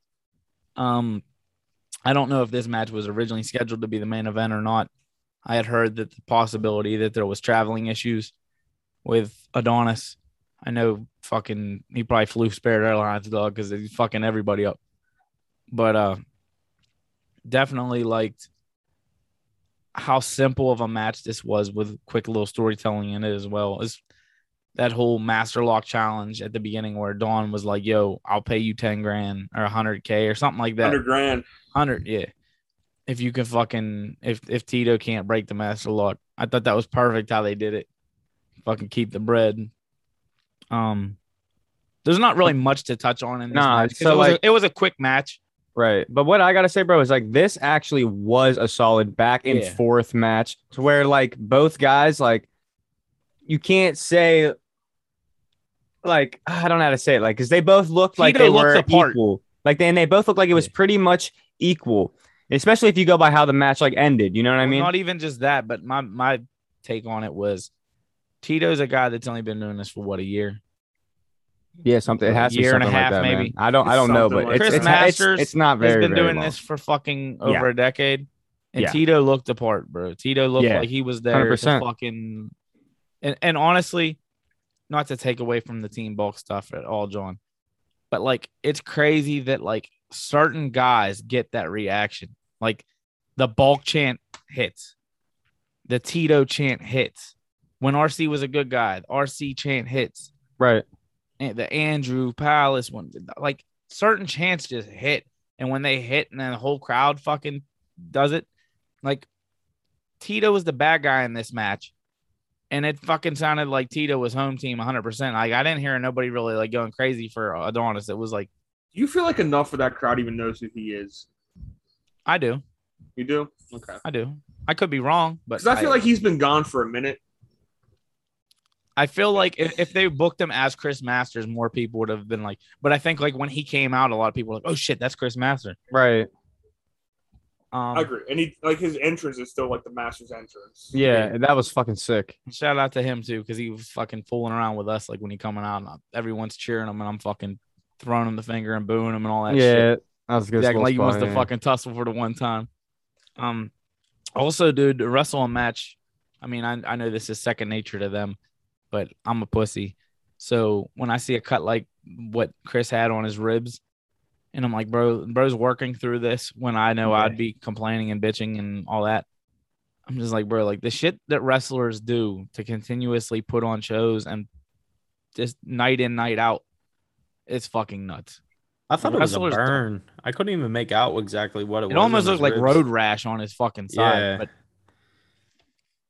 Um, I don't know if this match was originally scheduled to be the main event or not. I had heard that the possibility that there was traveling issues with Adonis. I know fucking he probably flew Spirit Airlines dog because he's fucking everybody up. But uh definitely liked how simple of a match this was with quick little storytelling in it as well as that whole master lock challenge at the beginning where Dawn was like, yo, I'll pay you 10 grand or 100K or something like that
Hundred grand.
hundred, yeah. If you can fucking if if Tito can't break the master lock, I thought that was perfect how they did it. Fucking keep the bread. Um, there's not really much to touch on in this
Nah,
match. 'cause
so,
it was
like-
a, it was a quick match.
Right. But what I gotta say, bro, is like this actually was a solid back and
Yeah.
forth match to where like both guys, like you can't say like I don't know how to say it, like because they both looked like
Tito
they
looks
were
apart.
equal. Like they and they both looked like it was
Yeah.
pretty much equal, especially if you go by how the match like ended. You know what I
Well,
mean?
not even just that, but my my take on it was Tito's a guy that's only been doing this for what a year.
yeah, something it
a
has to be
year and a
something like
half,
that, man.
maybe.
I don't I
It's
don't know,
something
but it's,
like
that.
it's,
Chris
it's,
Masters
it's not very
He's been
very
doing
long.
this for fucking over a decade. And
Yeah.
Tito looked apart, bro. Tito looked
Yeah.
like he was there to
100%.
fucking and, and honestly, not to take away from the team bulk stuff at all, John. But like it's crazy that like certain guys get that reaction. Like the bulk chant hits. The Tito chant hits. When RC was a good guy, RC chant hits
Right.
and the Andrew Palace one, like certain chants just hit, and when they hit, and then the whole crowd fucking does it. Like Tito was the bad guy in this match, and it fucking sounded like Tito was home team 100. percent Like I didn't hear nobody really like going crazy for Adonis. It was like
Do you feel like enough of that crowd even knows who he is?
I do,
You do? Okay.
I do. I could be wrong, but
Because I feel like he's been gone for a minute.
I feel like if, if they booked him as Chris Masters, more people would have been like. But I think like when he came out, a lot of people were like, "Oh shit, that's Chris Masters."
Right.
Um,
I agree. And he like his entrance is still like the master's entrance.
Yeah, that was fucking sick.
Shout out to him too, because he was fucking fooling around with us. Like when he coming out, and I- everyone's cheering him, and I'm fucking throwing him the finger and booing him and all that shit.
Yeah, that was a good.
He's acting
little
like he wants
spot,
to
yeah.
fucking tussle for the one time. Um, also, dude, the wrestling match. I mean, I, I know this is second nature to them, but I'm a pussy. So when I see a cut like what Chris had on his ribs, and I'm like, bro, bro's working through this when I know I'd be complaining and bitching and all that. I'm just like, bro, like the shit that wrestlers do to continuously put on shows and just night in, night out, it's fucking nuts.
I thought it was a
Wrestlers don't-
burn. I couldn't even make out exactly what it, was.
It almost
on
looked
his
like
ribs.
road rash on his fucking side.
Yeah.
But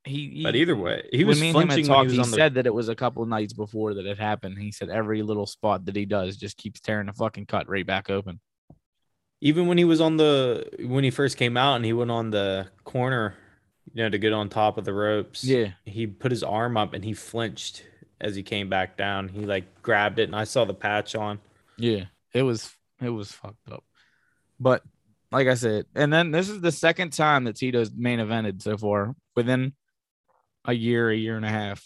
he, he
But either way, he
when
was
me and him had
flinching when
talked,
he was on
he
the.
said that it was a couple nights before that it happened. He said every little spot that he does just keeps tearing the fucking cut right back open.
even when he was on the when he first came out and he went on the corner, you know, to get on top of the ropes.
Yeah.
he put his arm up and he flinched, as he came back down. He like grabbed it, and I saw the patch on.
Yeah, it was it was fucked up. But like I said, and then this is the second time that Tito's main evented so far within a year, a year and a half.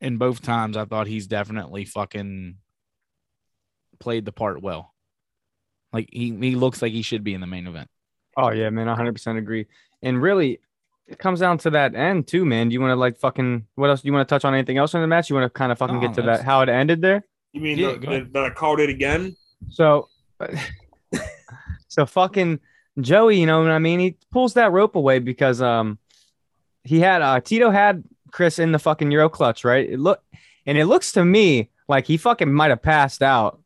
And both times I thought he's definitely fucking played the part well. Like he, he looks like he should be in the main event.
Oh yeah, man, 100% agree. And really, it comes down to that end too, man. Do you want to like fucking what else? Do you want to touch on anything else in the match? You want to kind of fucking
No,
get to
that's-
that how it ended there?
You mean
Yeah,
the,
go
the,
ahead.
that I called it again?
So, so fucking Joey, you know what I mean? He pulls that rope away because um he had uh Tito had Chris in the fucking Euro clutch, right? It look and it looks to me like he fucking might have passed out.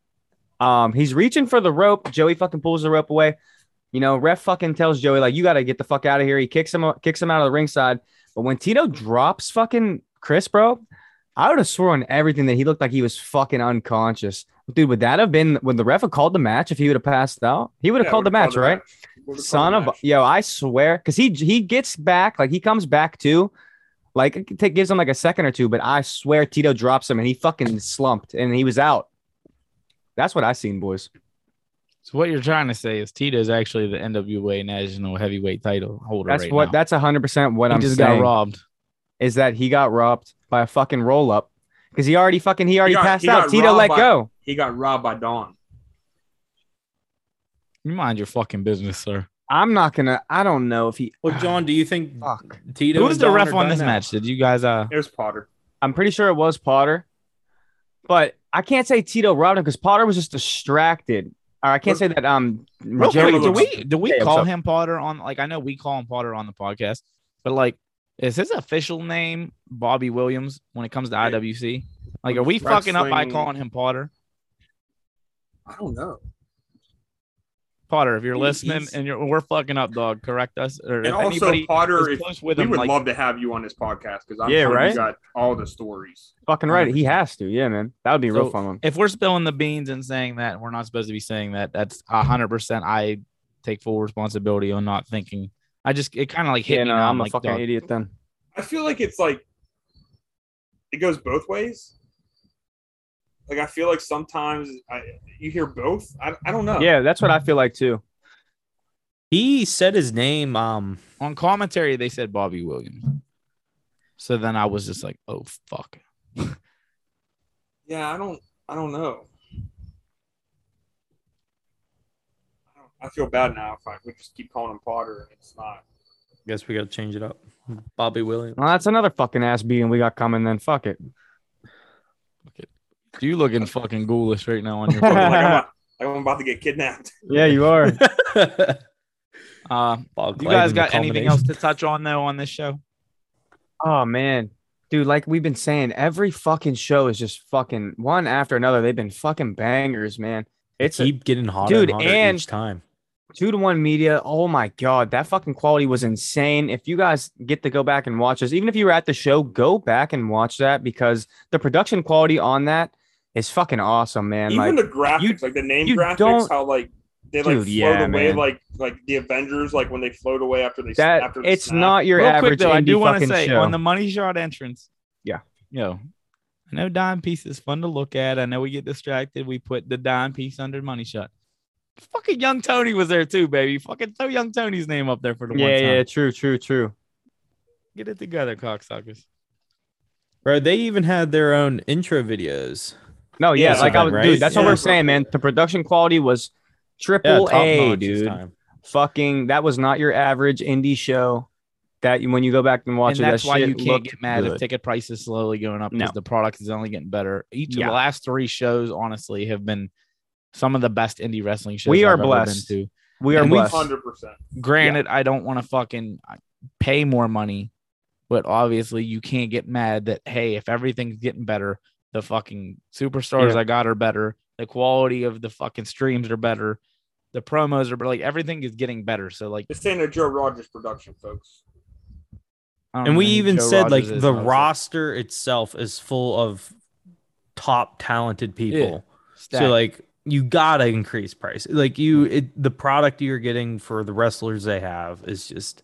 Um, he's reaching for the rope. Joey fucking pulls the rope away. You know, ref fucking tells Joey like, "You got to get the fuck out of here." He kicks him, kicks him out of the ringside. But when Tito drops fucking Chris, bro, I would have sworn everything that he looked like he was fucking unconscious. Dude, would that have been would the ref have called the match if he would have passed out? He would have
Yeah,
called the
would've
match, right?
match. Would've
Son
called
of
the match.
yo, I swear, because he he gets back, like he comes back too, like it ta- gives him like a second or two, but I swear Tito drops him and he fucking slumped and he was out. That's what I seen, boys.
So what you're trying to say is Tito's actually the NWA national heavyweight title holder.
That's
right
what.
now.
That's hundred percent what
he
I'm
just
saying
got robbed.
is that he got robbed by a fucking roll up because he already fucking he already
got-
passed
he
out.
got
Tito
robbed
let
by-
go.
He got robbed by Dawn.
You mind your fucking business, sir.
I'm not gonna. I don't know if he.
Well, John, do you think
Fuck.
Tito?
Who
and
was the
Don
ref
are
on
done
this
now?
match? Did you guys uh
There's Potter.
I'm pretty sure it was Potter, but I can't say Tito robbed him because Potter was just distracted. Or I can't say that. Um,
real
Jerry
quick, do
was-
we do we
Hey, what's
call
up?
him Potter on like I know we call him Potter on the podcast, but like is his official name Bobby Williams when it comes to IWC? Like are we fucking up by
Wrestling-
calling him Potter?
I don't know.
Potter, if you're
He-
listening
he's-
and you're we're fucking up, dog, correct us. Or
And
if
also
anybody
Potter,
is
if,
close with
we
him,
would
like
love to have you on this podcast because I'm
Yeah,
sure
right?
you got all the stories.
Fucking right. He has to. Yeah, man. That would be real
So-
fun. one.
if we're spilling the beans and saying that and we're not supposed to be saying that, that's hundred percent I take full responsibility on not thinking. I just it kind of like hit
Yeah,
me.
no,
now.
uh, I'm a
like,
fucking
dog.
idiot then.
I feel like it's like it goes both ways. Like I feel like sometimes I, you hear both. I, I don't know.
Yeah, that's what I feel like too.
He said his name. Um,
on commentary they said Bobby Williams. So then I was just like, oh fuck.
yeah. I don't. I don't know. I don't- I feel bad now if I we just keep calling him Potter and it's not.
guess we gotta change it up. Bobby Williams.
Well, that's another fucking ass beating we got coming. Then fuck it.
You looking fucking ghoulish right now on your
like, I'm
phone.
about, like I'm about to get kidnapped.
Yeah, you are.
Uh,
Bob
you guys
Clayton,
got
the
anything
combination.
else to touch on though on this show?
Oh man. Dude, like we've been saying, every fucking show is just fucking one after another. They've been fucking bangers, man. It's a
Keep getting hotter,
Dude,
and hotter
and-
each time.
two to one media. Oh my god, that fucking quality was insane. If you guys get to go back and watch this, even if you were at the show, go back and watch that because the production quality on that is fucking awesome, man.
Even
like
the graphics,
you-
like the name
you
graphics,
don't-
how like they like
Dude,
float
yeah,
away,
man.
like like the Avengers, like when they float away after they
that,
after they
it's
snap.
not your
Real
average
quick though, I
indie
do want to
fucking
say
show.
on the money shot entrance.
Yeah.
Yo. I know dime piece is fun to look at. I know we get distracted. We put the dime piece under money shot. Fucking young Tony was there too, baby. Fucking throw young Tony's name up there for the one
yeah,
time.
yeah, true, true, true.
Get it together, cocksuckers.
Bro, they even had their own intro videos.
No, yeah,
Yeah.
like I was,
Right?
dude. That's what
Yeah.
we're saying, man. The production quality was triple A,
top-notch this
dude.
time.
Fucking, that was not your average indie show. That you- when you go back and watch
and
it,
that's
that
why
shit
you can't
looked
get mad if
good.
ticket prices slowly going up because
No.
the product is only getting better. Each of
Yeah.
the last three shows, honestly, have been some of the best indie wrestling shows
We are
I've ever been
blessed.
to.
we are
and we
blessed.
hundred percent.
Granted, I don't want to fucking uh, pay more money, but obviously, you can't get mad that hey, if everything's getting better, the fucking superstars
Yeah.
I got are better. The quality of the fucking streams are better. The promos are, but like everything is getting better. So like,
This ain't a Joe Rogers production, folks.
I don't
And
know
we
who
even
Oh, Joe
said
Rogers
like
is,
the
but-
roster itself is full of top talented people.
Stacked.
So like you gotta increase price. Like you,
Mm-hmm.
it, the product you're getting for the wrestlers they have is just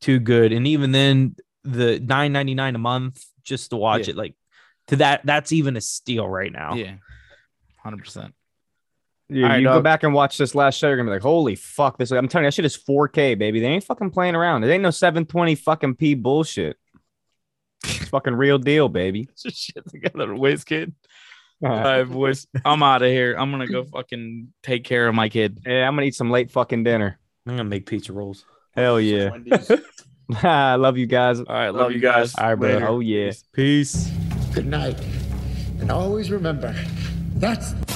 too good. And even then, the nine ninety nine a month just to watch
Yeah.
it, like to that, that's even a steal right now.
Yeah. 100%.
You,
All right,
you go
dog.
back and watch this last show, you're gonna be like, "Holy fuck!" This I'm telling you, that shit is 4K, baby. They ain't fucking playing around. It ain't no 720 fucking p bullshit. It's fucking real deal, baby.
Just shit together, whiz kid. All right, boys. I'm out of here. I'm gonna go fucking take care of my kid.
Yeah, I'm gonna eat some late fucking dinner.
I'm gonna make pizza rolls.
Hell Oh, yeah!
Wendy's.
I love you guys. All
All right, love,
Love you guys.
right, bro.
Later.
Oh yeah.
Peace.
good night. And always remember, that's